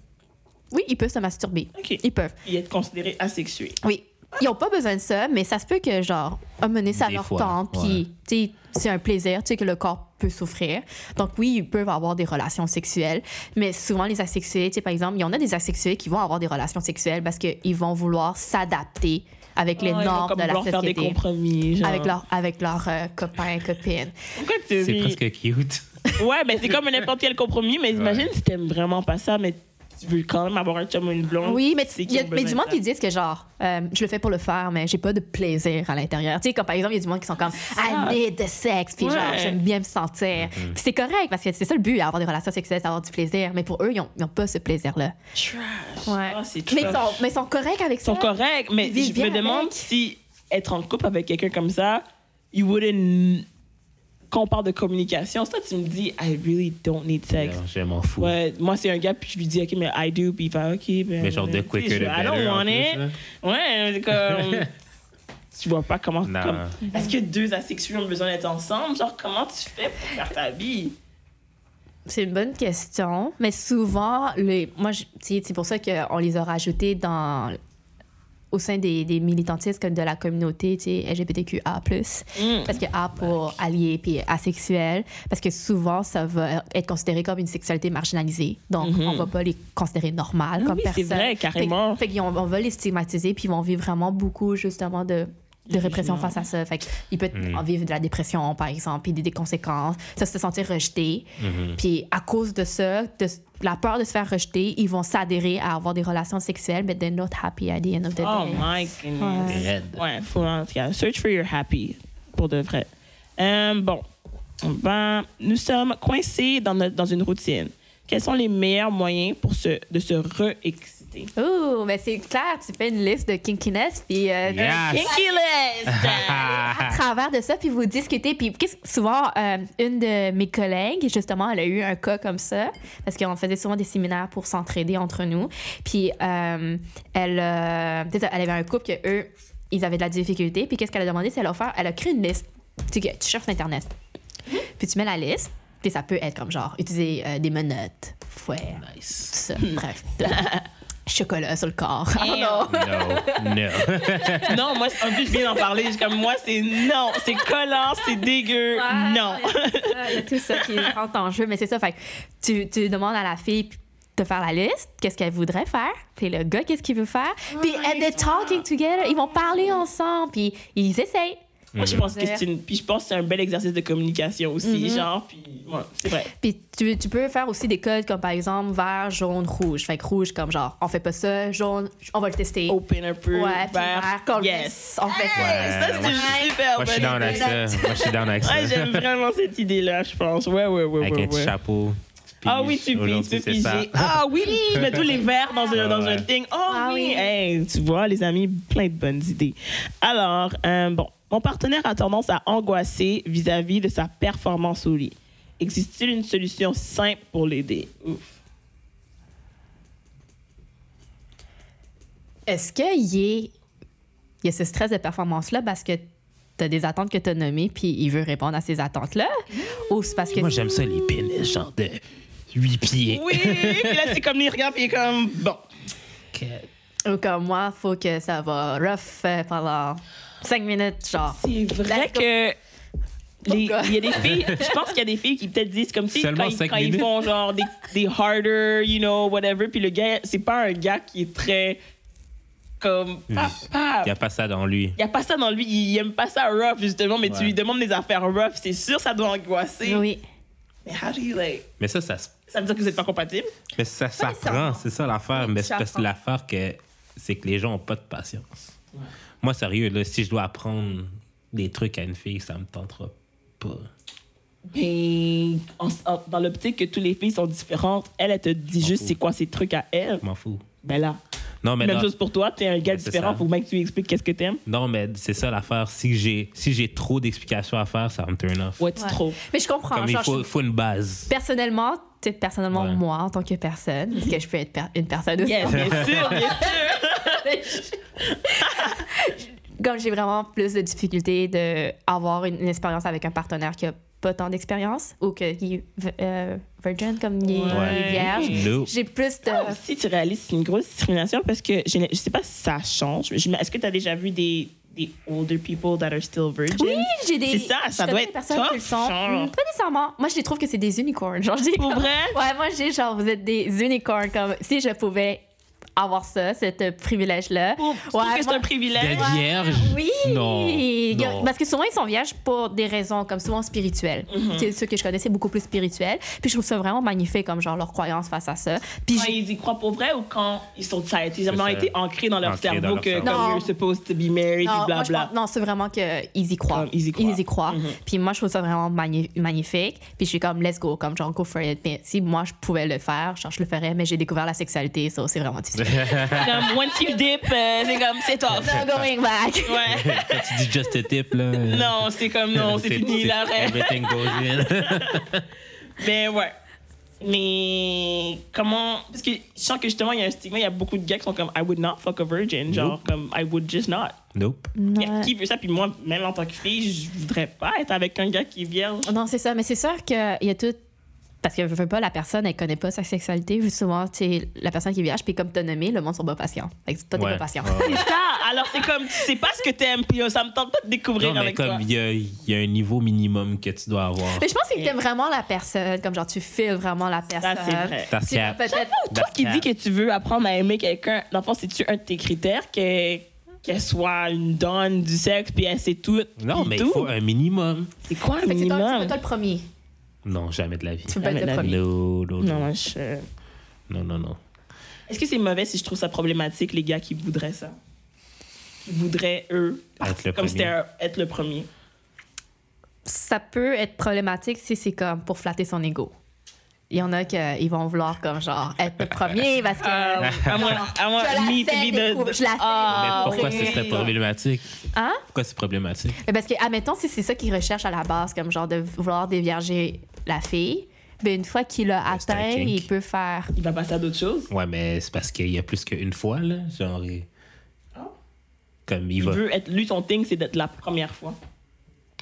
Oui, ils peuvent se masturber. Ok. Ils peuvent. Et être considérés asexués. Oui. Ils n'ont pas besoin de ça, mais ça se peut que, genre, à mener ça Des leur fois, temps, ouais. puis, tu sais, c'est un plaisir, tu sais, que le corps peut souffrir. Donc, oui, ils peuvent avoir des relations sexuelles, mais souvent, les asexués, tu sais, par exemple, il y en a des asexués qui vont avoir des relations sexuelles parce qu'ils vont vouloir s'adapter avec les Ah, ils vont normes comme de la vouloir société. faire des compromis. Genre. avec leurs avec leur, euh, copains, copines. Pourquoi tu C'est ris? presque cute. Ouais, mais c'est comme n'importe quel compromis. Mais imagine si t'aimes vraiment pas ça, mais tu veux quand même avoir un chum ou une blonde. Oui, mais tu sais il qu'ils y a ont mais besoin du de monde ça. qui disent que genre, euh, je le fais pour le faire, mais j'ai pas de plaisir à l'intérieur. Tu sais, comme par exemple, il y a du monde qui sont comme, I need the sex, puis genre, Ouais. j'aime bien me sentir. Puis c'est correct, parce que c'est ça le but, avoir des relations sexuelles, c'est avoir du plaisir. Mais pour eux, ils ont, ils ont pas ce plaisir-là. Trash. Ouais. Ah, c'est mais, ils trash. sont, mais ils sont corrects avec Ils sont ça. corrects, mais Ils vivent je bien me demande avec. si être en couple avec quelqu'un comme ça, you wouldn't. Quand on parle de communication, c'est toi, tu me dis, I really don't need sex. Non, Je m'en fous. Ouais, moi, c'est un gars, puis je lui dis, OK, mais I do, puis il va, OK, ben. Mais genre, the tu sais, quicker, the je- I better, don't en want plus, it. là. Ouais, c'est comme. Tu vois pas comment. Non. Comme, Est-ce que deux asexués ont besoin d'être ensemble? Genre, comment tu fais pour faire ta vie? C'est une bonne question, mais souvent, les, moi, je- tu sais, c'est pour ça qu'on les a rajoutés dans, au sein des, des militantistes comme de la communauté tu sais, LGBTQA+. Hmm. Parce que A pour allié puis asexuel, parce que souvent, ça va être considéré comme une sexualité marginalisée. Donc, on va pas les considérer normales Mhm. Ah Oui, comme c'est personnes. vrai, carrément. Fait, fait qu'on- on va les stigmatiser, puis ils vont vivre vraiment beaucoup, justement, de de répression face à ça. Fait qu'ils peuvent Mm. en vivre de la dépression, par exemple, puis des, des conséquences, ça se sentir rejeté. Mhm. Puis à cause de ça, de s- la peur de se faire rejeter, ils vont s'adhérer à avoir des relations sexuelles, but they're not happy at the end of the Oh day. my goodness. Raide. Ouais, faut en tout cas, search for your happy, pour de vrai. Euh, bon, ben, nous sommes coincés dans, notre- dans une routine. Quels sont les meilleurs moyens pour se, de se re-exciter? Oh, mais c'est clair, tu fais une liste de kinkiness, puis euh, Yes. Kinky à travers de ça, puis vous discutez. Puis qu'est-ce- souvent, euh, une de mes collègues, justement, elle a eu un cas comme ça, parce qu'on faisait souvent des séminaires pour s'entraider entre nous. Puis euh, elle, euh, peut-être elle avait un couple que eux, ils avaient de la difficulté. Puis qu'est-ce qu'elle a demandé, c'est elle a offert, elle a créé une liste. Tu, sais que tu cherches sur Internet, puis tu mets la liste. Puis ça peut être comme genre utiliser euh, des menottes, fouet, tout ça, bref. Chocolat sur le corps. Oh I don't know. No, no. Non, moi, en plus, je viens d'en parler. je suis Comme moi, c'est non, c'est collant, c'est dégueu, Ouais, non. Ah, Il y a tout ça, il y a tout ça qui rentre en jeu, mais c'est ça. Fait que tu, tu demandes à la fille de faire la liste, qu'est-ce qu'elle voudrait faire, puis le gars, qu'est-ce qu'il veut faire. Ah, Puis, and they're talking together, ils vont parler ensemble, puis ils essayent. Moi, je pense que c'est une- puis je pense que c'est un bel exercice de communication aussi, Mm-hmm. genre, puis ouais, c'est vrai. Puis tu, tu peux faire aussi des codes comme par exemple vert, jaune, rouge. Fait que rouge, comme genre, on fait pas ça, jaune, on va le tester. Open un peu, ouais, puis vert, vert, comme yes. on fait Ouais, ça. Ça, c'est moi, une je- super Moi, je suis bonne down avec idée. ça. Moi, je suis down avec ça. Ouais, j'aime vraiment cette idée-là, je pense. Ouais, ouais, ouais, Avec ouais, un petit ouais. chapeau. Ah oui, tu piges, Aujourd'hui, tu c'est ça. piges. Ah oui, tu mets tous les verres dans un, Ah dans un ouais. thing. Oh Ah oui. oui. Hey, tu vois, les amis, plein de bonnes idées. Alors, euh, bon, mon partenaire a tendance à angoisser vis-à-vis de sa performance au lit. Existe-t-il une solution simple pour l'aider? Ouf. Est-ce qu'il y, est- il y a ce stress de performance-là parce que t'as des attentes que t'as nommées, puis il veut répondre à ces attentes-là? Ou c'est parce que. Moi, j'aime ça, les pénis, genre de 8 pieds. Oui, puis là, c'est comme les regards, puis il est comme, bon. Ou comme moi, faut que ça va rough euh, pendant cinq minutes, genre. C'est vrai Let's go. que. les- Pourquoi? Il y a des filles, je pense qu'il y a des filles qui peut-être disent comme si Seulement quand, ils- cinq quand ils minutes. font genre des, des harder, you know, whatever, puis le gars, c'est pas un gars qui est très comme papa. Il n'y a pas ça dans lui. Il y a pas ça dans lui, il aime pas ça rough justement, mais tu Ouais. lui demandes des affaires rough, c'est sûr ça doit angoisser. Oui. Mais how do you like? Mais ça, ça, se- Ça veut dire que vous êtes pas compatible? mais ça ça- s'apprend. C'est ça l'affaire. Oui, Mais ça c'est parce que apprend. l'affaire, que c'est que les gens n'ont pas de patience. Moi, sérieux, là, si je dois apprendre des trucs à une fille, ça me tentera pas. Ben, en- en- dans l'optique que toutes les filles sont différentes, elle, elle te dit juste fout. c'est quoi ses trucs à elle. Je m'en fous. Ben là, Non, mais même dans- chose pour toi, t'es un gars Ben, c'est différent, ça. faut bien que tu lui expliques qu'est-ce que t'aimes. Non, mais c'est ça l'affaire. Si j'ai si j'ai trop d'explications à faire, ça va me turn off. Ouais, tu Ouais. trop. Mais je comprends. Comme il genre, faut, je- faut une base. Personnellement, tu sais, personnellement, Ouais. moi, en tant que personne, parce que je peux être per- une personne aussi. Yes, bien sûr, bien sûr. Comme j'ai vraiment plus de difficultés d'avoir une, une expérience avec un partenaire qui a pas tant d'expérience ou que, qui est v- euh, virgin comme il est, Ouais. il est vierge. No. J'ai plus de. Si tu réalises, c'est une grosse discrimination parce que je ne je sais pas si ça change. mais je me- Est-ce que tu as déjà vu des, des older people that are still virgin? Oui, j'ai des. C'est ça, je ça connais doit des être personnes tough, qui le sont. genre. Hmm, Pas nécessairement. Moi, je les trouve que c'est des unicorns. Genre, j'ai Pour comme- vrai? Ouais, moi, j'ai genre, vous êtes des unicorns. Comme si je pouvais avoir ça, ce euh, privilège-là. Oh, je trouve Ouais, que c'est moi- ben, un privilège. D'être vierge? Oui! Non, Il y a- non. ben Parce que souvent, ils sont vierges pour des raisons, comme souvent spirituelles. Mm-hmm. C'est Ceux que je connais, c'est beaucoup plus spirituel. Puis je trouve ça vraiment magnifique, comme genre leur croyance face à ça. Puis Quand j'ai- ils y croient pour vrai ou quand ils sont ça a été- ils ont C'est ça. été ancrés dans leur Ancrés dans cerveau leur que cerveau. comme Non. you're supposed to be married, Non, moi, je blablabla. pense- non, c'est vraiment qu'ils y croient. Comme, ils y croient. Mm-hmm. Puis moi, je trouve ça vraiment magni- magnifique. Puis je suis comme, let's go, comme genre, go for it. Mais si moi, je pouvais le faire, genre, je le ferais, mais j'ai découvert la sexualité, ça, c'est vraiment difficile. Comme once you dip, euh, c'est comme c'est off. I'm going back. Ouais. Quand tu dis just a tip, là. Non, c'est comme non, c'est fini, là. Everything goes in. Mais Ben, ouais. Mais comment. Parce que je sens que justement, il y a un stigma, il y a beaucoup de gars qui sont comme I would not fuck a virgin. Genre, comme I would just not. Nope. Mais Qui veut ça? Puis moi, même en tant que fille, je voudrais pas être avec un gars qui est vierge. Non, c'est ça. Mais c'est sûr qu'il y a tout. Parce que je veux pas, la personne, elle connaît pas sa sexualité. Souvent, tu sais, la personne qui vierge, puis comme t'as nommé, le monde sont pas patients. Fait que toi, t'es Ouais. pas patient. Ouais. C'est ça! Alors, c'est comme, tu sais pas ce que t'aimes, puis euh, ça me tente pas de découvrir Non, mais avec toi. comme il y a, il y a un niveau minimum que tu dois avoir. Mais je pense que Et- t'aimes vraiment la personne. Comme genre, tu files vraiment la personne. c'est vrai. Parce Tu que- vas peut-être. Toi That's qui cap. dis que tu veux apprendre à aimer quelqu'un, dans le fond, c'est-tu un de tes critères que- qu'elle soit une donne du sexe, puis elle sait tout? Non, puis mais tout? il faut un minimum. C'est quoi un Fait que c'est toi, minimum? c'est toi le premier. Non, jamais de la vie. Tu peux pas être le Jamais de la premier. Non, non, Non, non. moi, je- Non, non, non. Est-ce que c'est mauvais si je trouve ça problématique, les gars qui voudraient ça? Qui voudraient, eux, Être le comme premier. c'était un- être le premier. ça peut être problématique si c'est comme pour flatter son ego. Il y en a qui vont vouloir comme genre être le premier parce que Ah, I want, I want Je la me to fais be the- découvrir- je la fais Ah, Mais pourquoi oui. ce serait problématique? hein Pourquoi c'est problématique? Mais parce que admettons si c'est ça qu'ils recherchent à la base comme genre de vouloir dévierger la fille, ben une fois qu'il l'a c'est un atteint, kink. il peut faire Il va passer à d'autres choses. Ouais, mais c'est parce qu'il y a plus qu'une fois, là. Genre, il- comme il, Il va. veut être, lui, son thing, c'est d'être la première fois.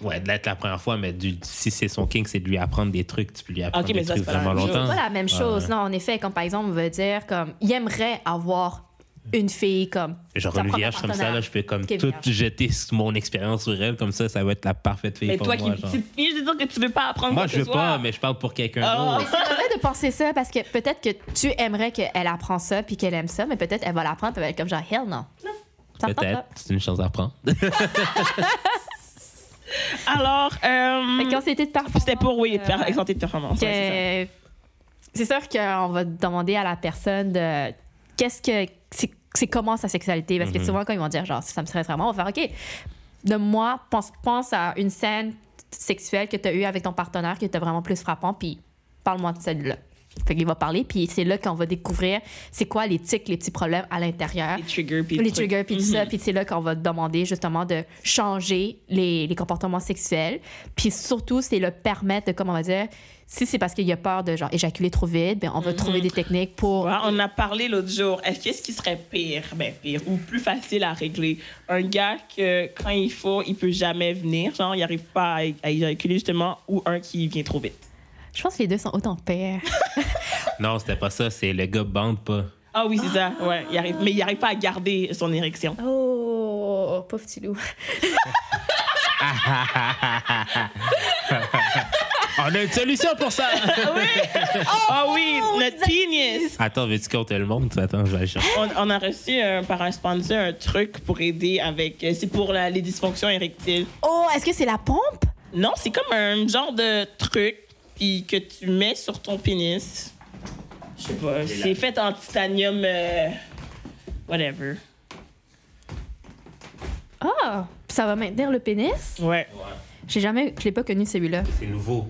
Ouais, de l'être la première fois, mais du- si c'est son king, c'est de lui apprendre des trucs. Tu peux lui apprendre Ok, mais des ça, trucs c'est pas la vraiment même chose. longtemps. pas la même Ouais, chose. ouais. Non, en effet, comme par exemple, on veut dire comme il aimerait avoir une fille comme Genre sa une première vierge comme ça, partenaire. là, je peux comme Qui est tout vierge. jeter sur mon expérience sur elle, comme ça, ça va être la parfaite fille Mais pour toi moi. qui. genre. C'est fini de dire que tu veux pas apprendre Moi, quoi je que veux ce pas, soit. mais je parle pour quelqu'un Ah. d'autre. C'est mauvais de penser ça parce que peut-être que tu aimerais qu'elle apprend ça puis qu'elle aime ça, mais peut-être elle va l'apprendre puis elle va être comme genre hell non. Ça me tente Peut-être, pas. c'est une chance à prendre. Alors, Fait que euh, quand c'était de performance. c'était pour, oui, euh, faire exempter de performance. que- ouais, c'est ça. c'est sûr qu'on va demander à la personne de qu'est-ce que c'est c'est comment sa sexualité parce Mhm. que souvent quand ils vont dire genre ça me serait vraiment on va faire ok de moi pense pense à une scène sexuelle que tu as eue avec ton partenaire qui était vraiment plus frappant puis parle-moi de celle-là. Fait qu'il va parler puis c'est là qu'on va découvrir c'est quoi les tics les petits problèmes à l'intérieur Les triggers, puis les trucs. Mhm. triggers puis tout ça puis c'est là qu'on va demander justement de changer les, les comportements sexuels puis surtout c'est le permettre de comment on va dire si c'est parce qu'il y a peur de genre éjaculer trop vite ben on Mhm. va trouver des techniques pour Ouais, on a parlé l'autre jour. Est-ce qu'est-ce qui serait pire, ben pire ou plus facile à régler Un gars que quand il faut, il peut jamais venir, genre il arrive pas à, à éjaculer justement, ou un qui vient trop vite. je pense que les deux sont autant pires Non, c'était pas ça, c'est le gars bande pas. Ah oui, c'est ça. Ouais, il arrive, mais il arrive pas à garder son érection. oh pauvre petit loup On a une solution pour ça! Ah oui, oh, notre penis. Attends, veux-tu qu'on te le montre? Attends, je vais aller chercher. On, on a reçu euh, par un sponsor un truc pour aider avec. euh, C'est pour la- les dysfonctions érectiles. oh est-ce que c'est la pompe Non, c'est comme un genre de truc puis que tu mets sur ton pénis. Je sais pas, c'est fait en titanium euh, whatever. ah ça va maintenir le pénis Ouais. j'ai jamais je l'ai pas connu celui-là C'est nouveau.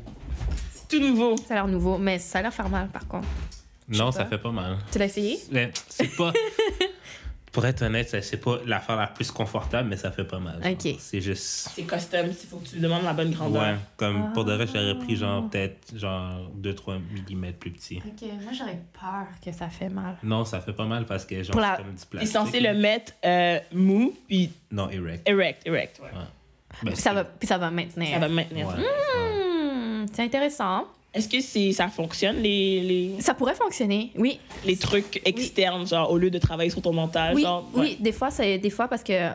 C'est tout nouveau. ça a l'air nouveau mais ça a l'air faire mal par contre Non, sais ça pas. fait pas mal. tu l'as essayé Mais C'est pas. Pour être honnête, ça, c'est pas l'affaire la plus confortable, mais ça fait pas mal. genre. Ok. C'est juste. C'est custom, il faut que tu lui demandes la bonne Ouais, grandeur. comme pour de vrai, j'aurais pris Ah. genre peut-être genre 2-3 mm plus petit. ok moi j'aurais peur que ça fait mal Non, ça fait pas mal parce que genre Pour la- c'est comme du T'es plastique. censé là. le mettre euh, mou puis Non, erect. erect, erect. ouais. Ouais. Ben, puis ça c'est- va Mmh. puis ça va maintenir Ça va maintenir. ouais. Hmm, c'est intéressant. Est-ce que c'est ça fonctionne les, les, Ça pourrait fonctionner, oui. les trucs externes genre au lieu de travailler sur ton mental Oui, genre oui, des fois, c'est des fois parce que, tu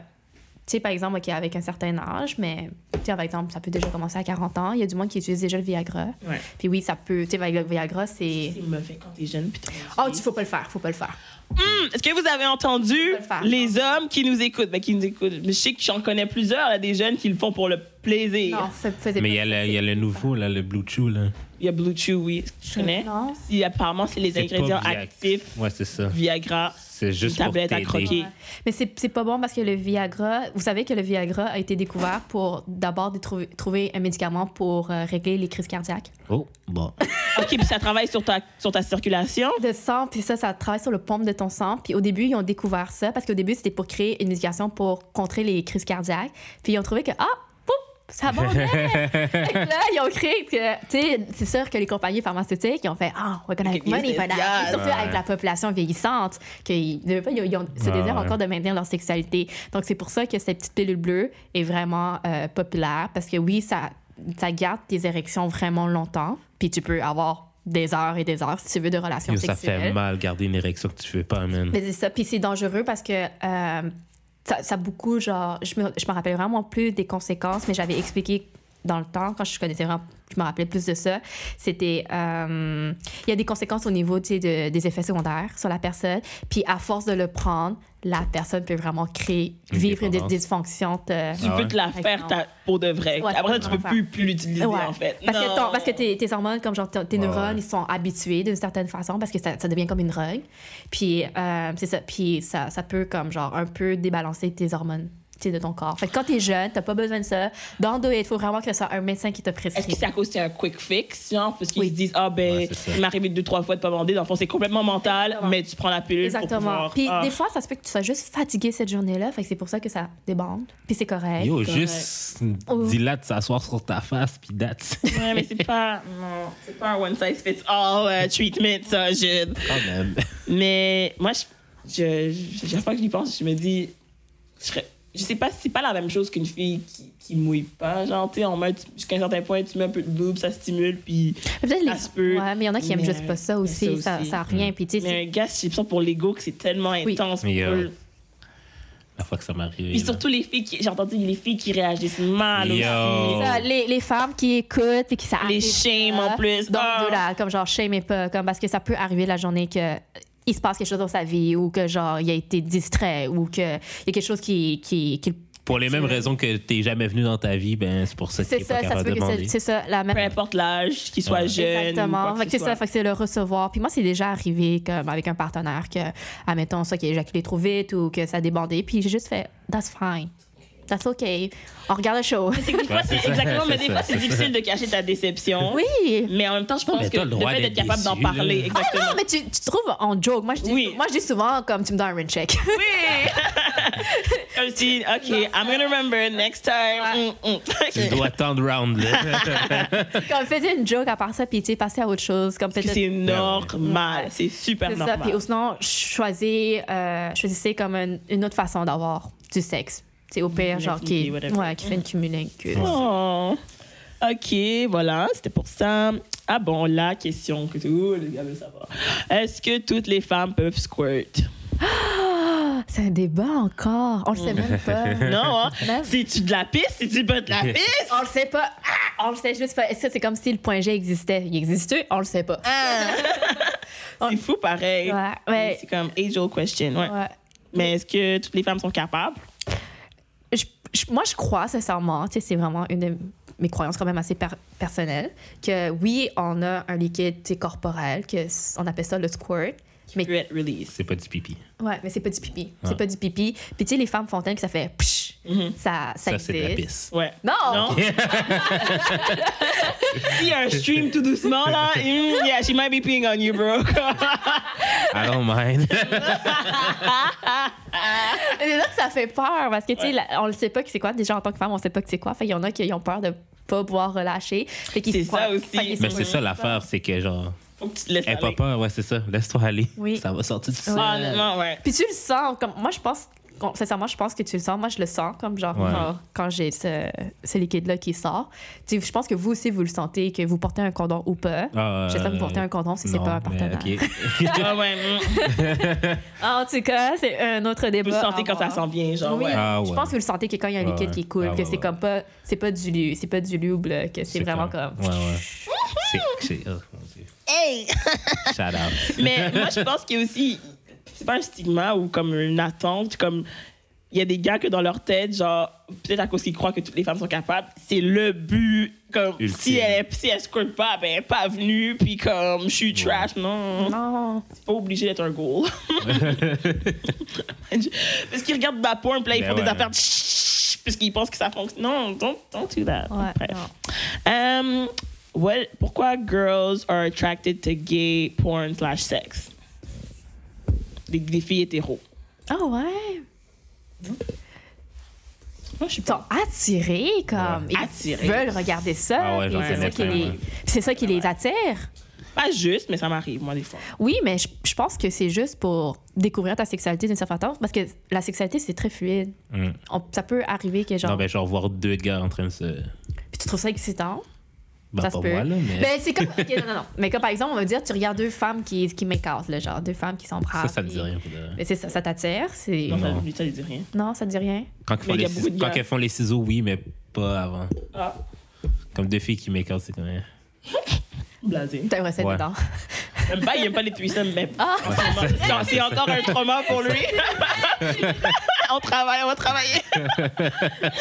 sais, par exemple, OK, avec un certain âge, mais, tu sais, par exemple, ça peut déjà commencer à 40 ans, il y a du monde qui utilise déjà le Viagra. Ouais. Puis oui, ça peut, tu sais, avec le Viagra, c'est... C'est mauvais Ah, quand t'es jeune puis t'es- Oh, tu faut pas le faire, faut pas le faire. hmm, Est-ce que vous avez entendu peut le faire. les hommes qui nous écoutent? Ben, qui nous écoutent. Je sais que j'en connais plusieurs, là, des jeunes qui le font pour le plaisir. Non, ça faisait Mais il y, a le- il y a le nouveau, là, le Blue Chew. Là. Il y a Blue Chew, oui. Est-ce que tu connais? Non. Si, apparemment, c'est les C'est pas ingrédients Viagra. actifs, Ouais, c'est ça. Viagra, C'est juste une pour tablette à t'aider. croquer. Mais c'est c'est pas bon parce que le Viagra, vous savez que le Viagra a été découvert pour d'abord de trouver, trouver un médicament pour euh, régler les crises cardiaques. Oh, bon. OK, puis ça travaille sur ta, sur ta circulation. de sang, puis ça, ça travaille sur le pompe de ton sang. Puis au début, ils ont découvert ça parce qu'au début, c'était pour créer une médication pour contrer les crises cardiaques. Puis ils ont trouvé que, ah, pouf, ça abondait. Fait que là, ils ont créé, que, tu sais, c'est sûr que les compagnies pharmaceutiques, ils ont fait, ah, we're gonna make Use money this, for that. yes. Et surtout Ouais. avec la population vieillissante, qu'ils devaient pas, ils, ils ont ce Ouais, désir ouais. encore de maintenir leur sexualité. Donc, c'est pour ça que cette petite pilule bleue est vraiment euh, populaire parce que oui, ça, ça garde tes érections vraiment longtemps, puis tu peux avoir des heures et des heures, si tu veux, de relations Yo, ça sexuelles. fait mal garder une érection que tu veux pas, man. Mais c'est ça. Puis c'est dangereux parce que euh, ça, ça a beaucoup, genre, je me, je me rappelle vraiment plus des conséquences, mais j'avais expliqué dans le temps, quand je connaissais vraiment, je me rappelais plus de ça. C'était. euh, Il y a des conséquences au niveau tu sais, de- des effets secondaires sur la personne. Puis à force de le prendre, la personne peut vraiment créer, Une vivre une dys- dépendance. dysfonction. de- Tu Ah ouais? peux te la faire ta- pour de vrai. Ouais, Après, tu ouais. peux plus, plus l'utiliser, Ouais. en fait. Parce que, Non. ton- parce que tes, tes hormones, comme genre tes, tes Ouais, neurones, ouais. ils sont habitués d'une certaine façon parce que ça, ça devient comme une drogue. Puis euh, c'est ça. Puis ça, ça peut comme genre un peu débalancer tes hormones tu sais, de ton corps. Fait que quand t'es jeune, t'as pas besoin de ça. Dans deux, il faut vraiment que ce soit un médecin qui te Est-ce que prescrit. c'est à cause d'un quick fix, genre, parce qu'ils Oui. se disent, ah ben, Ouais, c'est ça. il m'est arrivé deux, trois fois de pas bander. Dans le fond, c'est complètement mental, Exactement. mais tu prends la pilule pour Exactement. pouvoir... Puis Ah. des fois, ça se peut que tu sois juste fatigué cette journée-là. Fait que c'est pour ça que ça débande. Puis c'est correct. Yo, correct. juste Oh. dilate, s'asseoir sur ta face, puis date. Ouais, mais c'est pas, non, c'est pas un one size fits all euh, treatment, ça, je- Quand même. Mais moi, je, je, je- chaque fois que j'y pense, je me dis, je, serais- je sais pas si c'est pas la même chose qu'une fille qui, qui mouille pas. Genre, tu sais, en mode, tu- jusqu'à un certain point, tu mets un peu de boob, ça stimule, puis. Mais peut-être ça se peut. Ouais, mais il y en a qui aiment Mais, juste pas ça mais aussi. Ça, ça aussi. ça a rien. Puis tu sais, Mais un gars, j'ai l'impression pour l'ego que c'est tellement Oui. intense. Mais, pour euh, eux. La fois que ça m'est arrivé. Puis là. surtout les filles qui. J'ai entendu les filles qui réagissent mal Yo. aussi. C'est ça, les, les femmes qui écoutent et qui ça Oh. Les arrive, shames euh, en plus. Donc Ah. voilà, comme genre shame et pas comme parce que ça peut arriver la journée que il se passe quelque chose dans sa vie ou que genre il a été distrait ou que il y a quelque chose qui qui, qui- Pour les mêmes raisons que t'es jamais venu dans ta vie, ben c'est pour ça que c'est t'es pas ça, ça se capable peut de que c'est- demander. c'est ça la Peu même importe l'âge, qu'ils soient Ouais. jeunes. ou Exactement. quoi Fait que ce que c'est ça, soit. fait que c'est le recevoir. Puis moi, c'est déjà arrivé comme avec un partenaire que, admettons, ça, qu'il a éjaculé trop vite ou que ça a débandé. Puis j'ai juste fait, that's fine. That's okay. On regarde le show. Des fois, Ouais, c'est c'est ça, exactement, mais c'est des fois, ça, c'est c'est difficile de cacher ta déception. Oui. Ah Mais en même temps, je pense Mais que t'as le le droit fait d'être d'être capable d'en déçu, là. parler, exactement. Non, mais tu, tu trouves en joke. Moi je, dis, Oui. moi, je dis souvent comme tu me donnes un rain check. Comme si, OK, I'm gonna remember next time. Mm, mm. Tu dois attendre round, là. comme faisais une joke à part ça, puis tu sais, passer à autre chose. Comme Puis peut-être. C'est normal. C'est super C'est ça. Puis normal. ou sinon, choisissez, euh, choisissez comme un- une autre façon d'avoir du sexe. C'est au pire, genre qui, activité, whatever. ouais, qui fait une cumulacule. Oh. OK, voilà, c'était pour ça. Ah bon, la question que tout le gars veut savoir. Est-ce que toutes les femmes peuvent squirt? C'est un débat encore. On le sait même pas. Non, hein? Non. C'est-tu de la piste? C'est-tu pas de la piste? On le sait pas. Ah! on le sait juste pas. Ça, c'est comme si le point G existait. Il existait, on le sait pas. Ah. C'est fou pareil. Ouais, ouais. C'est comme age-old question. ouais. Ouais. Mais est-ce que toutes les femmes sont capables? je- je- moi, je crois sincèrement, tu sais, c'est vraiment une de mes croyances quand même assez per- personnelles, que oui, on a un liquide tu sais, corporel, que s- on appelle ça le squirt. Mais, Red release. C'est pas du pipi. ouais, mais c'est pas du pipi. Ouais. C'est pas du pipi. Puis tu sais, les femmes fontaines, que ça fait psh, ça, ça, Ça, c'est de la existe. pisse. Ouais. Non! Mm-hmm. Non? Si un stream tout doucement là, mm, yeah, she might be peeing on you, bro. I don't mind. C'est là que ça fait peur parce que, tu sais, la- on le sait pas que c'est quoi. Déjà, en tant que femme, on sait pas que c'est quoi. Fait qu'il y en a qui ont peur de pas pouvoir relâcher. Fait qu'ils C'est se croient- ça aussi. fait qu'ils se Mais croient- c'est ça l'affaire, c'est que genre. Faut que tu te laisses Aie pas aller. peur, ouais, c'est ça. Laisse-toi aller. Oui. Ça va sortir du seul. Ah, non, ouais. Puis tu le sens, comme moi je pense, qu'on- sincèrement, je pense que tu le sens. Moi je le sens, comme genre Ouais. quand, quand j'ai ce, ce liquide-là qui sort. Tu sais, je pense que vous aussi vous le sentez, que vous portez un condom ou pas. Ah, J'espère que vous euh, portez un condom si c'est non, pas un mais partenaire. ok. Ah, ouais. mm. Ah, En tout cas, c'est un autre débat. Vous le sentez à quand ça avoir. sent bien, genre, Oui, ouais. Ah, je ouais. pense que vous le sentez que quand il y a un Ouais, liquide qui ouais. coule, Ah, que ouais, c'est ouais. comme pas, c'est pas du lu- c'est pas du louble, que c'est vraiment comme. Ouais, ouais. C'est. c'est- Oh mon dieu. Hey! Shout out. Mais moi, je pense qu'il y a aussi. C'est pas un stigma ou comme une attente, comme. Il y a des gars que dans leur tête, genre, peut-être à cause qu'ils croient que toutes les femmes sont capables, c'est le but. Comme, Ultime. si elle, si elle squirt pas, ben, elle est pas venue, puis comme, je suis trash, non. Non. C'est pas obligé d'être un goal. Parce qu'ils regardent de la porn, puis là, ils Ben font des ouais. affaires de chut, parce qu'ils pensent que ça fonctionne. Non, don't, don't do that. Ouais, Bref. non. Um, what- pourquoi girls are attracted to gay porn slash sex? Des, des filles hétéros. Ah ouais. Moi, je suis sont pas. attirés, comme ils Attirés. veulent regarder ça. Ah ouais, j'en et c'est connais ça qui plein, les, ouais. c'est ça qui les attire. Pas juste, mais ça m'arrive, moi, des fois. Oui, mais je, je pense que c'est juste pour découvrir ta sexualité d'une certaine façon, parce que la sexualité c'est très fluide. Mm. On- ça peut arriver que genre, Non, ben, genre, voir deux gars en train de se. Puis tu trouves ça excitant. Ben, ça pas se peut. moi, là, mais. Ben, c'est comme, ok, non, non, non. Mais comme par exemple, on va dire, tu regardes deux femmes qui, qui m'écartent, là, genre deux femmes qui ça, s'embrassent. ça me dit puis- rien. pour de vrai. Mais Ben, c'est ça, ça t'attire, c'est. Non, ça, Non. ça, ne dit rien. Non, ça te dit rien. Quand, ils font Mais il y les a beaucoup de ciseaux- quand gars. elles font les ciseaux, oui, mais pas avant. Ah, Comme eh. deux filles qui m'écartent, c'est quand même. blasé. T'aimerais ça être Ouais. dedans. Même pas, il aime pas les threesomes, mais. Ah! Non, c'est- C'est encore un trauma pour lui. on travaille, on va travailler. Mais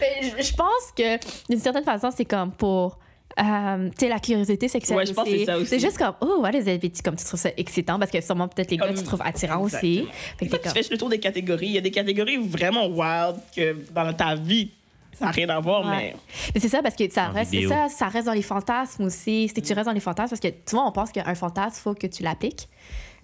Ben, je, je pense que d'une certaine façon, c'est comme pour. euh, tu sais, la curiosité sexuelle. Ouais, je pense que c'est ça aussi. C'est juste comme, oh, what is it? Puis tu- comme tu trouves ça excitant parce que sûrement peut-être les gars, Comme- tu trouves attirant aussi. Exactement. Fait que Une fois t'es que comme, tu fais le tour des catégories, il y a des catégories vraiment wild que dans ta vie, ça n'a rien à voir, Ouais. mais. Mais c'est ça, parce que ça En reste, c'est vidéo. ça, ça reste dans les fantasmes aussi. C'est que tu restes dans les fantasmes, parce que tu vois, on pense qu'un fantasme, il faut que tu l'appliques.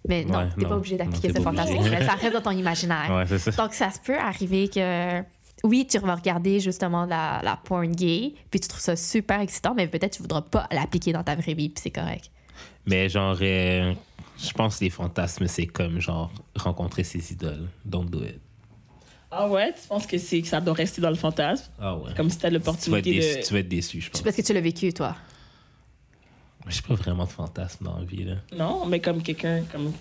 Mais non, Ouais, t'es non. pas obligé d'appliquer Non, ce t'es pas fantasme. obligé. sexuel. ça reste dans ton imaginaire. Ouais, c'est ça. Donc, ça se peut arriver que, oui, tu vas regarder justement la, la porn gay, puis tu trouves ça super excitant, mais peut-être tu voudras pas l'appliquer dans ta vraie vie, puis c'est correct. Mais genre, euh, je pense que les fantasmes, c'est comme genre rencontrer ses idoles. Don't do it. Ah ouais, tu penses que, c'est- que ça doit rester dans le fantasme? Ah ouais. Comme si t'as tu vas, être l'opportunité déçu, de. tu vas être déçu, je pense. Parce que tu l'as vécu, toi. Je suis pas vraiment de fantasme dans la vie, là. Non, mais comme quelqu'un. comme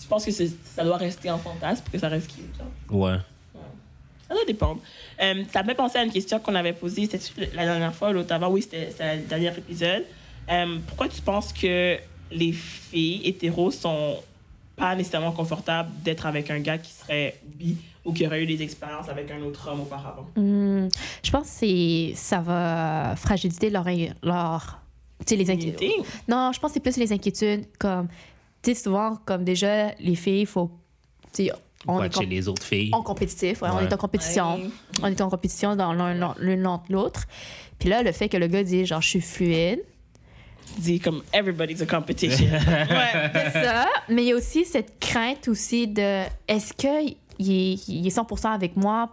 Tu penses que c'est- ça doit rester en fantasme pour que ça reste cute, genre? Ouais. Ça doit dépendre. Euh, ça me fait penser à une question qu'on avait posée, c'était la dernière fois, l'autre avant, oui, c'était c'était le dernier épisode. Euh, pourquoi tu penses que les filles hétéros sont pas nécessairement confortables d'être avec un gars qui serait bi ou qui aurait eu des expériences avec un autre homme auparavant? Hmm, je pense que c'est- ça va fragiliser leur. leur tu sais, les inquiétudes. Unité? Non, je pense que c'est plus les inquiétudes. Comme, tu sais, souvent, comme déjà, les filles, il faut. tu sais, On est Watcher com- les autres filles. en compétitif, ouais, on Ouais. est en compétition. Ouais. On est en compétition dans l'un l'un- l'une l'autre l'autre. Puis là, le fait que le gars dit genre, je suis fluide. Dit comme everybody's a competition. ouais. C'est ça. Mais il y a aussi cette crainte aussi de est-ce que il est, il est 100% avec moi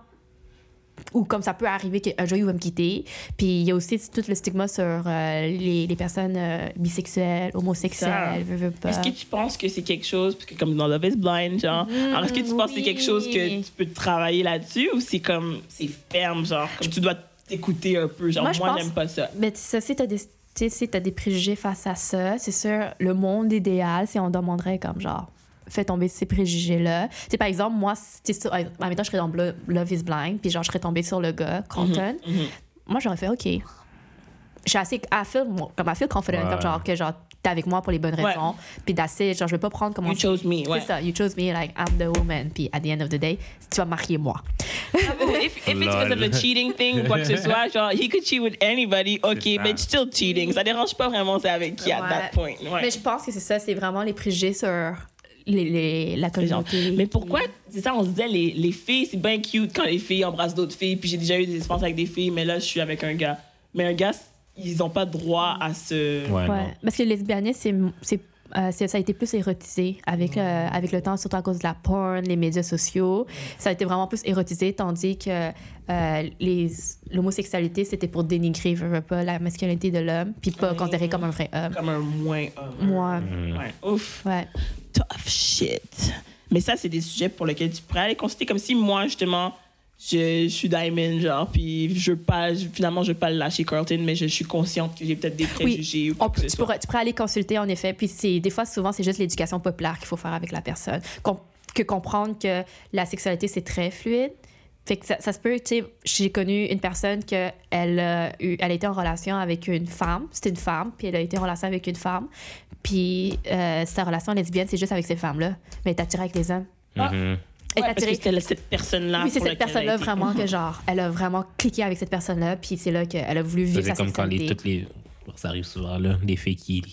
ou comme ça peut arriver qu'un jour il va me quitter. Puis il y a aussi tout le stigma sur euh, les, les personnes euh, bisexuelles, homosexuelles, veux, veux pas. Est-ce que tu penses que c'est quelque chose, parce que comme dans Love is Blind, genre, alors est-ce que tu penses que c'est quelque chose que Mm, oui. tu peux travailler là-dessus ou c'est comme, c'est ferme, genre, comme tu dois t'écouter un peu, genre, Moi, moi, je pense- j'aime pas ça. Mais tu sais, Ben, si t'as des, tu sais, si t'as des préjugés face à ça, c'est sûr, le monde idéal, si on demanderait comme genre, fais tomber ces préjugés-là. Tu sais, par exemple, moi, tu sais, en même temps, je serais dans Blo- Love is Blind, puis genre, je serais tombée sur le gars, Compton. Mm-hmm, Moi, j'aurais fait, OK. Je suis assez, I feel, mo- comme I feel confident, Ouais. comme genre, que genre, t'es avec moi pour les bonnes Ouais. raisons, puis d'assez, genre, je veux pas prendre comme You on- chose me, ouais. C'est ça, you chose me, like, I'm the woman, puis at the end of the day, tu vas marier moi. if, if it's because of a Lol. cheating thing ou quoi que ce soit, genre, he could cheat with anybody, ok, ça. but still cheating. Ça dérange pas vraiment, c'est avec qui at Ouais. that point. Ouais. Mais je pense que c'est ça, c'est vraiment les préjugés sur les, les- la Les gens. communauté. Mais pourquoi, c'est ça, on se disait, les, les filles, c'est bien cute quand les filles embrassent d'autres filles, puis j'ai déjà eu des expériences avec des filles, mais là, je suis avec un gars. Mais un gars, ils ont pas droit à ce. Ouais, Ouais, non. parce que le lesbianisme, c'est- c'est, euh, c'est- ça a été plus érotisé avec, euh, avec le temps, surtout à cause de la porn, les médias sociaux. Ça a été vraiment plus érotisé, tandis que euh, les, l'homosexualité, c'était pour dénigrer veux, veux pas, la masculinité de l'homme, puis pas Mm. considéré comme un vrai homme. Comme un moins homme. Moi, Mm. Ouais, ouf. ouais. Tough shit. Mais ça, c'est des sujets pour lesquels tu pourrais aller consulter comme si moi, justement, je, je suis Diamond, genre, puis je veux pas, je- finalement, je veux pas le lâcher Carlton, mais je, suis consciente que j'ai peut-être des préjugés ou quoi on- que ce Oh, tu, soit. pourrais, tu pourrais aller consulter, en effet. Puis c'est, des fois, souvent, c'est juste l'éducation populaire qu'il faut faire avec la personne. Com- que comprendre que la sexualité, c'est très fluide. Fait que ça, ça se peut, tu sais, j'ai connu une personne que elle, a eu- elle était en relation avec une femme, c'était une femme, puis elle a été en relation avec une femme, puis euh, sa relation lesbienne, c'est juste avec ces femmes-là, mais elle est attirée avec les hommes. Ah. Mhm. Elle est Ouais, parce que attirée- c'était la- cette personne-là. oui, c'est pour cette laquelle elle a personne-là été- vraiment que genre, elle a vraiment cliqué avec cette personne-là, puis c'est là qu'elle a voulu Ça, vivre C'est sa comme quand les, sexualité. toutes les. Ça arrive souvent, là. Les filles qui,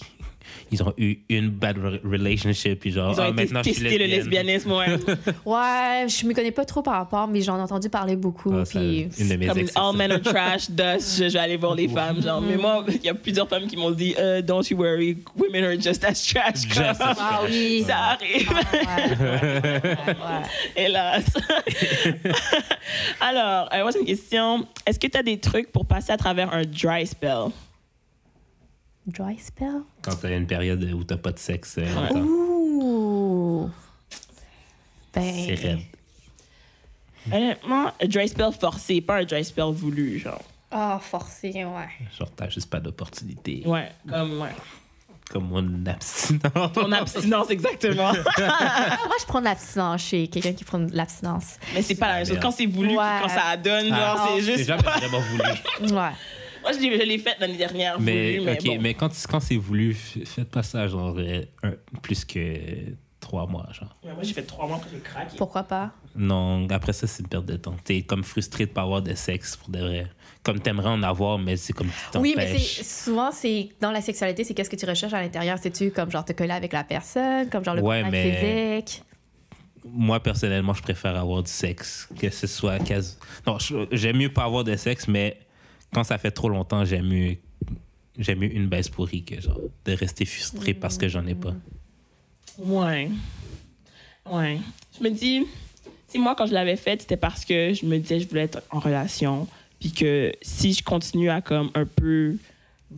ils ont eu une bad re- relationship, puis genre, Ils ont Ah, été maintenant je suis testés le lesbienne. lesbianisme, ouais. Ouais, je me connais pas trop par rapport, mais j'en ai entendu parler beaucoup. Ah, ça, puis... une de mes Comme oh, exes, c'est All ça. men are trash, dust, je, je vais aller voir les femmes. Genre. Mais moi, il y a plusieurs femmes qui m'ont dit euh, Don't you worry, women are just as trash. Just as Comme, Ah oui. Ça arrive, Ouais, ouais, ouais. hélas. Alors, euh, moi, c'est une question. Est-ce que tu as des trucs pour passer à travers un dry spell? Dry spell? Quand t'as une période où t'as pas de sexe, euh, longtemps, Ouh! Ben, c'est raide. Honnêtement, un dry spell forcé, pas un dry spell voulu, genre. Ah, forcé, ouais. Genre, t'as juste pas d'opportunité. Ouais, comme, ouais. Comme mon abstinence. Ton abstinence, exactement. Ah, moi, je prends de l'abstinence chez quelqu'un qui prend de l'abstinence. Mais c'est pas la même chose. Quand c'est voulu, puis Ouais. quand ça donne, Ah, genre, c'est C'est juste. jamais vraiment voulu. Ouais. Moi, je l'ai, je l'ai faite l'année dernière. mais, voulu, mais ok, bon. mais quand, quand c'est voulu, f- faites pas ça, genre, euh, un- plus que trois mois, genre. Ouais, Moi, j'ai fait trois mois que j'ai craqué. Pourquoi pas? Non, après ça, c'est une perte de temps. T'es comme frustré de pas avoir de sexe pour de vrai. Comme t'aimerais en avoir, mais c'est comme tu Oui, mais t'empêches. c'est- souvent, c'est dans la sexualité, c'est qu'est-ce que tu recherches à l'intérieur? C'est-tu comme genre te coller avec la personne, comme genre le Ouais, contact mais- physique? Moi, personnellement, je préfère avoir du sexe. Que ce soit quasi. Non, je- j'aime mieux pas avoir de sexe, mais quand ça fait trop longtemps, j'aime mieux. J'aime mieux une baisse pourrie que genre de rester frustré parce que j'en ai pas. Ouais. Ouais. Je me dis, si moi, quand je l'avais faite, c'était parce que je me disais je voulais être en relation. Puis que si je continue à comme un peu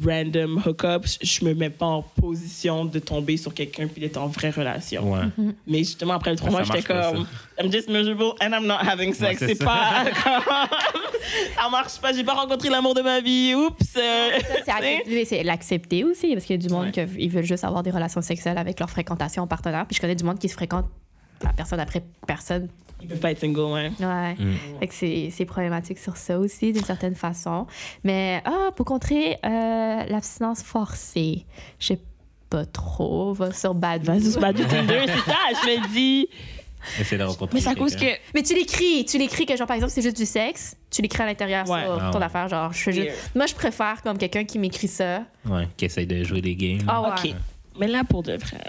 random hook-up, je- je me mets pas en position de tomber sur quelqu'un puis d'être en vraie relation. Ouais. Ah, Mais justement, après le 3 Ça mois, j'étais marche pas, comme, I'm just miserable and I'm not having sex. c'est c'est ça. pas. ça marche pas, j'ai pas rencontré l'amour de ma vie. Oups. euh, Ah, Ça, tu c'est sais. accepter- c'est l'accepter aussi, parce qu'il y a du monde Ouais. qui ils veulent juste avoir des relations sexuelles avec leur fréquentation partenaire. Puis je connais du monde qui se fréquente à personne après personne. Ils peuvent pas être single, ouais. Ouais. Mm. Mm. Fait que c'est c'est problématique sur ça aussi, d'une certaine façon. Mais ah, pour contrer euh, l'abstinence forcée, je sais pas trop, va sur Badou. Vas-y, sur Badoo Tinder, c'est ça, je me dis. Essayer de rencontrer. Mais c'est à cause que. quelqu'un. Mais tu l'écris, tu l'écris que genre par exemple c'est juste du sexe, tu l'écris à l'intérieur Ouais. sur Ah ton ouais. affaire genre je fais juste- Weird. Moi je préfère comme quelqu'un qui m'écrit ça. Ouais, qui essaye de jouer des games. Ah ouais. Ok. Mais là, pour de vrai,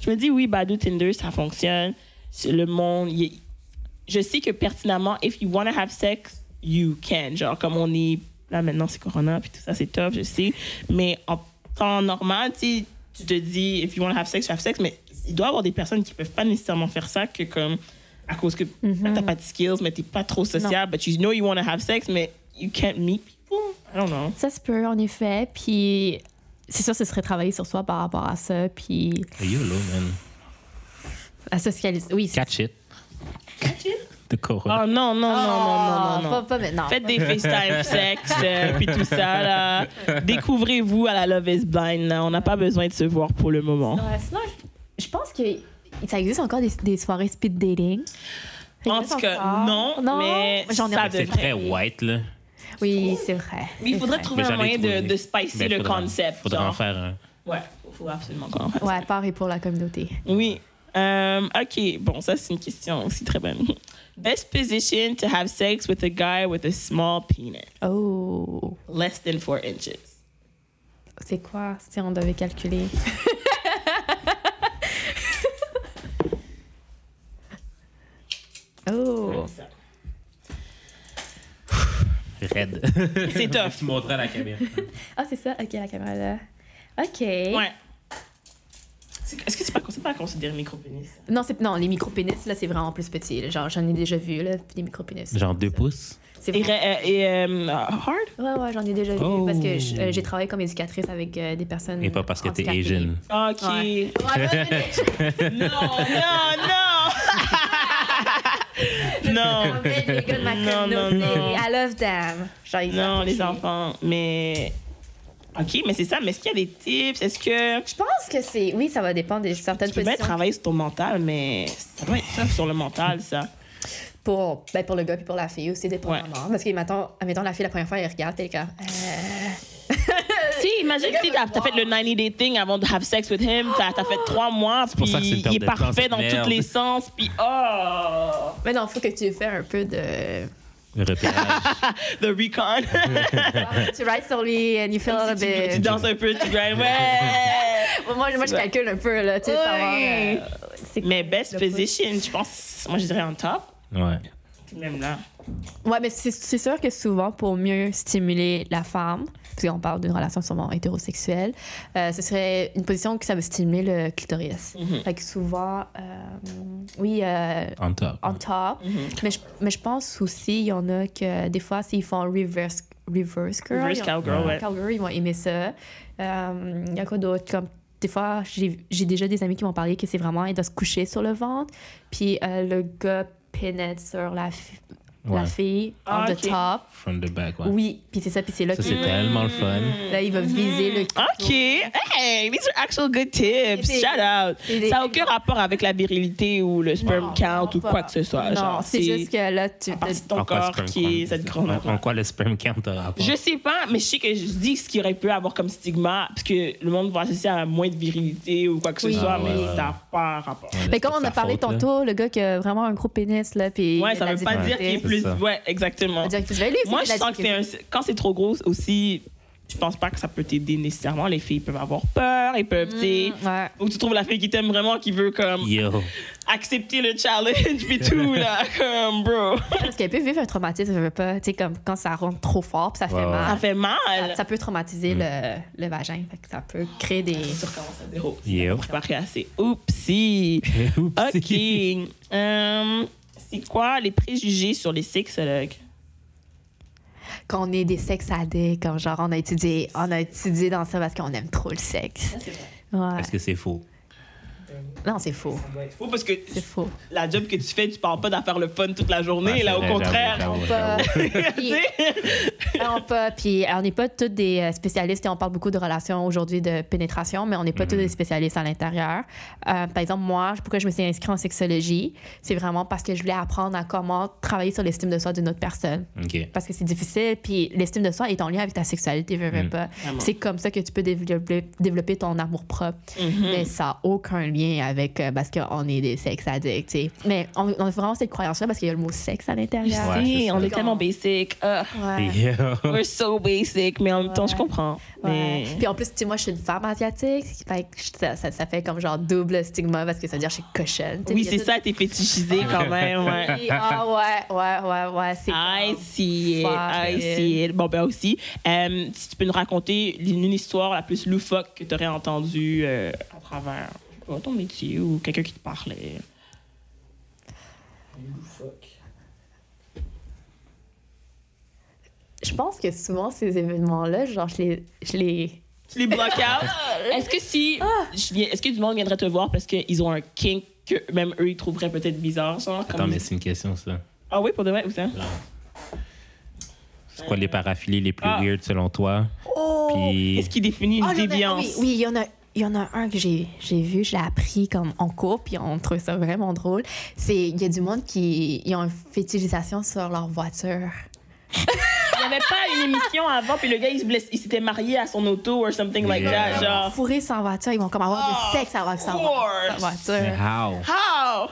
je me dis, oui, Badoo, Tinder, ça fonctionne. C'est Le monde, il est- je sais que pertinemment, if you want to have sex, you can. Genre, comme on est là maintenant, c'est Corona, puis tout ça, c'est top, je sais. Mais en temps normal, tu sais, tu te dis, if you want to have sex, you have sex. Mais il doit y avoir des personnes qui peuvent pas nécessairement faire ça, que comme, à cause que t'as pas de skills, mais t'es pas trop sociable, but you know you want to have sex, mais you can't meet people. I don't know. Ça se peut en effet, puis c'est sûr ce serait travailler sur soi par rapport à ça puis YOLO, man. à socialiser. Oui. Catch it. Catch it? The corona. Oh non, non, non, non, non, non, non. Ah, Pas, pas maintenant. Faites des FaceTime sexe, euh, puis tout ça, là. Découvrez-vous à la Love is Blind, là. On n'a pas besoin de se voir pour le moment. Ouais, sinon je- je pense que ça existe encore des, des soirées speed dating. Ça En existe tout cas, encore. non, mais j'en ai ça entendu c'est devrait. très white, là. Oui, c'est vrai. Mais il c'est faudrait vrai. trouver Mais un j'en ai moyen de, trouvé. de spicer Ben, le faudra- concept. Faudra genre. en faire un. Ouais, il faut absolument qu'on en fasse. Ouais, par et pour la communauté. Oui. Um, OK, bon, ça, c'est une question aussi très bonne. Best position to have sex with a guy with a small penis, Oh, less than 4 inches. c'est quoi si on devait calculer Oh, Red. C'est tough. tu montreras la caméra. ah c'est ça. Ok la caméra là. Ok. Ouais. C'est- Est-ce que c'est pas, c'est pas considéré micro-pénis? Non c'est non les micro pénis là c'est vraiment plus petit. là. Genre j'en ai déjà vu là des micro pénis. Genre deux pouces. C'est Et, vrai. euh, et euh, hard? Ouais ouais j'en ai déjà vu Oh. parce que je- euh, j'ai travaillé comme éducatrice avec euh, des personnes. Et pas parce que t'es handicapées. Asian. Ok. Ouais. Ouais, ouais, ouais, Non, non, non. ouais, ouais, les gars de ma Non, non, communauté. non. I love them. Genre, ils non, non, sont les touchés. enfants. Mais. Ok, mais c'est ça. Mais est-ce qu'il y a des tips? Est-ce que. Je pense que c'est. Oui, ça va dépendre de certaines Tu peux bien positions. travailler sur ton mental, mais ça doit être tough sur le mental, ça. Pour, ben, pour le gars puis pour la fille aussi, dépendamment. Parce que, mettons, admettons, la fille, la première fois, elle regarde, t'es comme. euh, Si, imagine que t'as t'as fait le 90 day thing avant de have sex with him. T'as t'as fait trois mois, pour ça que c'est puis une il perte est de temps, parfait cette dans tous merde. les sens, puis oh! Mais non, faut que tu fasses un peu de. Repérage. The recon. tu rides sur lui and you feel a tu, bit. tu danses un peu, tu grindes. Ouais! moi, moi, je calcule un peu, là, tu sais, savoir. euh, c'est- Mais best Le pouce. position, je pense, moi je dirais en top. Ouais. Même là. euh, Ouais, mais c'est c'est sûr que souvent, pour mieux stimuler la femme, puisqu'on parle d'une relation souvent hétérosexuelle, euh, ce serait une position que ça veut stimuler le clitoris. Fait que souvent, euh, oui, euh, On top. on top. Mais, je, mais je pense aussi, il y en a que des fois, s'ils font reverse, reverse girl. Reverse ils ont- cowgirl, ouais. Calgary, ils vont aimer ça. Euh, Il y a quoi d'autre? Comme, des fois, j'ai j'ai déjà des amis qui m'ont parlé que c'est vraiment, il doit se coucher sur le ventre, puis euh, le gars pénètre sur la, fi- la Ouais. fille, Ah, on the ok. top. From the back, ouais. Oui, puis c'est ça, puis c'est là Ça, que c'est tellement le fun. là, il va viser le... Mm. OK. Hey, these are actual good tips. Et des- Shout out. et des- Ça n'a aucun rapport avec la virilité ou le sperm count ou pas. quoi que ce soit. Non, Genre, c'est juste que là, tu... la partie de ton En quoi le corps sperm qui est count- cette grande en- En quoi le sperm count a rapport? Je sais pas, mais je sais que je dis ce qu'il aurait pu avoir comme stigma, parce que le monde va associer à moins de virilité ou quoi que ce Oui. soit, Ah, mais ouais, ouais. ça n'a pas rapport. Ouais, Mais c'est ben, comme on sa a parlé faute, là. tantôt, le gars qui a vraiment un gros pénis, là, puis... Ouais, ça la veut pas dire qu'il est difficulté. plus. C'est ça. Ouais, exactement. Ça veut dire que tu vas lui, Moi, c'est je la sens que c'est difficulté. un- quand c'est trop gros aussi, je pense pas que ça peut t'aider nécessairement. Les filles peuvent avoir peur, ils peuvent, tu sais. Ouais. Faut que tu trouves la fille qui t'aime vraiment, qui veut comme Yo. accepter le challenge puis tout là, comme bro. Parce qu'elle peut vivre un traumatisme, je veux pas, tu sais, comme quand ça rentre trop fort, puis ça fait Ouais, ouais. Ça mal. fait mal. Ah. Ça, ça peut traumatiser le, le vagin. Fait que ça peut créer des. Tu recommences à zéro. Yo. Préparé assez. Oupsie. Ok. Oupsie. Hum, c'est quoi les préjugés sur les sexologues? Qu'on est des sexes addicts, comme genre on a étudié, on a étudié dans ça parce qu'on aime trop le sexe. Ouais. Est-ce que c'est faux? Non, c'est faux. Faut parce que C'est faux. la job que tu fais, tu parles pas d'affaire le fun toute la journée. Ouais, là, c'est au vrai, contraire, j'avoue, j'avoue, Pas- j'avoue. tu Puis- sais, Non, pas. Puis on n'est pas tous des euh, spécialistes et on parle beaucoup de relations aujourd'hui de pénétration, mais on n'est pas tous des spécialistes à l'intérieur. Euh, par exemple, moi, pourquoi je me suis inscrite en sexologie, c'est vraiment parce que je voulais apprendre à comment travailler sur l'estime de soi d'une autre personne. Ok. Parce que c'est difficile, puis l'estime de soi est en lien avec ta sexualité, veux, veux Mm. pas. Vraiment. C'est comme ça que tu peux développer, développer ton amour propre. Mais ça n'a aucun lien avec euh, parce qu'on est des sexes addicts. tu sais. Mais on, on a vraiment cette croyance-là parce qu'il y a le mot sexe à l'intérieur. Ouais, c'est ça. on est tellement basic. Ah, Ouais. Yo. we're so basic, mais en même temps, je comprends. Ouais. Mais... Puis en plus, tu sais, moi, je suis une femme asiatique. Fait que je- ça, ça- ça fait comme genre double stigma parce que ça veut dire que je suis cochonne. Tu sais, Oui, il y a c'est tout- ça, t'es fétichisé quand même. Ouais. Puis, Ah ouais, ouais, ouais, ouais. C'est I see it, Fuck I it. see it. Bon, ben aussi, euh, si tu peux nous raconter une une histoire la plus loufoque que tu aurais entendue euh, à travers je sais pas, ton métier ou quelqu'un qui te parlait. Je pense que souvent, ces événements-là, genre, je les. Je les... Ah! Tu les bloques out. Est-ce que si. je viens- Est-ce que du monde viendrait te voir parce qu'ils ont un kink que même eux, ils trouveraient peut-être bizarre, genre? comme- Attends, mais c'est une question, ça. Ah oui, pour de vrai, ou ça? C'est quoi les paraphilies les plus Euh. Ah. weird selon toi? Oh! Puis. Qu'est-ce qui définit une Ah, j'en ai- déviance? Oui, oui, il y en a. Il y en a un que j'ai j'ai vu, je l'ai appris comme en cours, puis on trouve ça vraiment drôle. C'est il y a du monde qui ils ont une fétichisation sur leur voiture. Il n'y avait pas une émission avant, puis le gars, il se blesse- il s'était marié à son auto or something like Yeah. that, genre. Fourrés sans voiture, ils vont comme avoir Ah. Of du sexe avec sa course. sa voiture. Mais how? Euh, How?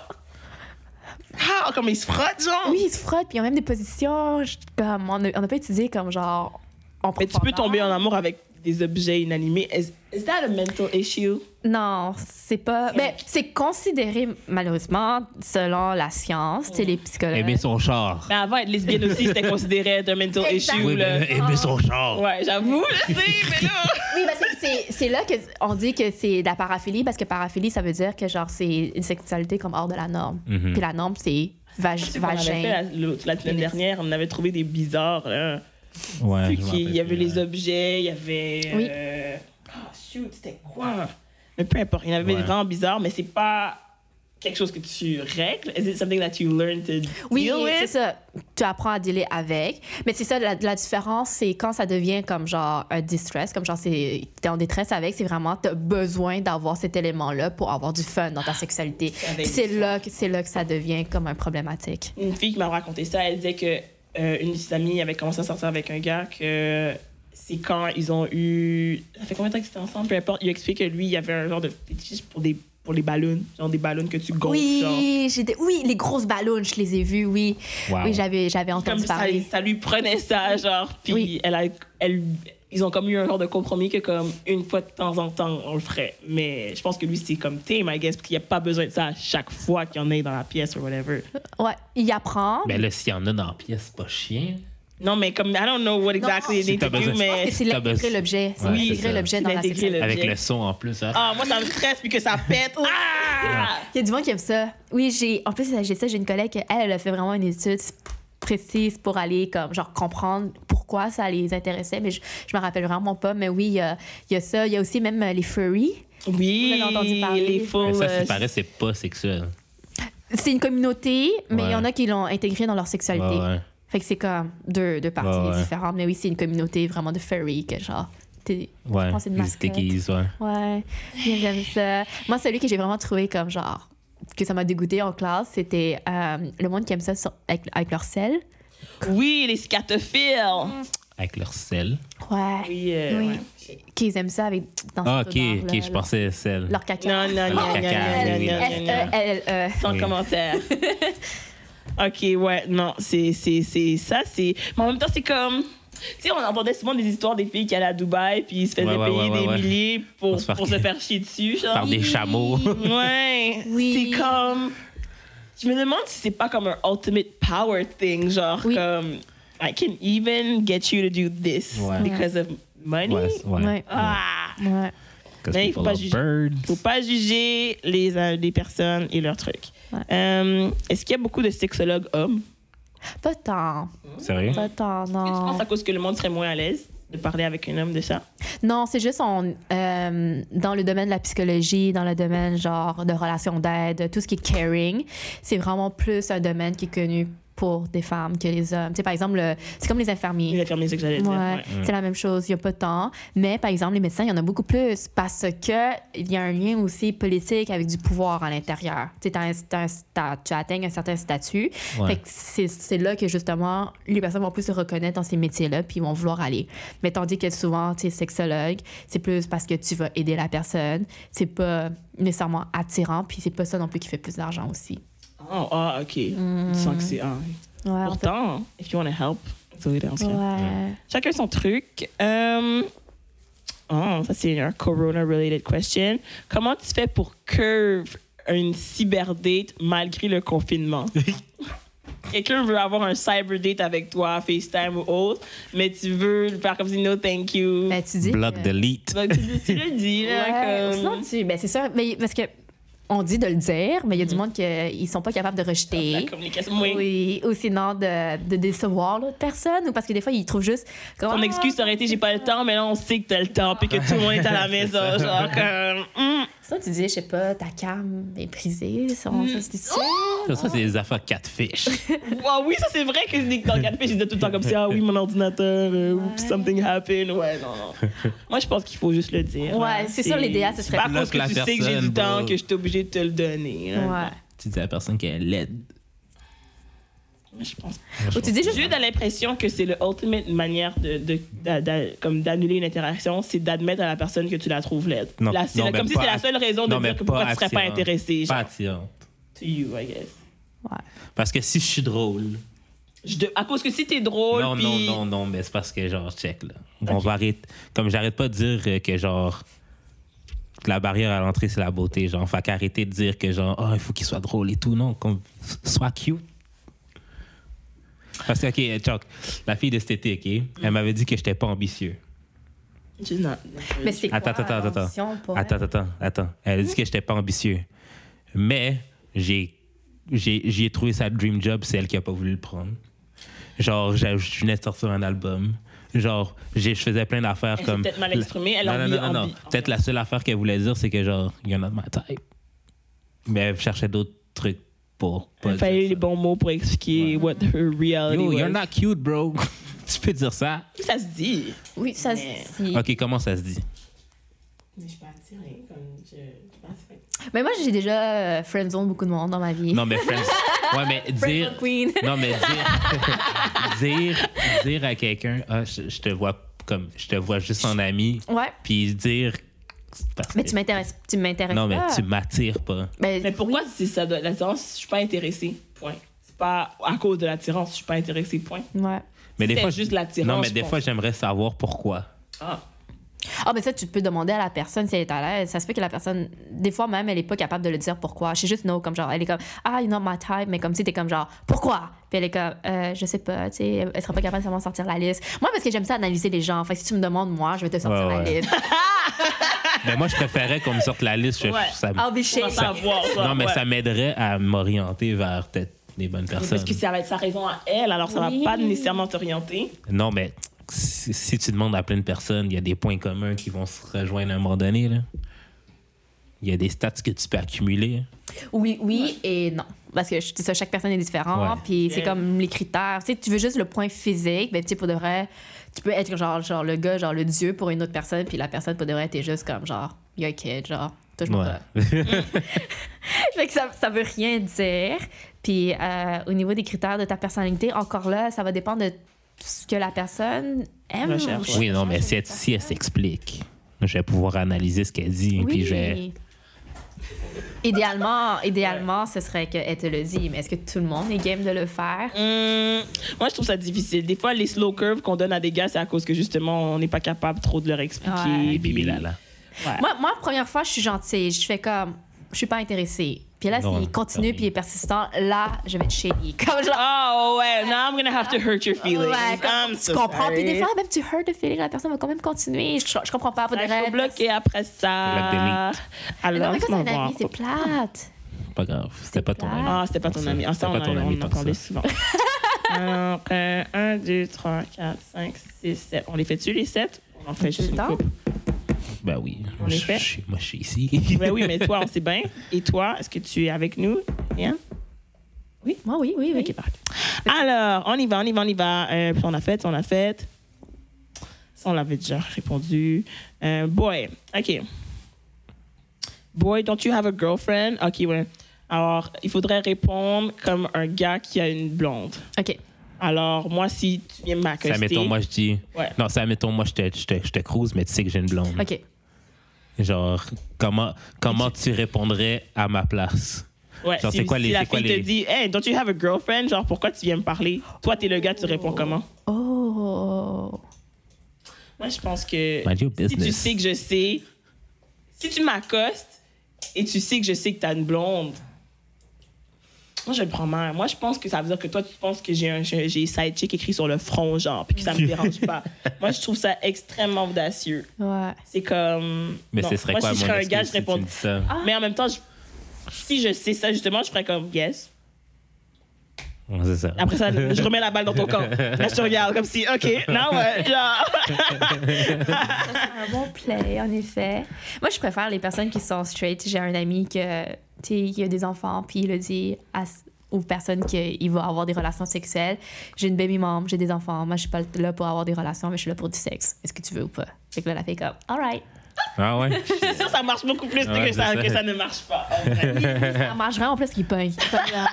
How? Comme il se frotte, genre? Oui, ils se frottent, puis ils ont même des positions je- comme on n'a pas étudié comme genre. En Mais tu peux profondeur. tomber en amour avec des objets inanimés. Is, is that a mental issue? Non, c'est pas. Mais c'est considéré malheureusement selon la science, tu sais, les psychologues. Aimer son char. Mais avant, être lesbienne aussi, c'était considéré être un mental Exact. issue. Oui, ben oh. là. mais aimer son char. Ouais, j'avoue, je sais, mais là. Oui, parce que c'est- c'est là que on dit que c'est de la paraphilie parce que paraphilie ça veut dire que genre c'est une sexualité comme hors de la norme. Mhm. Puis la norme c'est vag- On avait fait la, vagin. le- la semaine dernière, on avait trouvé des bizarres. hein. là. Ouais. Puis je m'en qu'il- il y rappelle avait plus, les ouais. objets, il y avait. Oui. euh, ah, shoot, c'était quoi? Mais peu importe, il y en avait Ouais. vraiment bizarres, mais c'est pas quelque chose que tu règles. Is it something that you learn to Oui, deal c'est with? ça. Tu apprends à dealer avec. Mais c'est ça, la, la différence, c'est quand ça devient comme genre un distress, comme genre c'est t'es en détresse avec, c'est vraiment t'as besoin d'avoir cet élément-là pour avoir du fun dans ta sexualité. Ah, Avec Puis C'est du là, que- c'est là que ça devient comme un problématique. une fille qui m'a raconté ça, elle disait que euh, une de ses amies avait commencé à sortir avec un gars que c'est quand ils ont eu ça fait combien de temps qu'ils étaient ensemble peu importe, il explique que lui il avait un genre de fétiche pour des pour les ballons, genre des ballons que tu gonfles genre. Oui, j'ai des- oui, les grosses ballons, je les ai vues, oui. Wow. Oui, j'avais j'avais Comme entendu ça, parler. ça lui prenait ça genre puis Oui. elle a elle ils ont comme eu un genre de compromis que comme une fois de temps en temps, on le ferait. Mais je pense que lui, c'est comme thème, I guess, parce qu'il n'y a pas besoin de ça à chaque fois qu'il y en ait dans la pièce ou whatever. Ouais, il apprend. Mais Ben là, s'il y en a dans la pièce, c'est pas chien. Non, mais comme, I don't know what exactly Si they t'as need to do, besoin- mais... Et c'est Ah, ben, l'intégrer c'est- l'objet. C'est Ouais, c'est l'intégrer ça. l'objet dans la L'intégrer section. le- Avec Objet. le son en plus. hein. Ah, moi, ça me stresse, puis que ça pète. Ah! Il y a du monde qui aime ça. Oui, j'ai. En plus, j'ai ça, j'ai une collègue, elle, elle a fait vraiment une étude précise pour aller, comme, genre, comprendre pourquoi ça les intéressait, mais je, je me rappelle vraiment pas. Mais oui, il y a, il y a ça. Il y a aussi même euh, les furries. Oui, Vous avez entendu parler. les faux... Mais ça, euh, c'est pareil, c'est pas sexuel. C'est une communauté, mais il y en Ouais. a qui l'ont intégré dans leur Ah, Ouais, sexualité. ouais. Fait que c'est comme deux, deux parties Ouais, ouais. différentes. Mais oui, c'est une communauté vraiment de furry, que genre, t'es. Ouais. Oh, c'est une Ils se mascotte. déguisent, ouais. Ouais, j'aime ça. Moi, celui que j'ai vraiment trouvé comme genre, que ça m'a dégoûté en classe, c'était euh, le monde qui aime ça sur- avec, avec leur sel. Oui, les scatophiles. Avec leur sel. Ouais. Oui, euh, ouais. Qu'ils aiment ça avec. Dans Ah, cette ok, odeur-là, ok, je là. pensais sel. Leur caca. E Non, non, non, Leur non, non, caca, non, oui, non, leur non, caca. non. S-E-L-E. Sans Oui. commentaire. ok, ouais, non, c'est c'est- c'est- ça, c'est. Mais en même temps, c'est comme. Tu sais, on entendait souvent des histoires des filles qui allaient à Dubaï, puis ils se faisaient Ouais, ouais, payer ouais, ouais, des ouais. milliers pour, Pour se faire- pour se faire chier dessus. Genre. Par des chameaux. Ouais. Oui. C'est comme. Je me demande si c'est pas comme un ultimate power thing, genre Oui. comme. I can even get you to do this Ouais. because of money. Ouais, c'est- ouais. Ouais. Ah! Ouais. Cause Mais il faut people pas are juger. birds. faut pas juger les, euh, les personnes et leurs trucs. Ouais. Euh, Est-ce qu'il y a beaucoup de sexologues hommes? Pas tant. Sérieux? Pas tant, Est-ce que tu non. penses à cause que le monde serait moins à l'aise de parler avec un homme de ça? Non, c'est juste on, euh, dans le domaine de la psychologie, dans le domaine genre de relations d'aide, tout ce qui est caring, c'est vraiment plus un domaine qui est connu pour des femmes que les hommes. Tu sais, par exemple, le- c'est comme les infirmiers. Il a fermé ce que j'allais dire. Ouais, ouais. c'est la même chose, il n'y a pas tant. Mais par exemple, les médecins, il y en a beaucoup plus parce que il y a un lien aussi politique avec du pouvoir à l'intérieur. Tu sais, t'as un- t'as un- t'as- tu atteignes un certain statut. Ouais. Fait que c'est c'est là que justement, les personnes vont plus se reconnaître dans ces métiers-là puis ils vont vouloir aller. Mais tandis que souvent, tu es sexologue, c'est plus parce que tu vas aider la personne. C'est pas nécessairement attirant puis c'est pas ça non plus qui fait plus d'argent aussi. Oh, ah, ok. Tu sens Mm. que c'est. ah, ouais. Ouais, en fait, Pourtant, if you want to help, it's a way to ask. ouais. Chacun son truc. Euh, oh, ça, c'est un corona-related question. Comment tu fais pour curve une cyberdate malgré le confinement? Quelqu'un veut avoir un cyberdate avec toi, FaceTime ou autre, mais tu veux le faire comme si no thank you. Ben, tu dis Block que- delete. Donc, tu, tu le dis, là, Ouais, comme- sinon, tu- ben, c'est ça. Mais, parce que on dit de le dire, mais il y a du monde qui sont pas capables de Mm. La rejeter. communication, oui. Oui, ou sinon de, de décevoir l'autre personne, ou parce que des fois, ils trouvent juste. comme, Ton Ah, excuse aurait été j'ai pas le temps, mais là on sait que t'as le temps puis que tout le monde est à la maison. Genre, comme. hum. Sinon, tu dis, je sais pas, ta cam est brisée. Ça, Mm. ça, c'est sûr. Oh! Ça, ça, c'est des affaires catfish. Ah oui, ça c'est vrai que Nick dans le café, je disais tout le temps comme ça, ah oui, mon ordinateur, euh, oups, something happened. Ouais, non, non. Moi, je pense qu'il faut juste le dire. hein. Ouais, c'est ça, l'idéal, ce serait- pas parce que Bloque tu la sais que j'ai du personne, temps bro. que je suis obligée de te le donner. hein. là. Ouais. tu dis à la personne qu'elle est laide. Je pense. Ou tu dis juste. J'ai eu dans l'impression que c'est l'ultimate manière de, de- d'a- d'a- comme d'annuler une interaction, c'est d'admettre à la personne que tu la trouves laide. Non, La- c'est non, la- mais comme si pas c'était la att- seule raison de non, mais dire que pourquoi tu serais pas attirante. intéressé. Pas Genre, attirante. to you, I guess. Ouais. Parce que si je suis drôle. Je de- à cause que si t'es drôle, non, puis non, non, non, mais c'est parce que, genre, check, là. On va arrêter. Comme j'arrête pas de dire euh, que, genre, que la barrière à l'entrée, c'est la beauté, genre. Fait qu'arrêter de dire que, genre, oh, il faut qu'il soit drôle et tout, non. Comme, sois cute. Parce que, OK, Chuck, la fille de cet été, OK, elle m'avait dit que j'étais pas ambitieux. She's not- Mais c'est Attends, quoi, attends, la attends, notion attends. pour hein? elle? Attends, attends, attends. Elle a Hmm? dit que j'étais pas ambitieux. Mais j'ai j'ai j'y ai trouvé sa dream job, c'est elle qui a pas voulu le prendre. Genre, j'ai- je venais de sortir un album. Genre, j'ai- je faisais plein d'affaires Elle s'est comme. peut-être mal exprimée, elle a non, non, envie- non, non, non. envie- Peut-être la seule affaire qu'elle voulait dire, c'est que genre, you're not my type. Mais elle cherchait d'autres trucs pour. pas Il fallait dire les ça. bons mots pour expliquer what her reality Yo, was. you're not cute, bro. tu peux dire ça? Ça se dit. Oui, ça, Mais- c'est. Ok, comment ça se dit? Mais je suis pas attirée. Comme je... Mais moi, j'ai déjà euh, friendzone beaucoup de monde dans ma vie. Non, mais friends. Ouais, mais dire. Friendzone Queen. Non, mais dire, dire, dire à quelqu'un, ah, je, je te vois comme, je te vois juste en ami, Ouais. puis dire. c'est parce Mais que- tu m'intéresses. Tu m'intéresses. Non, mais pas. tu m'attires pas. Ben, Mais pourquoi c'est ça doit- l'attirance? Je suis pas intéressée. Point. C'est pas à cause de l'attirance. Je suis pas intéressée. Point. Ouais. Mais des C'est fois, juste je- l'attirance, Non, mais je des pense. fois, j'aimerais savoir pourquoi. Ah. Ah, ben ça, tu peux demander à la personne si elle est à l'aise. Ça se peut que la personne, des fois même, elle est pas capable de le dire pourquoi. Je sais juste no, comme genre, elle est comme, ah, you're not my type, mais comme si t'es comme genre, pourquoi? Puis elle est comme, Euh, je sais pas, tu sais, elle elle sera pas capable de vraiment sortir la liste. Moi, parce que j'aime ça analyser les gens. Fait que si tu me demandes, moi, je vais te sortir Ouais, la ouais. liste. Mais moi, je préférais qu'on me sorte la liste. je- Ouais. ça me- I'll be Pour shaking. savoir. quoi, non, mais ouais. ça m'aiderait à m'orienter vers peut-être des bonnes personnes. Parce que ça va être sa raison à elle, alors ça Oui. va pas nécessairement t'orienter. Non, mais si, si tu demandes à plein de personnes, il y a des points communs qui vont se rejoindre à un moment donné. là. Il y a des stats que tu peux accumuler. Oui, oui et non. Parce que je- c'est ça, chaque personne est différente, Ouais. puis c'est Yeah. comme les critères. Tu sais, tu veux juste le point physique, ben tu sais, pour de vrai, tu peux être genre, genre le gars, genre le dieu pour une autre personne, puis la personne pour de vrai, t'es juste comme genre, you're a kid, genre, touche-moi pas. Ouais. Fait que ça, ça veut rien dire. Puis euh, au niveau des critères de ta personnalité, encore là, ça va dépendre de ce que la personne aime. Recherche, ou oui, non, mais cherche si elle, chez si elle s'explique, je vais pouvoir analyser ce qu'elle dit. une Puis je vais- personne. Idéalement, idéalement, ce serait qu'elle te le dise, mais est-ce que tout le monde est game de le faire? Hum, moi, je trouve ça difficile. Des fois, les slow curves qu'on donne à des gars, c'est à cause que justement, on n'est pas capable trop de leur expliquer. Ouais. puis- Bibi Lala. Ouais. Moi, moi, la première fois, je suis gentille. Je fais comme, je suis pas intéressée. Puis là, Non, s'il continue pareil. puis il est persistant, là, je vais être shady. Comme genre, Oh, ouais, now I'm gonna have to hurt your feelings. ouais, I'm comme, tu so comprends. Puis des sorry. fois, même tu hurt the feeling, la personne va quand même continuer. Je, Bah, je comprends pas. Pour Ah, des Je suis rêves. bloquée après Block ça. Ah, delete. Mais non, Alors, mais quand c'est laisse-moi un ami, voir. c'est plate. Pas grave, c'était pas ton plate. ami. Ah, c'était pas ton ami. Ah, C'était ça, on, pas ton a- ami, on tant que entendait ça. souvent. 1, 2, 3, 4, 5, 6, 7. On les fait tu les 7 On en fait juste le une temps. coupe. Ben oui, En je, effet. je suis- moi je suis ici. Ben oui, mais toi, on sait bien. Et toi, est-ce que tu es avec nous? Bien. Moi, oui, oui, oui. Ok, parfait. Alors, on y va, on y va, on y va. Euh, puis on a fait, on a fait. Ça, On l'avait déjà répondu. Euh, boy, OK. Boy, don't you have a girlfriend? OK, ouais. Alors, il faudrait répondre comme un gars qui a une blonde. OK. Alors, moi, si tu viens m'accoster... Ça, mettons, moi je dis. Ouais. Non, ça, mettons, moi je te, je, te, je te cruise, mais tu sais que j'ai une blonde. OK. Genre, comment, comment tu répondrais à ma place? Ouais, Genre, si, c'est quoi si les- la c'est quoi fille les- te dit, « Hey, don't you have a girlfriend? » Genre, pourquoi tu viens me parler? Toi, t'es le gars, tu réponds comment? Oh. Moi, je pense que Mind your si tu business. sais que je sais, si tu m'accostes et tu sais que je sais que t'as une blonde, moi, je le prends mal. Moi, je pense que ça veut dire que toi, tu penses que j'ai un j'ai j'ai side chick écrit sur le front, genre, puis que ça me dérange pas. Moi, je trouve ça extrêmement audacieux. Ouais. C'est comme. Mais non. ce serait Moi, quoi si je mon serais un excuse gars, je Ah. si tu réponds. me dis ça? Mais en même temps, je- si je sais ça, justement, je ferais comme yes. Ouais, C'est ça. Après ça, je remets la balle dans ton camp. Là, je te regarde comme si, OK, non, ouais, genre. Un bon play, en effet. Moi, je préfère les personnes qui sont straight. J'ai un ami que, tu sais, il a des enfants, puis il le dit à- aux personnes qu'il va avoir des relations sexuelles. J'ai une baby mom, j'ai des enfants. Moi, je suis pas là pour avoir des relations, mais je suis là pour du sexe. Est-ce que tu veux ou pas? Fait que là, la fille est comme, all right. Ah ouais? C'est sûr, ça marche beaucoup plus Ouais, que, ça, c'est ça. que ça ne marche pas. en vrai. ça marcherait en plus qu'il pogne. Comme là.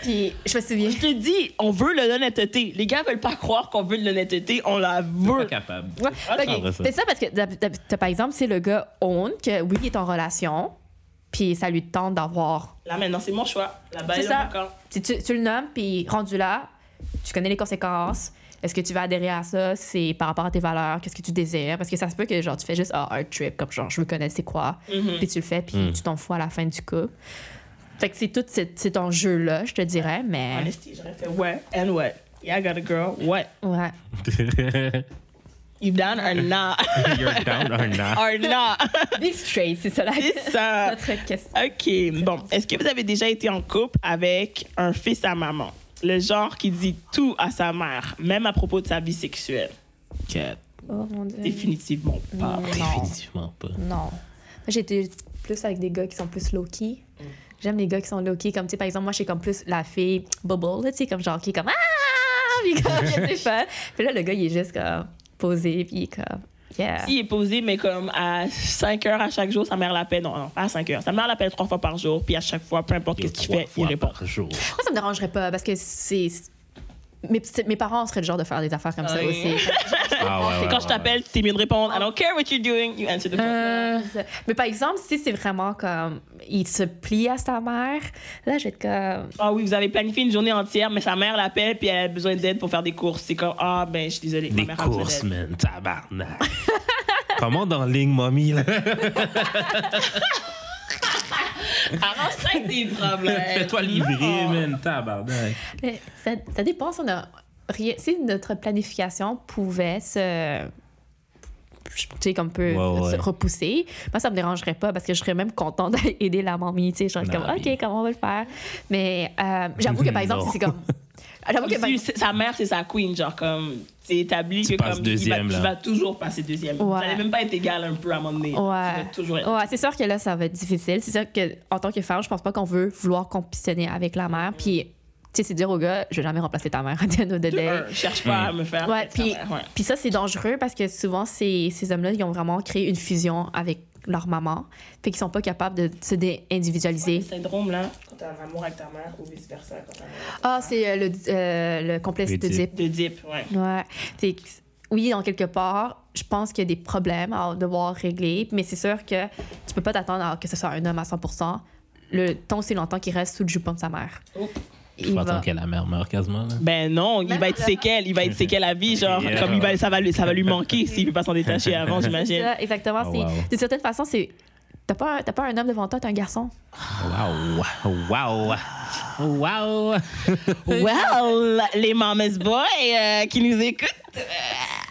Puis, je me souviens. Je te dis, on veut de l'honnêteté. Les gars veulent pas croire qu'on veut de l'honnêteteté, on la Pas veut. capable. Ouais, je ok. comprends ça. C'est ça parce que d'hab- d'hab- t'as, par exemple, c'est le gars own que oui, il est en relation, puis ça lui tente d'avoir. Là maintenant, c'est mon choix. La balle C'est est ça. encore. Tu, tu, tu le nommes, puis rendu là, tu connais les conséquences. Est-ce que tu vas adhérer à ça? C'est par rapport à tes valeurs, qu'est-ce que tu désires? Parce que ça se peut que genre tu fais juste ah, un trip, comme genre je veux connaître c'est quoi, puis tu le fais, puis tu t'en fous à la fin du couple. Fait que c'est tout cet, cet enjeu-là, je te dirais, mais. Honesty, j'aurais fait ouais and what. Yeah, I got a girl. What? Ouais. You down or not? You're down or not? or not? Be straight, c'est ça la C'est ça. notre question. OK. Bon, est-ce que vous avez déjà été en couple avec un fils à maman? Le genre qui dit tout à sa mère, même à propos de sa vie sexuelle. Oh mon dieu. Définitivement pas. Non. Définitivement pas. Non. Moi, j'ai été plus avec des gars qui sont plus low-key. J'aime les gars qui sont low-key. Comme, tu sais, par exemple, moi, je suis comme plus la fille bubble, là, tu sais, comme genre qui est comme Ah! Puis comme, il y a des fun. Puis là, le gars, il est juste comme posé, puis il est comme Yeah. S'il est posé, mais comme à 5 heures à chaque jour, sa mère l'appelle. Non, non, pas à 5 heures. Sa mère l'appelle trois fois par jour, puis à chaque fois, peu importe qu'est-ce qu'il Trois fait, il fois répond. par jour. Moi, ça me dérangerait pas parce que c'est. Mes, petits- mes parents seraient le genre de faire des affaires comme ça Oui. aussi. Ah, ouais, ouais, Quand je ouais, t'appelle, t'es mieux de répondre. I don't care what you're doing, you answer the phone. Euh. Mais par exemple, si c'est vraiment comme il se plie à sa mère, là je vais être comme Ah oui, vous avez planifié une journée entière, mais sa mère l'appelle puis elle a besoin d'aide pour faire des courses. C'est comme, ah ben, je suis désolée. ouais. Des ma mère a besoin courses, d'aide. man. Tabarnak. Comment dans ligne, mommy, là? Arrange-toi avec tes problèmes. Fais-toi livrer, Ben, Non. man. Tabarnak. Mais ça, ça dépend si on a rien. Si notre planification pouvait se tu sais, comme peut Ouais, ouais. se repousser. Moi, ça me dérangerait pas parce que je serais même contente d'aider la mamie. Tu sais, je serais Non, comme, mais- OK, comment on va le faire? Mais euh, j'avoue que, par exemple, Non. si c'est comme... J'avoue que, par- Aussi, c'est- sa mère, c'est sa queen, genre comme c'est établi que passes comme deuxième, il va, là. tu vas toujours passer deuxième. Ouais. Ça n'est même pas être égal un peu à un moment donné. Tu Ouais. vas toujours être. Ouais, c'est sûr que là, ça va être difficile. C'est sûr que, en tant que femme, je pense pas qu'on veut vouloir compétitionner avec la mère. Puis, tu sais, c'est dire au gars, je vais jamais remplacer ta mère à the end of the De day. un, cherche pas à me faire. Ouais, sa puis, mère, Ah, ouais. puis ça, c'est dangereux parce que souvent, ces, ces hommes-là, ils ont vraiment créé une fusion avec leur maman, puis qu'ils sont pas capables de se Le déindividualiser. syndrome là, quand t'as un amour avec ta mère ou vice versa quand t'as un amour avec ta Ah, mère. c'est euh, le, euh, le complexe Oedip. de Dip. de dip, ouais. Ouais. Fait que, oui, en quelque part, je pense qu'il y a des problèmes à devoir régler, mais c'est sûr que tu peux pas t'attendre à que ce soit un homme à 100 le temps aussi longtemps qu'il reste sous le jupon de sa mère. Oh. Il Faut va- attendre que la mère meure quasiment, là. Ben non, il va être séquelle, il va être séquelle à vie, genre Yeah. comme il va, ça va lui, ça va lui manquer s'il peut pas s'en détacher avant, C'est j'imagine. ça, exactement. Oh, c'est- wow. D'une certaine façon, c'est. T'as pas, un- t'as pas un homme devant toi, t'as un garçon. Wow. Wow. Wow. Well, les mamas boys euh, qui nous écoutent, euh,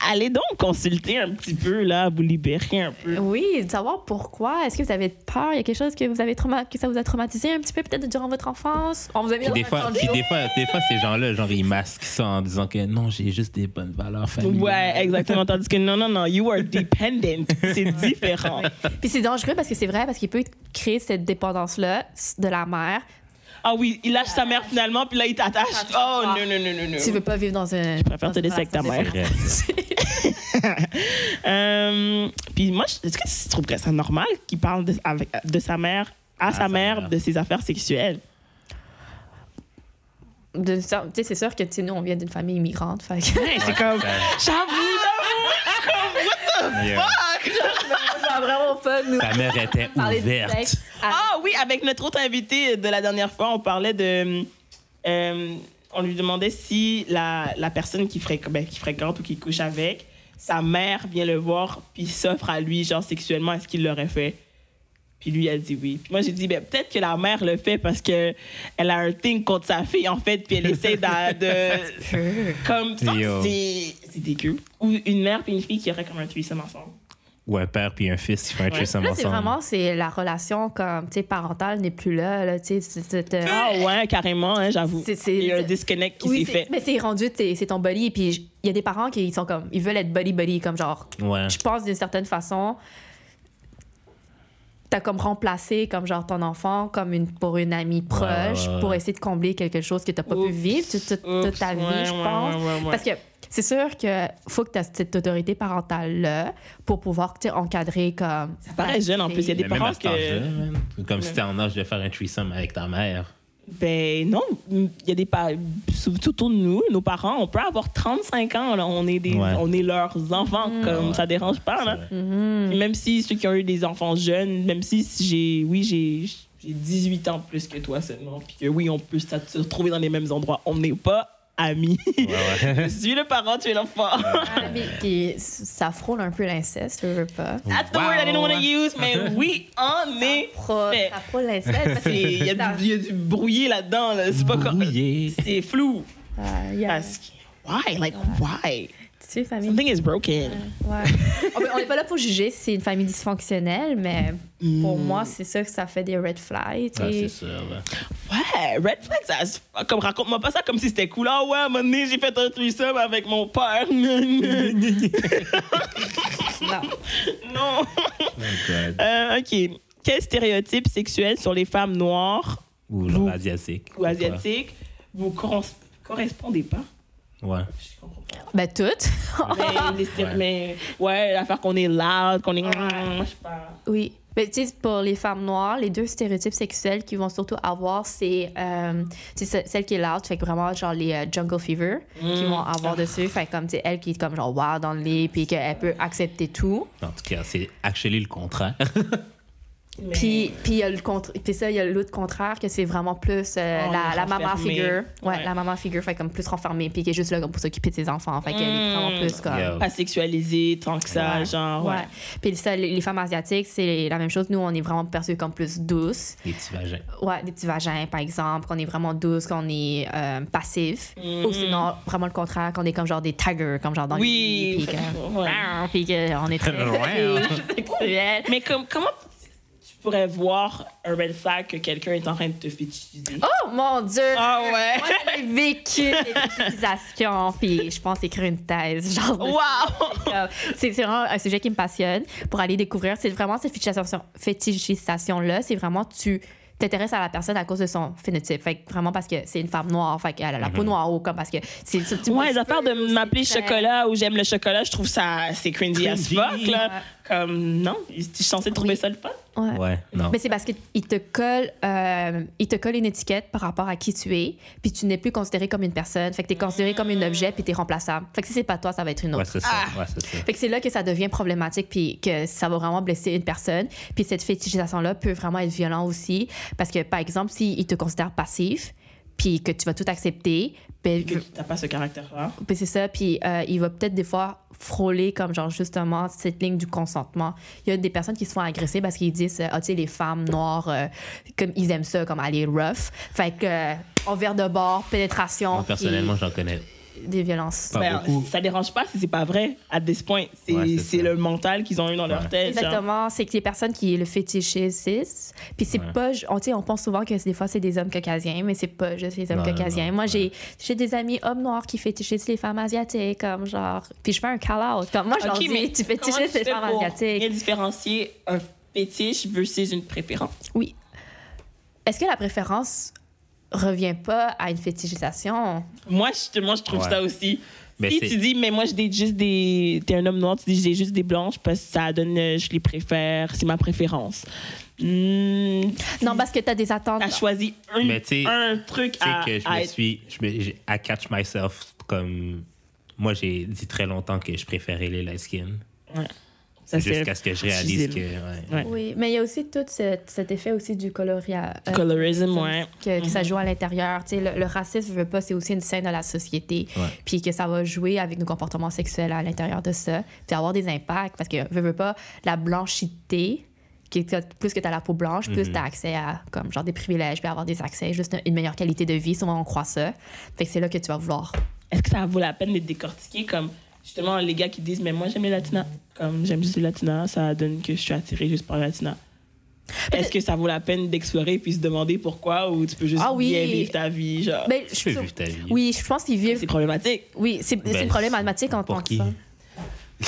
allez donc consulter un petit peu là, vous libérer un peu. Oui, de savoir pourquoi. Est-ce que vous avez peur? Il y a quelque chose que, vous avez trauma- que ça vous a traumatisé un petit peu, peut-être durant votre enfance? On vous a mis Puis dans des un fois, camp de puis jour. des fois, des fois, ces gens-là, genre, ils masquent ça en disant que non, j'ai juste des bonnes valeurs familiales. Ouais, exactement. Tandis que non, non, non, you are dependent. C'est différent. Puis c'est dangereux parce que c'est vrai, parce qu'il peut créer cette dépendance-là de la mère. Ah oui, il lâche sa mère finalement, puis là, il t'attache. Oh, non, non, non, non, non. Tu veux pas vivre dans un. Ah, Je préfère te laisser avec ta mère. Bref. Euh, puis moi, je- est-ce que tu trouverais ça normal qu'il parle de, avec- de sa mère à, sa, sa mère, mère. de ses affaires sexuelles? Tu sais, c'est sûr que tu sais, nous, on vient d'une famille immigrante. Fait que- Hey, c'est comme, j'avoue, Yeah. Ça va vraiment pas nous Ta mère était parler de ouverte. sexe. Ah, Ah oui, avec notre autre invité de la dernière fois, on parlait de. euh, on lui demandait si la, la personne qui, fréqu- ben, qui fréquente ou qui couche avec, sa mère vient le voir puis s'offre à lui, genre sexuellement, est-ce qu'il l'aurait fait? Puis lui a dit oui. Puis moi, j'ai dit, ben, peut-être que la mère le fait parce que elle a un thing contre sa fille, en fait, puis elle essaie d'a- de. comme ça, Yo. c'est c'est dégueu. Ou une mère puis une fille qui auraient comme un threesome ensemble. Ou un père puis un fils qui font un Ouais. threesome Là, c'est ensemble. vraiment c'est la relation comme tu sais parentale n'est plus là, là tu sais c'est- c'est- euh, Ah ouais, carrément, hein, j'avoue. C'est- c'est- Il y a un disconnect qui oui, s'est c'est- fait. mais c'est rendu t'es- c'est ton buddy puis j- il y a des parents qui ils sont comme ils veulent être buddy buddy comme genre Ouais. Hein. je pense d'une certaine façon t'as comme remplacé comme genre ton enfant comme une pour une amie proche ouais, ouais. pour essayer de combler quelque chose que t'as pas pu Oups. vivre toute, toute- toute Oups, ta vie ouais, je ouais, pense ouais, ouais, ouais. parce que c'est sûr que faut que tu cette autorité parentale là pour pouvoir tu sais, encadrer comme ça paraît jeune, en plus, il y a des- Mais même parents à cet âge-là, man, c'est comme si Ouais. t'es en âge de faire un threesome avec ta mère. Ben non, il y a des parents, surtout autour de nous, nos parents, on peut avoir 35 ans, là, on, est des, Ouais. on est leurs enfants, Mm. comme ça dérange pas. Là. Puis Même si ceux qui ont eu des enfants jeunes, même si j'ai, oui, j'ai j'ai 18 ans plus que toi seulement, puis que oui, on peut se retrouver dans les mêmes endroits, on n'est pas amis. Je suis le parent, tu es l'enfant. Puis ça frôle un peu l'inceste, je veux pas. That's the word I didn't want to use, mais oui, on est. Pro- Mais- ça frôle l'inceste. c'est- Il y, a du- il y a du brouillé là-dedans, là. c'est pas Mm-hmm. cor- Brouillé. C'est flou. Ah, il y a- Parce que- why? Like, why? Tu sais, famille. Something is broken. Ouais. on on est pas là pour juger si c'est une famille dysfonctionnelle, mais pour moi, c'est ça que ça fait des red flags. tu Ouais, Ah, sais. c'est sûr. ouais. Ouais, red flags as fuck. Comme raconte-moi pas ça comme si c'était cool. Ah ouais, à un moment donné, j'ai fait un threesome avec mon père. Non. non. God. Euh, ok. Quel stéréotype sexuel sur les femmes noires Ou genre asiatique. ou asiatiques vous cor- correspondez pas? Ouais. Je comprends pas. Ben, toutes. Mais, les stéré- Ouais. mais ouais, l'affaire qu'on est loud, qu'on est. Je sais pas. oui. Ben, Mais tu sais, pour les femmes noires, les deux stéréotypes sexuels qu'ils vont surtout avoir, c'est euh, tu sais, ce- celle qui est large, fait que vraiment genre les euh, jungle fever qui vont avoir dessus. Fait que comme tu sais, elle qui est comme genre wild dans le lit, puis qu'elle peut accepter tout. En tout cas, c'est actually le contraire. Mais- Puis, puis il y a le contre, puis ça, il y a l'autre contraire que c'est vraiment plus euh, Oh, la, la maman renfermée. figure, ouais, Ouais. la maman figure, fait comme plus renfermée, puis qui est juste là comme pour s'occuper de ses enfants, fait qu'elle est vraiment plus comme. Yo. Pas sexualisé tant que ça, Ouais. genre. Ouais. Mm. Ouais. Puis ça, les les femmes asiatiques, c'est la même chose. Nous, on est vraiment perçues comme plus douces. Les petits vagins. Ouais, des petits vagins, par exemple, qu'on est vraiment douces, qu'on est euh, passif. Mm-hmm. Ou sinon, vraiment le contraire, qu'on est comme genre des tigers, comme genre dans le Oui. lit, Puis que- Ouais. Ah, puis qu'on est très Ouais. sexuels. Mais comme, comment tu pourrais voir un red flag que quelqu'un est en train de te fétichiser? Oh mon Dieu! Ah ouais. Moi, j'ai vécu des utilisations, puis je pense écrire une thèse. Genre, de- Oh, Wow! Euh, c'est c'est vraiment un sujet qui me passionne pour aller découvrir. C'est vraiment cette fétichisation- fétichisation-là. C'est vraiment tu t'intéresses à la personne à cause de son phénotype. Fait que vraiment parce que c'est une femme noire, fait qu'elle a la peau noire ou comme parce que c'est c'est- tu- Ouais, les tu affaires peux de m'appeler aussi chocolat ou j'aime le chocolat, je trouve ça c'est cringy, as Cringy. fuck là. Comme non, je suis censée trouver Oui. ça le fun. faire- Ouais. Ouais, non. Mais c'est parce qu'il te colle, euh, il te colle une étiquette par rapport à qui tu es, puis tu n'es plus considéré comme une personne. Fait que t'es Mmh. considéré comme un objet, puis t'es remplaçable. Fait que si c'est pas toi, ça va être une autre. Ouais, c'est ça. Ouais, c'est ça. Fait que c'est là que ça devient problématique puis que ça va vraiment blesser une personne. Puis cette fétichisation-là peut vraiment être violent aussi parce que, par exemple, s'il te considère passif puis que tu vas tout accepter, ben, Que t'as pas ce caractère-là. ben, c'est ça. Puis euh, il va peut-être des fois frôler comme genre justement cette ligne du consentement. Il y a des personnes qui se font agresser parce qu'ils disent euh, ah tu sais les femmes noires euh, comme ils aiment ça comme aller rough. Fait que euh, envers de bord, pénétration, Moi, personnellement, j'en connais. puis des violences. Pas Ben, beaucoup. ça dérange pas si c'est pas vrai. À this point, c'est Ouais, c'est c'est ça. le mental qu'ils ont eu dans leur Ouais. tête. genre. Exactement, c'est que les personnes qui le fétichisent, puis c'est Ouais. pas, on, tu sais, on pense souvent que c'est- des fois c'est des hommes caucasiens, mais c'est pas juste les hommes Non, non, caucasiens. non, Moi, ouais. j'ai j'ai des amis hommes noirs qui fétichisent les femmes asiatiques, comme genre, puis je fais un call-out, comme moi, je Ok, leur dis, mais tu comment fétichisses les fais femmes pour bien asiatiques. différencier un fétiche versus une préférence. Oui. Est-ce que la préférence revient pas à une fétichisation? Moi, justement, je trouve Ouais. ça aussi. Mais si c'est- tu dis, mais moi, je date juste des. T'es un homme noir, tu dis, j'ai juste des blanches parce que ça donne, euh, je les préfère, c'est ma préférence. Hmm, Non, parce que t'as des attentes. T'as choisi un, Mais tu sais- un truc Tu sais à, que je à me être- suis. Je me, j'ai- I catch myself comme. Moi, j'ai dit très longtemps que je préférais les light skins. Ouais. Ça, c'est- Jusqu'à ce que je réalise que. difficile. ouais. Ouais. Oui, mais il y a aussi tout ce- cet effet aussi du coloria. euh, Colorism, ouais. que, que Mhm. ça joue à l'intérieur. Tu sais, Le, le racisme, je veux pas, c'est aussi une scène de la société. Ouais. Puis que ça va jouer avec nos comportements sexuels à l'intérieur de ça. Puis avoir des impacts parce que, veux, veux pas, la blanchité, qui est, plus que tu as la peau blanche, plus Mhm. tu as accès à comme, genre, des privilèges, puis avoir des accès, juste une meilleure qualité de vie. Souvent, on croit ça. Fait que c'est là que tu vas vouloir. Est-ce que ça vaut la peine de décortiquer comme justement les gars qui disent, mais moi, j'aime les latinas. Comme j'aime juste les latinas, ça donne que je suis attirée juste par les latinas. Est-ce que ça vaut la peine d'explorer puis se demander pourquoi ou tu peux juste Ah oui. bien vivre ta vie, genre? Ben, Tu peux vivre ta vie. Oui, je pense qu'ils c'est vivent. problématique. Oui, c'est c'est Ben, une problématique en pour tant que qui? ça. Mais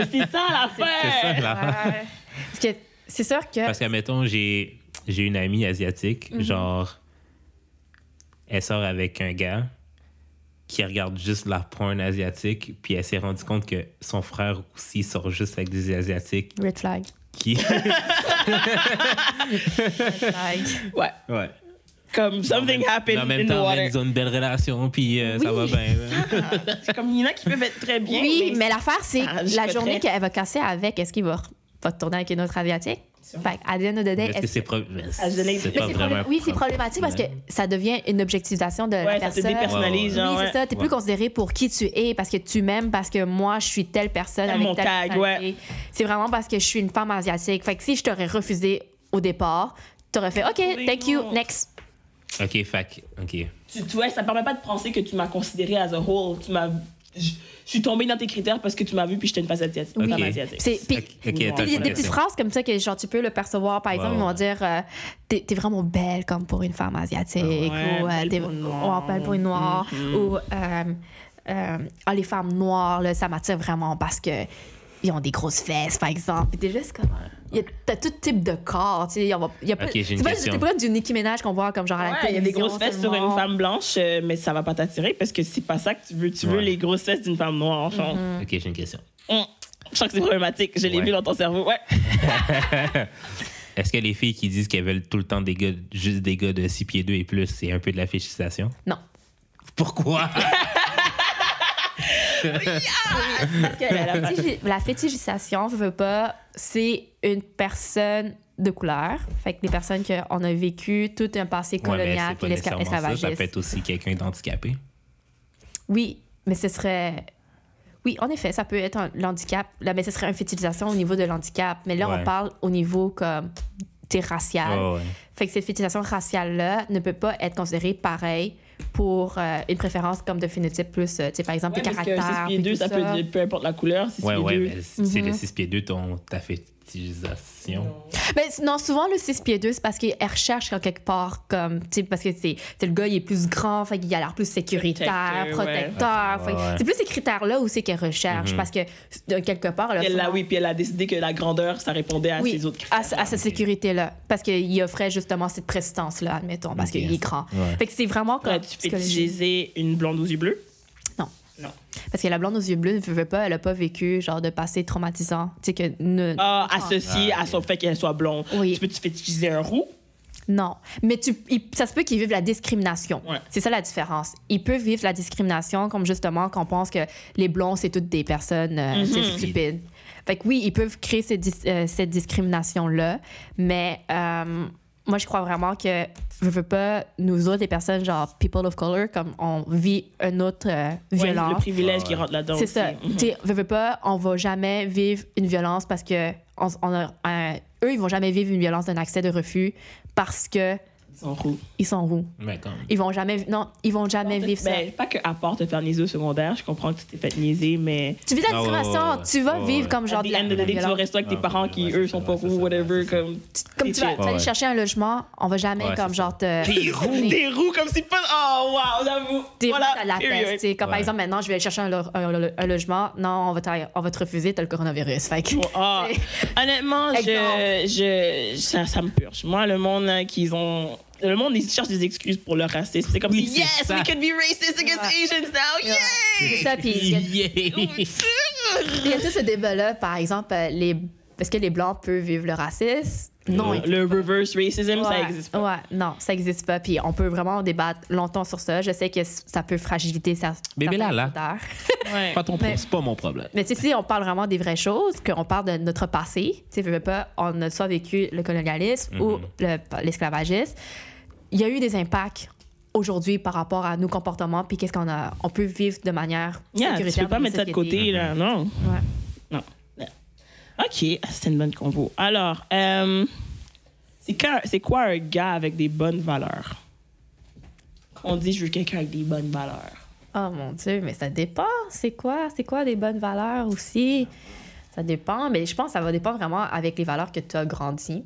c'est ça C'est ça, l'affaire! là. Parce que c'est sûr que. Parce que, mettons, j'ai, j'ai une amie asiatique, Mhm. genre, elle sort avec un gars qui regarde juste la porn asiatique, puis elle s'est rendue compte que son frère aussi sort juste avec des asiatiques Red flag. qui. Red flag. Ouais. ouais. Comme something happened en in même the temps, water. ils ont une belle relation, puis euh, ça va Oui. bien. là. C'est comme il y en a qui peuvent être très bien. Oui, mais l'affaire, c'est Ah, je la peux journée très- qu'elle va casser avec, est-ce qu'il va, re- va tourner avec une autre asiatique? Fait Sûrement. qu'à the end of the day, Est-ce que est-ce- Ah, c'est, pro- mais se donner- c'est Mais pas Mais c'est vraiment. probl- Oui, c'est problématique parce que ça devient une objectivation de la Ouais, ça te personne. dépersonnalise, Ouais, genre. Oui, ouais. c'est ça. T'es plus Ouais. considéré pour qui tu es, parce que tu m'aimes, parce que moi, je suis telle personne T'aimes avec mon telle tag, personnalité. ouais. C'est vraiment parce que je suis une femme asiatique. Fait que si je t'aurais refusé au départ, t'aurais fait OK, Mais thank you, non. next. Ok, fac. Ok. Tu, tu vois, ça permet pas de penser que tu m'as considéré as a whole. Tu m'as. Je je suis tombée dans tes critères parce que tu m'as vu puis j'étais une face asiatique. Oui. femme Ok. asiatique. C'est- puis- Ok, ok, t'as Puis il y a des compris. petites phrases comme ça que genre tu peux le percevoir. Par exemple, Ouais, ils vont ouais. dire euh, t'es t'es vraiment belle comme pour une femme asiatique Ouais, ou euh, belle t'es pour une ouais, noire. belle pour une noire ou euh, euh, ah, les femmes noires là, ça m'attire vraiment parce que ils ont des grosses fesses par exemple. Puis t'es juste comme il y a- t'as tout type de corps. Tu sais, on va- il y a pas- Ok, j'ai une c'est pas, question. c'est pas du Nicki Minaj qu'on voit hein, comme genre à la Ouais, il y a des télévision grosses fesses sur seulement. une femme blanche, euh, mais ça va pas t'attirer parce que c'est pas ça que tu veux. Tu veux Ouais. les grosses fesses d'une femme noire, genre. Mm-hmm. Ok, j'ai une question. Mm. Je sens que c'est problématique. Je l'ai Ouais. vu dans ton cerveau. Ouais. Est-ce que les filles qui disent qu'elles veulent tout le temps des gars, juste des gars de 6 pieds 2 et plus, c'est un peu de la fétichisation? Non. Pourquoi? Parce que la, fétichi- la fétichisation, je veux pas, c'est une personne de couleur. Fait que des personnes qu'on a vécu tout un passé Ouais, mais colonial c'est pas puis l'escla- nécessairement ça. Ça esclavagiste. peut être aussi quelqu'un d'handicapé. Oui, mais ce serait. Oui, en effet, ça peut être un- l'handicap. Là, mais ce serait une fétichisation au niveau de l'handicap. Mais là, Ouais. on parle au niveau comme t'es racial. Ah ouais. Fait que cette fétichisation raciale-là ne peut pas être considérée pareil pour euh, une préférence comme de phénotype plus, euh, tu sais, par exemple, Ouais, tes parce que caractères. 6 pieds 2, puis tout ça peut dire peu importe la couleur. 6 Ouais, pieds ouais, 2. mais c'est Mm-hmm. le 6 pieds 2, ton, ta fétichisation. Ben, c- non, souvent, le 6 pieds 2, c'est parce qu'il recherche en quelque part, comme, tu sais, parce que c'est, tu sais, le gars, il est plus grand, fait qu'il a l'air plus sécuritaire, Protecteur, ouais. protecteur. Ouais, fait que ouais. Mm-hmm. C'est plus ces critères-là aussi qu'elle recherche, parce que, de quelque part, là, Puis Elle l'a, souvent- oui, puis elle a décidé que la grandeur, ça répondait à oui, ses autres critères. à, ce- à cette sécurité-là, parce qu'il offrait justement cette prestance-là, admettons, parce Ok. qu'il est grand. Ouais. Fait que c'est vraiment comme tu psychologique. fétichiser une blonde aux yeux bleus? Parce que la blonde aux yeux bleus ne veut pas, elle n'a pas vécu genre de passé traumatisant. Tu sais que ne- Ah, associé Ah, à son fait qu'elle soit blonde. Oui. Tu peux-tu fétichiser un roux? non, mais tu, il- ça se peut qu'ils vivent la discrimination. Ouais. C'est ça la différence. Ils peuvent vivre la discrimination comme justement qu'on pense que les blonds c'est toutes des personnes euh, Mhm. tu sais, stupides. Fait que oui, ils peuvent créer cette, dis- euh, cette discrimination là, mais euh, moi je crois vraiment que je veux pas nous autres les personnes genre people of color comme on vit une autre euh, Ouais, le violence. privilège Ah, Ouais. qui rentre là-dedans. C'est aussi. ça. Mhm. Tu veux, veux pas, on va jamais vivre une violence parce que on, on a un- eux, ils vont jamais vivre une violence d'un accès de refus parce que Ils sont roux. ils sont roux. Mais comme. Ils vont jamais, non, ils vont jamais vivre ça. Ben, pas que à part te faire niaiser au secondaire, je comprends que tu t'es fait niaiser, mais. Tu vis de la Ah ouais, discrimination, ouais, ouais, ouais. tu vas Ouais, vivre ouais. comme genre Genre, de the la, end of the day, tu vas rester avec tes Ouais, parents ouais, qui, Ah, ouais, eux, c'est sont ça, pas ouais, c'est roux, ça, whatever. ouais, c'est Comme. tu- comme tu vas, tu vas aller Ouais, chercher un logement, on va jamais Ouais, comme c'est genre te Des roux, Des roux comme si pas. Oh, waouh, j'avoue. des Voilà, routes à la period. peste. tu sais. Comme par Ouais. exemple maintenant, je vais aller chercher un, lo- un lo- un logement, non, on va te, on va te refuser, t'as le coronavirus. Fait que- Bon, ah, honnêtement, je, je, ça, ça me purge. Moi, le monde hein, qu'ils ont. Le monde, ils cherchent des excuses pour leur racisme. C'est comme Oui, si, c'est yes, ça. we could be racist against Ouais. Asians now, yeah! C'est ça, puis il y a- Yeah! Il y a tout ce débat-là, par exemple, euh, les... est-ce que les Blancs peuvent vivre le racisme? Non. ils- Le reverse racism, ça Ouais, existe pas. Ouais, non, ça n'existe pas. Puis on peut vraiment en débattre longtemps sur ça. Je sais que c- ça peut fragiliter sa. Bébé certains Lala. auteurs. Ouais. Pas ton pro- Mais- C'est pas mon problème. Mais tu sais, si on parle vraiment des vraies choses, qu'on parle de notre passé, tu sais, veux, veux pas, on a soit vécu le colonialisme ou Mhm. le- l'esclavagisme, il y a eu des impacts aujourd'hui par rapport à nos comportements, puis qu'est-ce qu'on a, on peut vivre de manière Yeah, tu sécuritaire peux pas dans nos mettre ça de sociétés. côté, là, non? Ouais. Non. OK, ah, c'était une bonne convo. Alors, euh, c'est quoi, c'est quoi un gars avec des bonnes valeurs? On dit, je veux quelqu'un avec des bonnes valeurs. Oh mon Dieu, mais ça dépend. C'est quoi? C'est quoi des bonnes valeurs aussi? Ça dépend, mais je pense que ça va dépendre vraiment avec les valeurs que tu as grandi.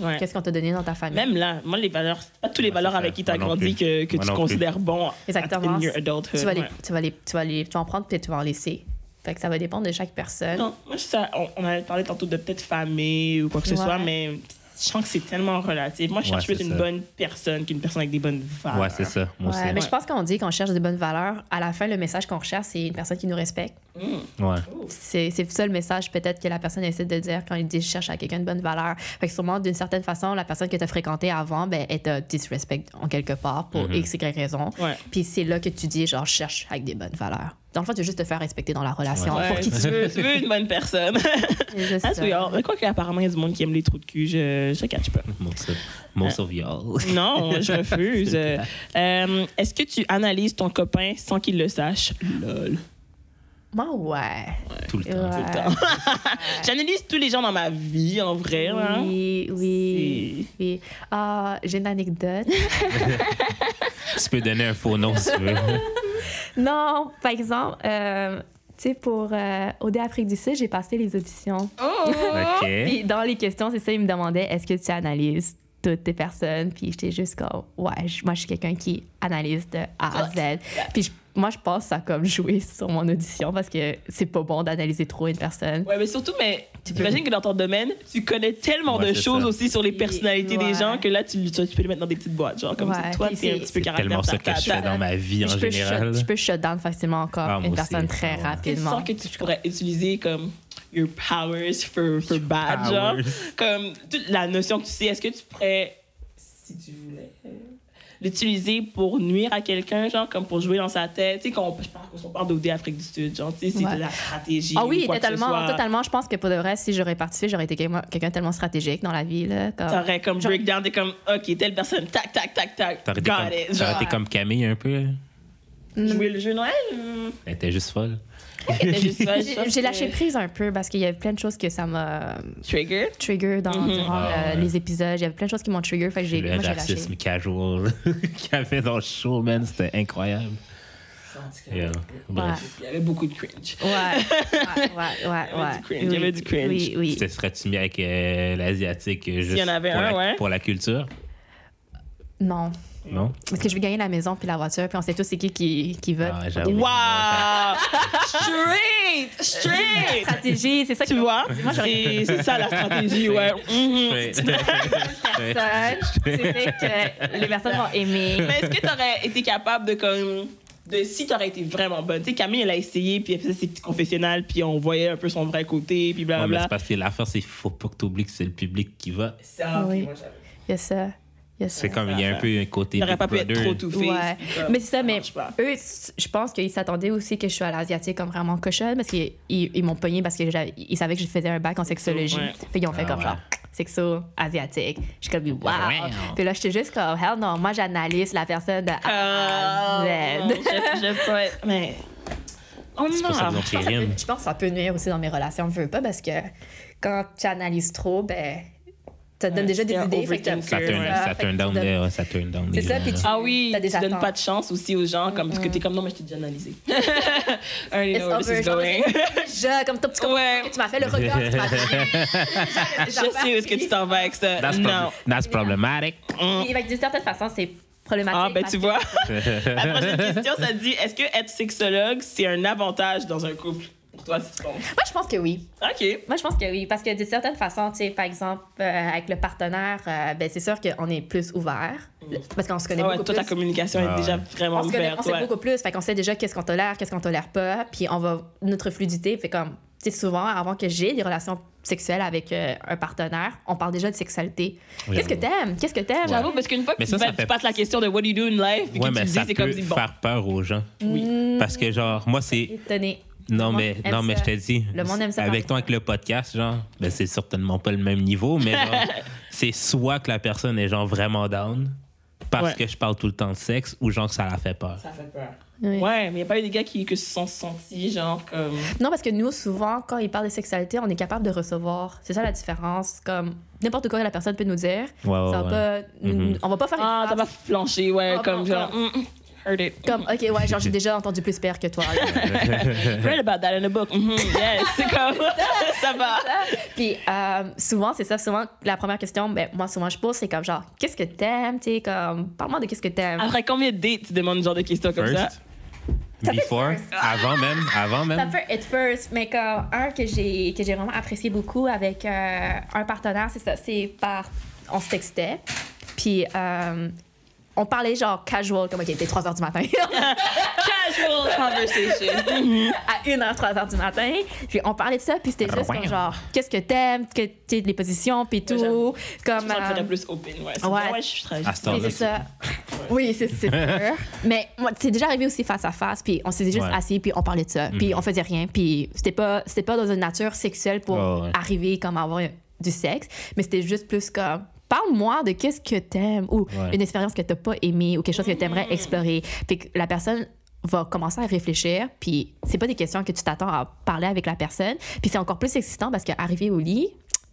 Ouais. Qu'est-ce qu'on t'a donné dans ta famille? Même là, moi, les valeurs, c'est pas tous les Ouais, valeurs c'est ça. avec qui tu as Moi non grandi plus. que, que Moi tu non plus. considères bon Exactement. in your adulthood. tu, vas les, ouais. tu, vas les, tu, vas les, tu vas en prendre puis tu vas en laisser. Fait que ça va dépendre de chaque personne. Non, moi, ça, on, on avait parlé tantôt de peut-être famille ou quoi que ce Ouais. soit, mais je sens que c'est tellement relatif. Moi, je Ouais, cherche plus c'est une ça. bonne personne qu'une personne avec des bonnes valeurs. Ouais, c'est ça. Moi Ouais, mais aussi. je pense qu'on dit qu'on cherche des bonnes valeurs. À la fin, le message qu'on recherche, c'est une personne qui nous respecte. Ouais. C'est c'est ça le message peut-être que la personne essaie de dire quand il dit je cherche à quelqu'un de bonne valeur. Fait que sûrement, d'une certaine façon, la personne que tu as fréquentée avant, ben, elle te disrespect en quelque part pour X, Y raison. Ouais. Puis c'est là que tu dis genre je cherche avec des bonnes valeurs. Dans le fond, tu veux juste te faire respecter dans la relation Ouais, pour qui tu, veux, tu veux une bonne personne. tu es. That's weird. Mais quoi qu'apparemment, il y a du monde qui aime les trous de cul, je ne catch pas. Most of, most of y'all. Non, je refuse. Euh, euh, Est-ce que tu analyses ton copain sans qu'il le sache? Lol. Moi, ouais. Tout le temps. Ouais. J'analyse tous les gens dans ma vie, en vrai. hein. là. Oui, oui, oui. Ah, j'ai une anecdote. Tu peux donner un faux nom si tu veux. non, par exemple, euh, tu sais, pour euh, OD Afrique du Sud, j'ai passé les auditions. OK. Puis dans les questions, c'est ça, ils me demandaient est-ce que tu analyses toutes tes personnes Puis j'étais juste comme, ouais, je- moi, je suis quelqu'un qui analyse de A à Z. Puis je- moi, je pense ça comme jouer sur mon audition parce que c'est pas bon d'analyser trop une personne. Ouais, mais surtout, mais tu imagines que dans ton domaine, tu connais tellement Ouais, de c'est choses ça. aussi sur les Oui, personnalités ouais. des gens que là, tu, tu- tu peux les mettre dans des petites boîtes. Genre, comme Ouais, si toi, puis t'es un petit c'est- peu C'est caractère. tellement ça ta- que je ta- fais dans ma vie en je, peux shut, général. je peux shut down facilement encore Ah, moi une aussi. personne très Ah ouais. Tu rapidement. sens que tu pourrais utiliser comme your powers for, for bad, genre. Powers. Comme toute la notion que tu sais, est-ce que tu pourrais, si tu voulais, euh, l'utiliser pour nuire à quelqu'un, genre comme pour jouer dans sa tête? Tu sais, qu'on- je pense qu'on parle d'OD Afrique du Sud, genre, tu sais, c'est Ouais. de la stratégie. Ah ou oui, quoi que ce totalement, soit. totalement. Je pense que pour de vrai, si j'aurais participé, j'aurais été quelqu'un quelqu'un tellement stratégique dans la vie. Là, comme- T'aurais comme Ah. Genre- breakdown, t'es comme, OK, telle personne, tac, tac, tac, tac. T'aurais été got comme- it. t'aurais Genre, euh, été comme Camille un peu. hein. jouer le jeu Noël? hmm, Elle était juste folle. c'était juste ça, je J'ai pense j'ai que- lâché prise un peu parce qu'il y avait plein de choses que ça m'a Trigger. trigger dans Mm-hmm. durant Ah le- ouais. les épisodes. Il y avait plein de choses qui m'ont trigger. Fait que j'ai Le moi, j'ai lâché. racisme casual qu'il y avait dans le show, man, c'était incroyable. Yeah. Bref. Il y avait beaucoup de cringe. Ouais, ouais, ouais, ouais. ouais. du cringe, il y avait Oui, du cringe. Oui, oui. Te serais-tu mis avec euh, l'asiatique euh, juste y en avait pour, un, la, ouais. pour la culture? Non. Non? Parce que je vais gagner la maison puis la voiture, puis on sait tous c'est qui qui, qui vote. Ah, j'avoue. Wow! straight! Straight! Stratégie, c'est ça Tu que- vois? C'est c'est ça la stratégie, ouais. Mhm. Ouais. personne. Tu sais que les personnes vont aimer. Mais est-ce que t'aurais été capable de comme. De, si t'aurais été vraiment bonne. Tu sais, Camille, elle a essayé, puis elle faisait ses petits confessionnals, puis on voyait un peu son vrai côté, puis Non, mais c'est blablabla. parce que l'affaire, c'est qu'il faut pas que tu oublies que c'est le public qui va. Ça, Oui. puis moi, j'avais- Il y a ça. Il y a ça. C'est comme, il y a un peu un côté T'aurais pas pu Big être trop Brother. tout fait. Ouais. Mais c'est ça, mais marche pas. eux, c- je pense qu'ils s'attendaient aussi que je sois à l'asiatique comme vraiment cochonne parce qu'ils ils, ils m'ont pogné parce qu'ils savaient que je faisais un bac en sexologie. ouais. Fait qu'ils ont fait Ah comme ouais. Ah genre sexo asiatique. Je suis comme wow. Wow. Puis là, j'étais juste comme hell non, moi j'analyse la personne de A à Euh, Z. non, je, je pas. Mais. Oh C'est pour ça non! qu'ils ont pris Je pense, que ça Rim. peut- je pense que ça peut nuire aussi dans mes relations, je veux pas parce que quand tu analyses trop, ben ça te donne déjà des c'est un idées. fait que t'as- overthinker, Ça turn, Ouais. ça fait que turn tu down, donnes- les- ouais, ça turn down. euh, C'est les ça, gens, puis là. tu- Ah oui, t'as des tu donnes attentes. pas de chance aussi aux gens, comme, parce que t'es comme, non, mais je t'ai déjà analysé. I already It's know where this over, is genre, going. Déjà, comme toi, tu comprends Ouais. que tu m'as fait le regard, tu m'as fait- Je sais où est-ce que tu t'en vas avec ça. That's, non. prob- that's problematic. Oui, fait que D'une certaine façon, c'est problématique. Ah, ben parce tu que- vois. La prochaine question, ça dit est-ce que être sexologue, c'est un avantage dans un couple Pour toi, si tu penses. Moi, je pense que oui. OK. Ah Moi, je pense que oui. Parce que d'une certaine façon, tu sais, par exemple, euh, avec le partenaire, euh, ben, c'est sûr qu'on est plus ouvert. Parce qu'on se connaît Ah ouais, beaucoup toi, ta plus. communication Ah est déjà ouais. vraiment On se connaît, on ouverte. sait ouais. beaucoup plus. Fait qu'on sait déjà qu'est-ce qu'on tolère, qu'est-ce qu'on tolère pas. Puis on va. Notre fluidité, fait comme. Tu sais, souvent, avant que j'ai des relations sexuelles avec euh, un partenaire, on parle déjà de sexualité. Oui, Qu'est-ce que j'avoue. t'aimes? Qu'est-ce que t'aimes? J'avoue, parce qu'une fois que Mais tu, ça, ça vas- tu fait- passes la question de what do you do in life, puis Ouais, que tu mais le dis, ça c'est peut comme si bon. faire peur aux gens. Mm, Parce que, genre, moi, c'est. étonné. Non, Le mais, monde aime non mais je ça. te dis. Le monde aime ça Avec parler. toi, avec le podcast, genre, ben, c'est certainement pas le même niveau, mais genre, c'est soit que la personne est, genre, vraiment down parce Ouais. que je parle tout le temps de sexe ou, genre, que ça la fait peur. Ça fait peur. Oui. Ouais, mais il a pas eu des gars qui que se sont sentis genre comme. Non, parce que nous, souvent, quand ils parlent de sexualité, on est capable de recevoir. C'est ça la différence. Comme n'importe quoi que la personne peut nous dire, Ouais, ouais, ça va ouais. pas- Mhm. on va pas faire une Ah, t'as pas phrase flanché, ouais, Ah, comme bon, genre. bon. mm, mm, heard it. comme OK, ouais, genre j'ai déjà entendu plus pire que toi. Read Mm, about that in a book. Mhm, yes, c'est comme. ça va. Puis euh, souvent, c'est ça. Souvent, la première question, ben, moi, souvent, je pose, c'est comme genre, qu'est-ce que t'aimes, tu sais, comme parle-moi de qu'est-ce que t'aimes. Après combien de dates tu demandes ce genre de questions comme ça? First, before, avant même, avant Ça même. peut être first, mais comme un que j'ai que j'ai vraiment apprécié beaucoup avec euh, un partenaire, c'est ça, c'est par on se textait, puis euh, on parlait genre casual, comme ok, il était 3 h du matin, Casual conversation. Mm, à 1 h 3 h du matin, puis on parlait de ça, puis c'était juste comme genre qu'est-ce que t'aimes, que t'es les positions, puis tout, j'avoue. Ça comme me euh, ferait plus open, ouais. C'est ouais. bien, ouais, je suis très- À ce oui, temps-là, c'est ça. Oui, c'est c'est sûr. Mais moi, c'est déjà arrivé aussi face à face, puis on s'est juste Ouais. Mhm. assis, puis on parlait de ça, puis on faisait rien, puis c'était pas c'était pas dans une nature sexuelle pour Oh, ouais. arriver comme à avoir du sexe, mais c'était juste plus comme parle-moi de qu'est-ce que t'aimes ou Ouais. une expérience que t'as pas aimée ou quelque chose que t'aimerais explorer. Fait que la personne va commencer à réfléchir, puis c'est pas des questions que tu t'attends à parler avec la personne, puis c'est encore plus excitant parce qu'arriver au lit,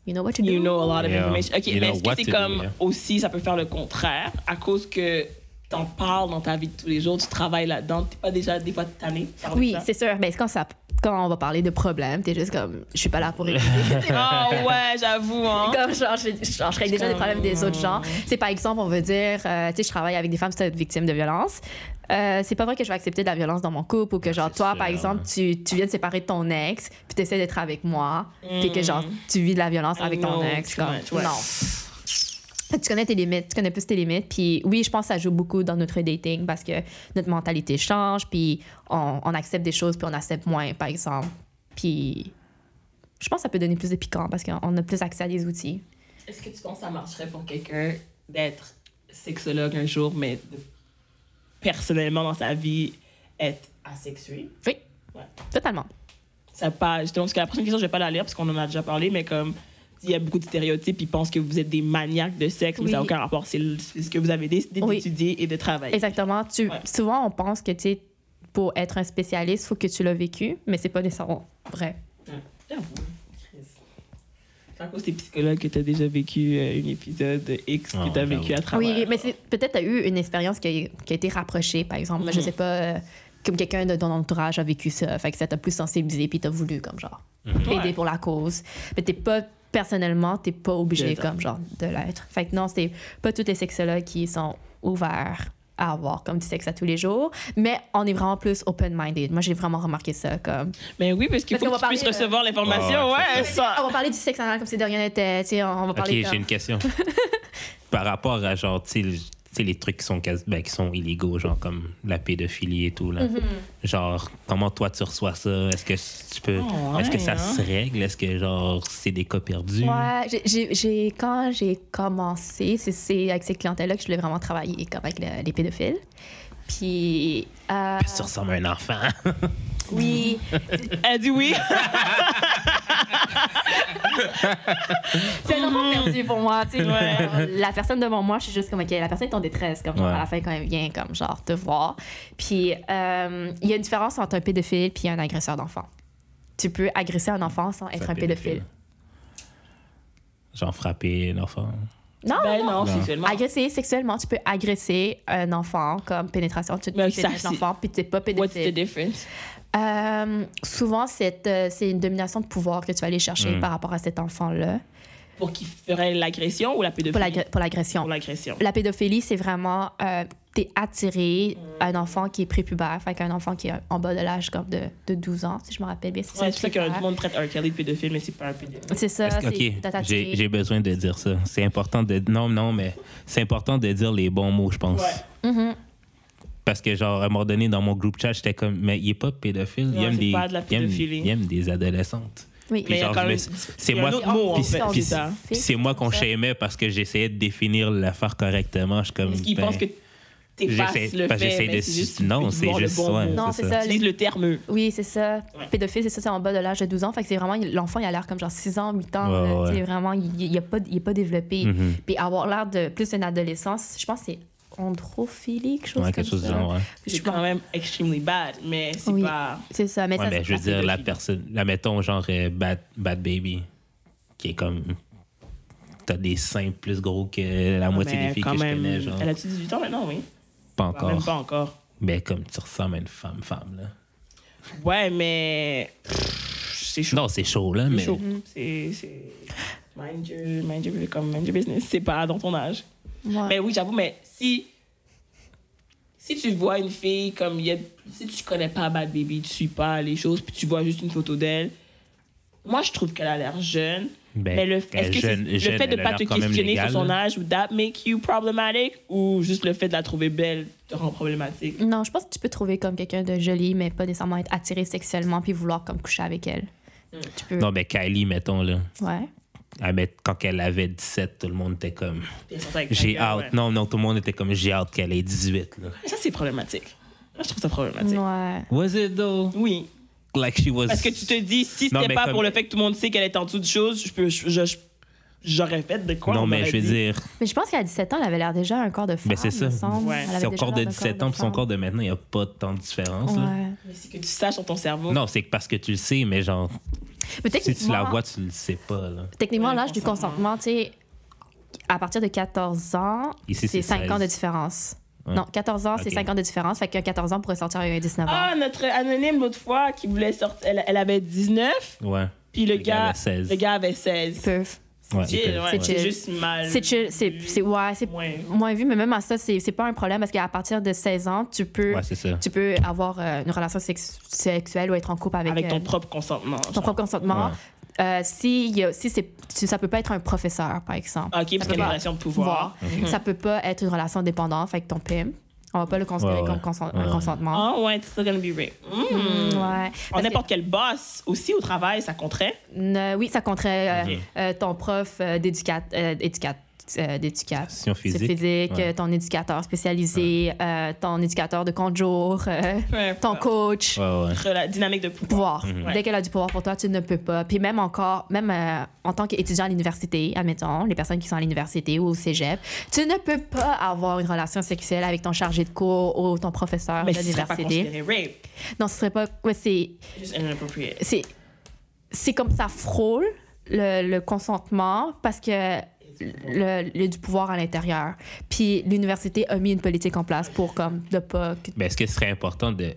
you know what to do. You know a lot of Yeah. information. OK, You mais know est-ce que what c'est to do, comme yeah. aussi, ça peut faire le contraire à cause que t'en parles dans ta vie de tous les jours, tu travailles là-dedans, t'es pas déjà des fois tanné? par Oui, ça? c'est sûr. Mais quand, ça, quand on va parler de problèmes, t'es juste comme, je suis pas là pour écouter. Ah ouais, j'avoue, hein. comme genre, je, genre, je règle déjà des problèmes des autres gens. Hmm. C'est par exemple, on veut dire, euh, tu sais, je travaille avec des femmes qui sont victimes de violence. Euh, c'est pas vrai que je vais accepter de la violence dans mon couple ou que genre Ah, c'est toi sûr, par exemple tu, tu viens de séparer de ton ex puis t'essaies d'être avec moi puis Hmm. que genre tu vis de la violence I avec ton know, ex too comme much, ouais. non tu connais tes limites, tu connais plus tes limites. Puis oui, je pense que ça joue beaucoup dans notre dating parce que notre mentalité change, puis on, on accepte des choses, puis on accepte moins, par exemple. Puis Je pense que ça peut donner plus de piquant parce qu'on a plus accès à des outils. Est-ce que tu penses que ça marcherait pour quelqu'un d'être sexologue un jour, mais de- personnellement dans sa vie, être asexué? Oui, Ouais. totalement. Ça pas, justement, parce que la prochaine question, je vais pas la lire parce qu'on en a déjà parlé, mais comme il y a beaucoup de stéréotypes, ils pensent que vous êtes des maniaques de sexe, mais Oui. ça n'a aucun rapport. C'est le- c'est ce que vous avez décidé Oui. d'étudier et de travailler. Exactement. Tu, Ouais. Souvent, on pense que tu sais, pour être un spécialiste, il faut que tu l'as vécu, mais c'est pas nécessairement vrai. J'avoue, Chris. C'est à cause des psychologues que tu as déjà vécu euh, un épisode X Ah, que tu as vécu j'avoue. à travers. Oui, mais c'est- peut-être tu as eu une expérience qui a, qui a été rapprochée, par exemple. Moi, Je Hmm. Mhm. sais pas, euh, comme quelqu'un de ton entourage a vécu ça, fait que ça t'a plus sensibilisé, puis t'as voulu, comme genre, Hmm. aider Ouais. pour la cause. Mais t'es pas, personnellement, t'es pas obligé, Exact. comme genre, de l'être. Fait que non, c'est pas tous les sexologues qui sont ouverts à avoir comme du sexe à tous les jours, mais on est vraiment plus open-minded. Moi, j'ai vraiment remarqué ça, comme... Mais oui, parce qu'il Parce faut qu'on que va tu puisses parler euh, de- recevoir l'information. Ouais, Ouais, ouais, Ah, On ça. va parler du sexe anal comme si de rien n'était, tu sais, on va Ok, parler j'ai comme... une question. Par rapport à genre, tu sais, le- tu sais, les trucs qui sont, quasi- ben, qui sont illégaux, genre comme la pédophilie et tout, là. Mm-hmm. Genre, comment toi tu reçois ça? Est-ce que tu peux. Ah Oh, ouais, Est-ce que ça hein? se règle? Est-ce que genre c'est des cas perdus? Ouais, j'ai- j'ai- j'ai- quand j'ai commencé, c'est- c'est avec ces clientèles-là que je voulais vraiment travailler, comme avec le- les pédophiles. Puis, euh, Tu ressembles à un enfant. oui, Elle dit oui. c'est un moment perdu pour moi, tu sais. Ouais. La personne devant moi, je suis juste comme, OK, la personne est en détresse, comme genre, Ouais. à la fin, quand elle vient, comme genre, te voir. Puis, euh, il y a une différence entre un pédophile puis un agresseur d'enfants. Tu peux agresser un enfant sans être un pédophile. Genre frapper l'enfant. Non, Ben Oh, non, non, Non. sexuellement. Agresser sexuellement, tu peux agresser un enfant comme pénétration. Tu Mais Ben, ça, pénètres c'est- l'enfant, puis t'es pas What's the pédophile. difference? Euh, souvent, c'est euh, c'est une domination de pouvoir que tu vas aller chercher Mm. par rapport à cet enfant-là Pour qui ferait l'agression ou la pour pédophilie? l'agré- pour l'agression. Pour l'agression. La pédophilie, c'est vraiment, euh, t'es attiré à un enfant qui est prépubère, fait qu'un enfant qui est en bas de l'âge comme de, de 12 ans, si je me rappelle bien. Ouais, c'est pour ça que tout le prépubère. monde traite un Kelly de pédophile, mais c'est pas un pédophile. C'est ça, Est-ce que- c'est ok, t'as j'ai attiré. j'ai besoin de dire ça. C'est important de. Non, non, mais c'est important de dire les bons mots, je pense. Mhm. Parce que, genre, à un moment donné, dans mon groupe chat, j'étais comme, mais il est pas pédophile. il, Ouais, aime c'est des, pas de la il aime- pédophilie. il aime des adolescentes. Oui. Puis Mais genre, quand je me- même, c'est il y a moi. un autre mot, en puis fait, c'est- on puis dit ça. c'est- c'est moi qu'on Ça. shamait parce que j'essayais de définir l'affaire correctement. Je suis comme. Parce qu'ils ben, pensent que t'effaces j'essaie- le parce que fait, j'essaie mais de- c'est juste... non, tu c'est ignores le juste- bon ouais. mot. Non, c'est c'est ça. ça. Utilise le terme. Oui, c'est ça. Ouais. Pédophile, c'est ça, c'est en bas de l'âge de 12 ans. Fait que c'est vraiment, l'enfant, il a l'air comme genre 6 ans, 8 ans. Ouais, là, ouais. tu sais, Vraiment, il il a pas, il est pas développé. Mhm. Puis avoir l'air de plus une adolescence, je pense que c'est androphilie, quelque chose ouais, comme quelque chose du ça. genre, ouais. Je C'est pense- quand même extremely bad, mais c'est Oui. pas... C'est ça, mais Ouais, ça, mais c'est je veux pas- dire, la pédophile. personne, la mettons, genre euh, bad, Bad Baby, qui est comme. T'as des seins plus gros que la moitié Ah, Mais des filles quand que je même, connais, genre. Elle a-tu 18 ans maintenant, oui? Pas Bah, Même encore. pas encore. Mais comme tu ressembles à une femme, femme, là. Ouais, mais... pff, C'est chaud. Non, c'est chaud, là, C'est mais. chaud. C'est... c'est- Mind your, mind, your, comme mind your business. C'est pas dans ton âge. Ouais. Mais oui, j'avoue, mais si. Si tu vois une fille comme. il y a- si tu connais pas Bad Baby, tu suis pas les choses, puis tu vois juste une photo d'elle. Moi, je trouve qu'elle a l'air jeune. Ben, mais le, elle est-ce que jeune- c'est- jeune, le fait de elle a pas l'air te quand même questionner légale, sur son là. âge, would that make you problematic? Ou juste le fait de la trouver belle te rend problématique? Non, je pense que tu peux trouver comme quelqu'un de joli, mais pas nécessairement être attiré sexuellement puis vouloir comme coucher avec elle. Tu peux. Non, mais Kylie, mettons, là. Ouais. elle met- quand elle avait 17, tout le monde était comme. Puis elle sortait avec J'ai quelqu'un, hâte. ouais. Non, non, tout le monde était comme j'ai hâte qu'elle ait 18, là. Ça, c'est problématique. Moi, je trouve ça Ah, problématique. Ouais. Was it though? Oui. Like she was. Parce que tu te dis, si Non, c'était mais pas comme- pour le fait que tout le monde sait qu'elle est en dessous de choses, je peux. je- je- J'aurais fait de quoi Non, on mais m'aurait je veux dit. dire, Mais je pense qu'à 17 ans, elle avait l'air déjà un corps de femme. Ben, c'est ça. il me semble. Ouais. Elle avait son déjà corps de l'air d'un 17 corps ans et son femme. corps de maintenant, il n'y a pas tant de différence, là. Ouais. Mais c'est que tu saches dans ton cerveau. Non, c'est parce que tu le sais, mais genre, Mais si tu la techniquement- vois, tu le sais pas, là. Techniquement, Ouais, l'âge du consentement. consentement, tu sais, à partir de 14 ans, Ici, c'est c'est 5 ans 16. de différence. Ouais. Non, 14 ans, c'est Ok. 5 ans de différence. Fait qu'un 14 ans pourrait sortir avec un 19 ans. Ah, notre anonyme l'autre fois qui voulait sortir, elle, elle avait 19, Ouais. puis le, Le gars gars, avait 16. le gars avait Ils 16. peuvent. Ouais, C'est ils chill, peuvent. ouais. C'est C'est chill. juste mal. C'est chill, c'est c'est- ouais, c'est Moins. moins vu, mais même à ça, c'est c'est pas un problème parce qu'à partir de 16 ans, tu peux, Ouais, c'est ça. tu peux avoir euh, une relation sex- sexuelle ou être en couple avec, Avec euh, ton propre consentement. ton propre consentement. Ouais. Euh, si il y a- si c'est- tu- ça peut pas être un professeur, par exemple. Ok, parce Ça qu'il y a peut une pas- relation de pouvoir. Ça peut pas être une relation dépendante avec ton PIM. On va pas le considérer Ouais, comme ouais. consen- Ouais, un ouais. consentement. Oh, ouais, it's still gonna be rape. Mm. Mm, ouais. En Parce que- n'importe quel boss, aussi au travail, ça compterait. Ne- oui, ça compterait euh, Ok. euh, ton prof euh, d'éducat- euh, d'éducat- euh, Sion d'éducation physique. physique, Ouais. euh, ton éducateur spécialisé, euh, ton éducateur de compte jour, euh, ton coach. Ouais, ouais. Entre la dynamique de pouvoir. Pouvoir. Ouais. Dès qu'elle a du pouvoir pour toi, tu ne peux pas. Puis même encore, même euh, en tant qu'étudiant à l'université, admettons, les personnes qui sont à l'université ou au cégep, tu ne peux pas avoir une relation sexuelle avec ton chargé de cours ou ton professeur Mais de ce serait pas l'université. considéré rape. Non, ce serait pas. ouais, c'est Just inappropriate. c'est c'est comme ça frôle le, le consentement parce que le, le- du pouvoir à l'intérieur. Puis l'université a mis une politique en place pour comme de pas que- Mais Ben, est-ce que ce serait important de.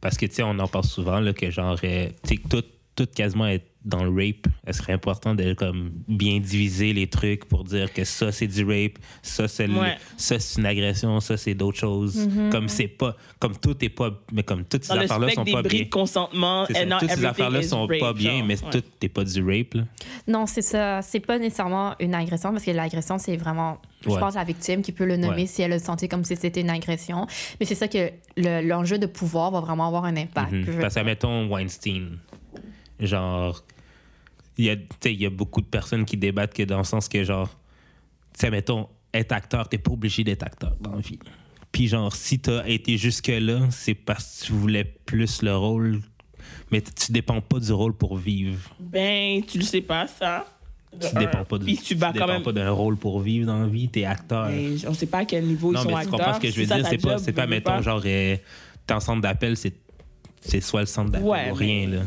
Parce que, tu sais, on en parle souvent, là, que genre, euh, tu sais, que tout, tout quasiment est dans le rape. Est-ce que serait important de, comme, bien diviser les trucs pour dire que ça, c'est du rape, ça, c'est le- Ouais. Mm-hmm, ça c'est une agression, ça, c'est d'autres choses. Comme c'est pas. Comme tout est pas. Mais comme toutes ces Dans le affaires-là spectre sont des pas bris bien. de consentement, C'est and ça, not Toutes ces everything affaires-là is sont pas rape, bien, genre. mais Ouais. tout n'est pas du rape, là. Non, c'est ça. C'est pas nécessairement une agression parce que l'agression, c'est vraiment, je Ouais. pense, la victime qui peut le nommer Ouais. si elle le sentait comme si c'était une agression. Mais c'est ça que le- l'enjeu de pouvoir va vraiment avoir un impact. Mhm. Je- Parce que, mettons, Weinstein, genre, il y, a- tu sais, il y a beaucoup de personnes qui débattent que dans le sens que, genre, tu sais, mettons, être acteur, t'es pas obligé d'être acteur dans la vie. Puis, genre, si t'as été jusque-là, c'est parce que tu voulais plus le rôle, mais t- tu dépends pas du rôle pour vivre. Ben, tu le sais pas, ça. De Tu un. dépends pas, de, Puis tu bats dépends quand même. pas d'un rôle pour vivre dans la vie, t'es acteur. Mais on sait pas à quel niveau Non, ils sont mais tu acteurs. comprends ce que je veux C'est ça, dire? ta C'est pas, job, c'est pas, veux mettons, genre, euh, ton centre d'appel, c'est c'est soit le centre d'appel Ouais, ou mais- rien, là.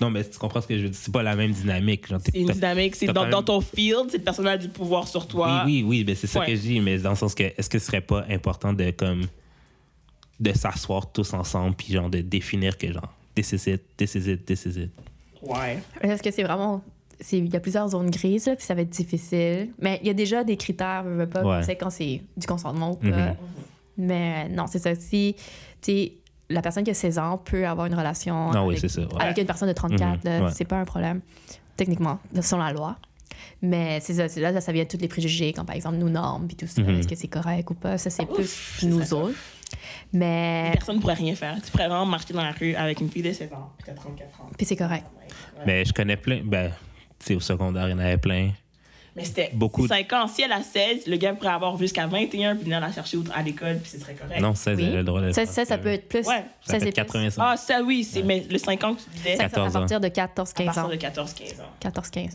Non, mais tu comprends ce que je veux dire? C'est pas la même dynamique. genre, t'es- C'est une t'as- dynamique. C'est t'as dans, quand même- dans ton field, cette personne a du pouvoir sur toi. Oui, oui, oui, mais c'est ça Ouais. que je dis, mais dans le sens que est-ce que ce serait pas important de, comme, de s'asseoir tous ensemble, puis genre, de définir que, genre, this is it, this is it, this is it. Ouais. Parce que c'est vraiment. c'est- Il y a plusieurs zones grises, là, puis ça va être difficile. Mais il y a déjà des critères, je veux pas, Ouais. tu sais, quand c'est du consentement ou pas. Mhm. Mais euh, non, c'est ça. Si, tu sais, la personne qui a 16 ans peut avoir une relation Non, Ah oui, avec, c'est ça. ouais. avec une personne de 34, Mhm, là, ouais. c'est pas un problème, techniquement, selon la loi. Mais c'est ça, c'est là, ça vient de tous les préjugés, comme par exemple nos normes, puis tout ça. Mhm. Est-ce que c'est correct ou pas? Ça, c'est Ouf, plus c'est nous ça. autres. Mais. Personne ne pourrait rien faire. Tu pourrais vraiment marcher dans la rue avec une fille de 7 ans, puis t'as 34 ans. Puis c'est correct. Mais je connais plein, ben, tu sais, au secondaire, il y en avait plein. Mais c'était Beaucoup de- 5 ans. Si elle a 16, le gars pourrait avoir jusqu'à 21, puis venir la chercher au- à l'école, puis ce serait correct. Non, 16, Oui. j'avais le droit de le Ça, faire, ça, ça peut être Ouais. plus. Ça peut c'est être plus- 85. Ah, ça oui, c'est mais le 5 ans que tu disais, à Ça, c'est à 14 ans. partir de 14-15 partir ans. de 14-15 ans. 14-15.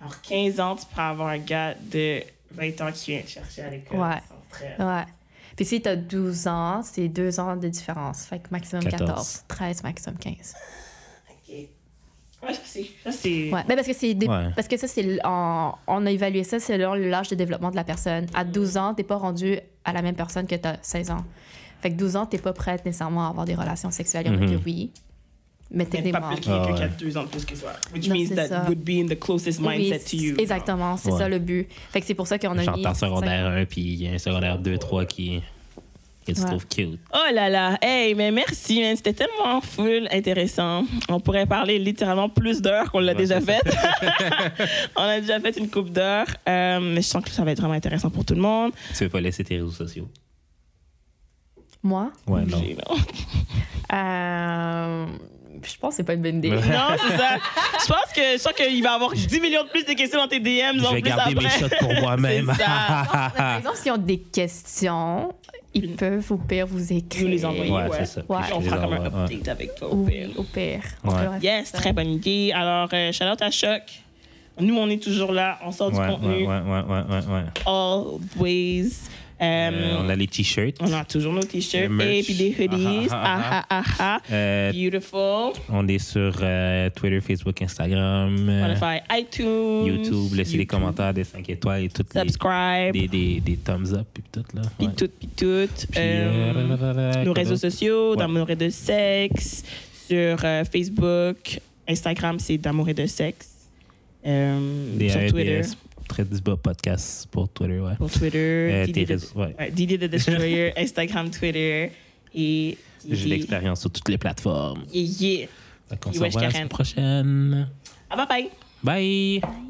Alors, 15 ans, tu pourrais avoir un gars de 20 ans qui vient te chercher à l'école. Ouais. Ah. sans stress. Ouais. Puis si t'as 12 ans, c'est 2 ans de différence. Fait que maximum 14. 14. 13, maximum 15. Ok. Ouais, ça, c'est- ça, c'est. Ouais. Ben, parce que c'est des- Ouais. parce que ça, c'est l- en- on a évalué ça selon l'âge de développement de la personne. À 12 ans, t'es pas rendu à la même personne que t'as 16 ans. Fait que 12 ans, t'es pas prête nécessairement à avoir des relations sexuelles. Il y en a Mhm. que oui, Mais mais pas techniquement. plus qu'il y a Ah, quelqu'un qui a ouais. deux ans de plus que toi. Which Non, means c'est that ça. would be in the closest Oui, mindset to you. exactement, c'est Ouais. ça le but. Fait que c'est pour ça qu'on a mis... J'entends secondaire 1, puis il y a un secondaire 2, 3 qui, qui se Ouais. trouve cute. Oh là là, hey, mais merci, man. C'était tellement full intéressant. On pourrait parler littéralement plus d'heures qu'on l'a Ouais, déjà c'est fait. On a déjà fait une coupe d'heures, euh, mais je sens que ça va être vraiment intéressant pour tout le monde. Tu veux pas laisser tes réseaux sociaux. Moi, Ouais, non. J'ai- Non, euh, je pense que c'est pas une bonne idée. Non, c'est ça. Je pense que je sens qu'il va y avoir 10 millions de plus de questions dans tes DM. en Je vais plus garder après. mes shots pour moi-même. C'est ça. Par exemple, s'ils ont des questions, ils peuvent au pire vous écrire. Nous les envoyer. ouais, Ouais. c'est ça. Ouais. Puis je On les fera comme un envoie, ouais. update avec toi. au pire. Oui, au pire. On Ouais. peut Yes, faire ça. très bonne idée. Alors, euh, shout out à Choc. Nous, on est toujours là. On sort du Ouais, contenu. ouais, ouais, ouais, ouais, ouais, ouais. Always. Euh, Euh, on a les t-shirts. on a toujours nos t-shirts Le et merch. puis des hoodies. Ah, Ah, ah, ah, ah. Euh, Beautiful. on est sur euh, Twitter, Facebook, Instagram, euh, Spotify, iTunes. YouTube. Laissez des commentaires, des 5 étoiles et toutes les, Subscribe. des, des, des thumbs up et tout là. Puis Ouais. tout, puis tout. Puis, Euh, euh, blablabla, nos quoi réseaux d'autre? sociaux, Ouais. d'amour et de sexe, sur euh, Facebook, Instagram, c'est d'amour et de sexe. Euh, Des sur AEDS, Twitter. Très du bas podcast pour Twitter, ouais. Pour Twitter. Euh, Didi tes the- réseaux, ouais. ouais, Didi the Destroyer, Instagram, Twitter. Et. J'ai de l'expérience sur toutes les plateformes. Yeah, yeah. Fait qu'on Et se wesh, revoit la Karen. semaine prochaine. Ah, bye bye. Bye.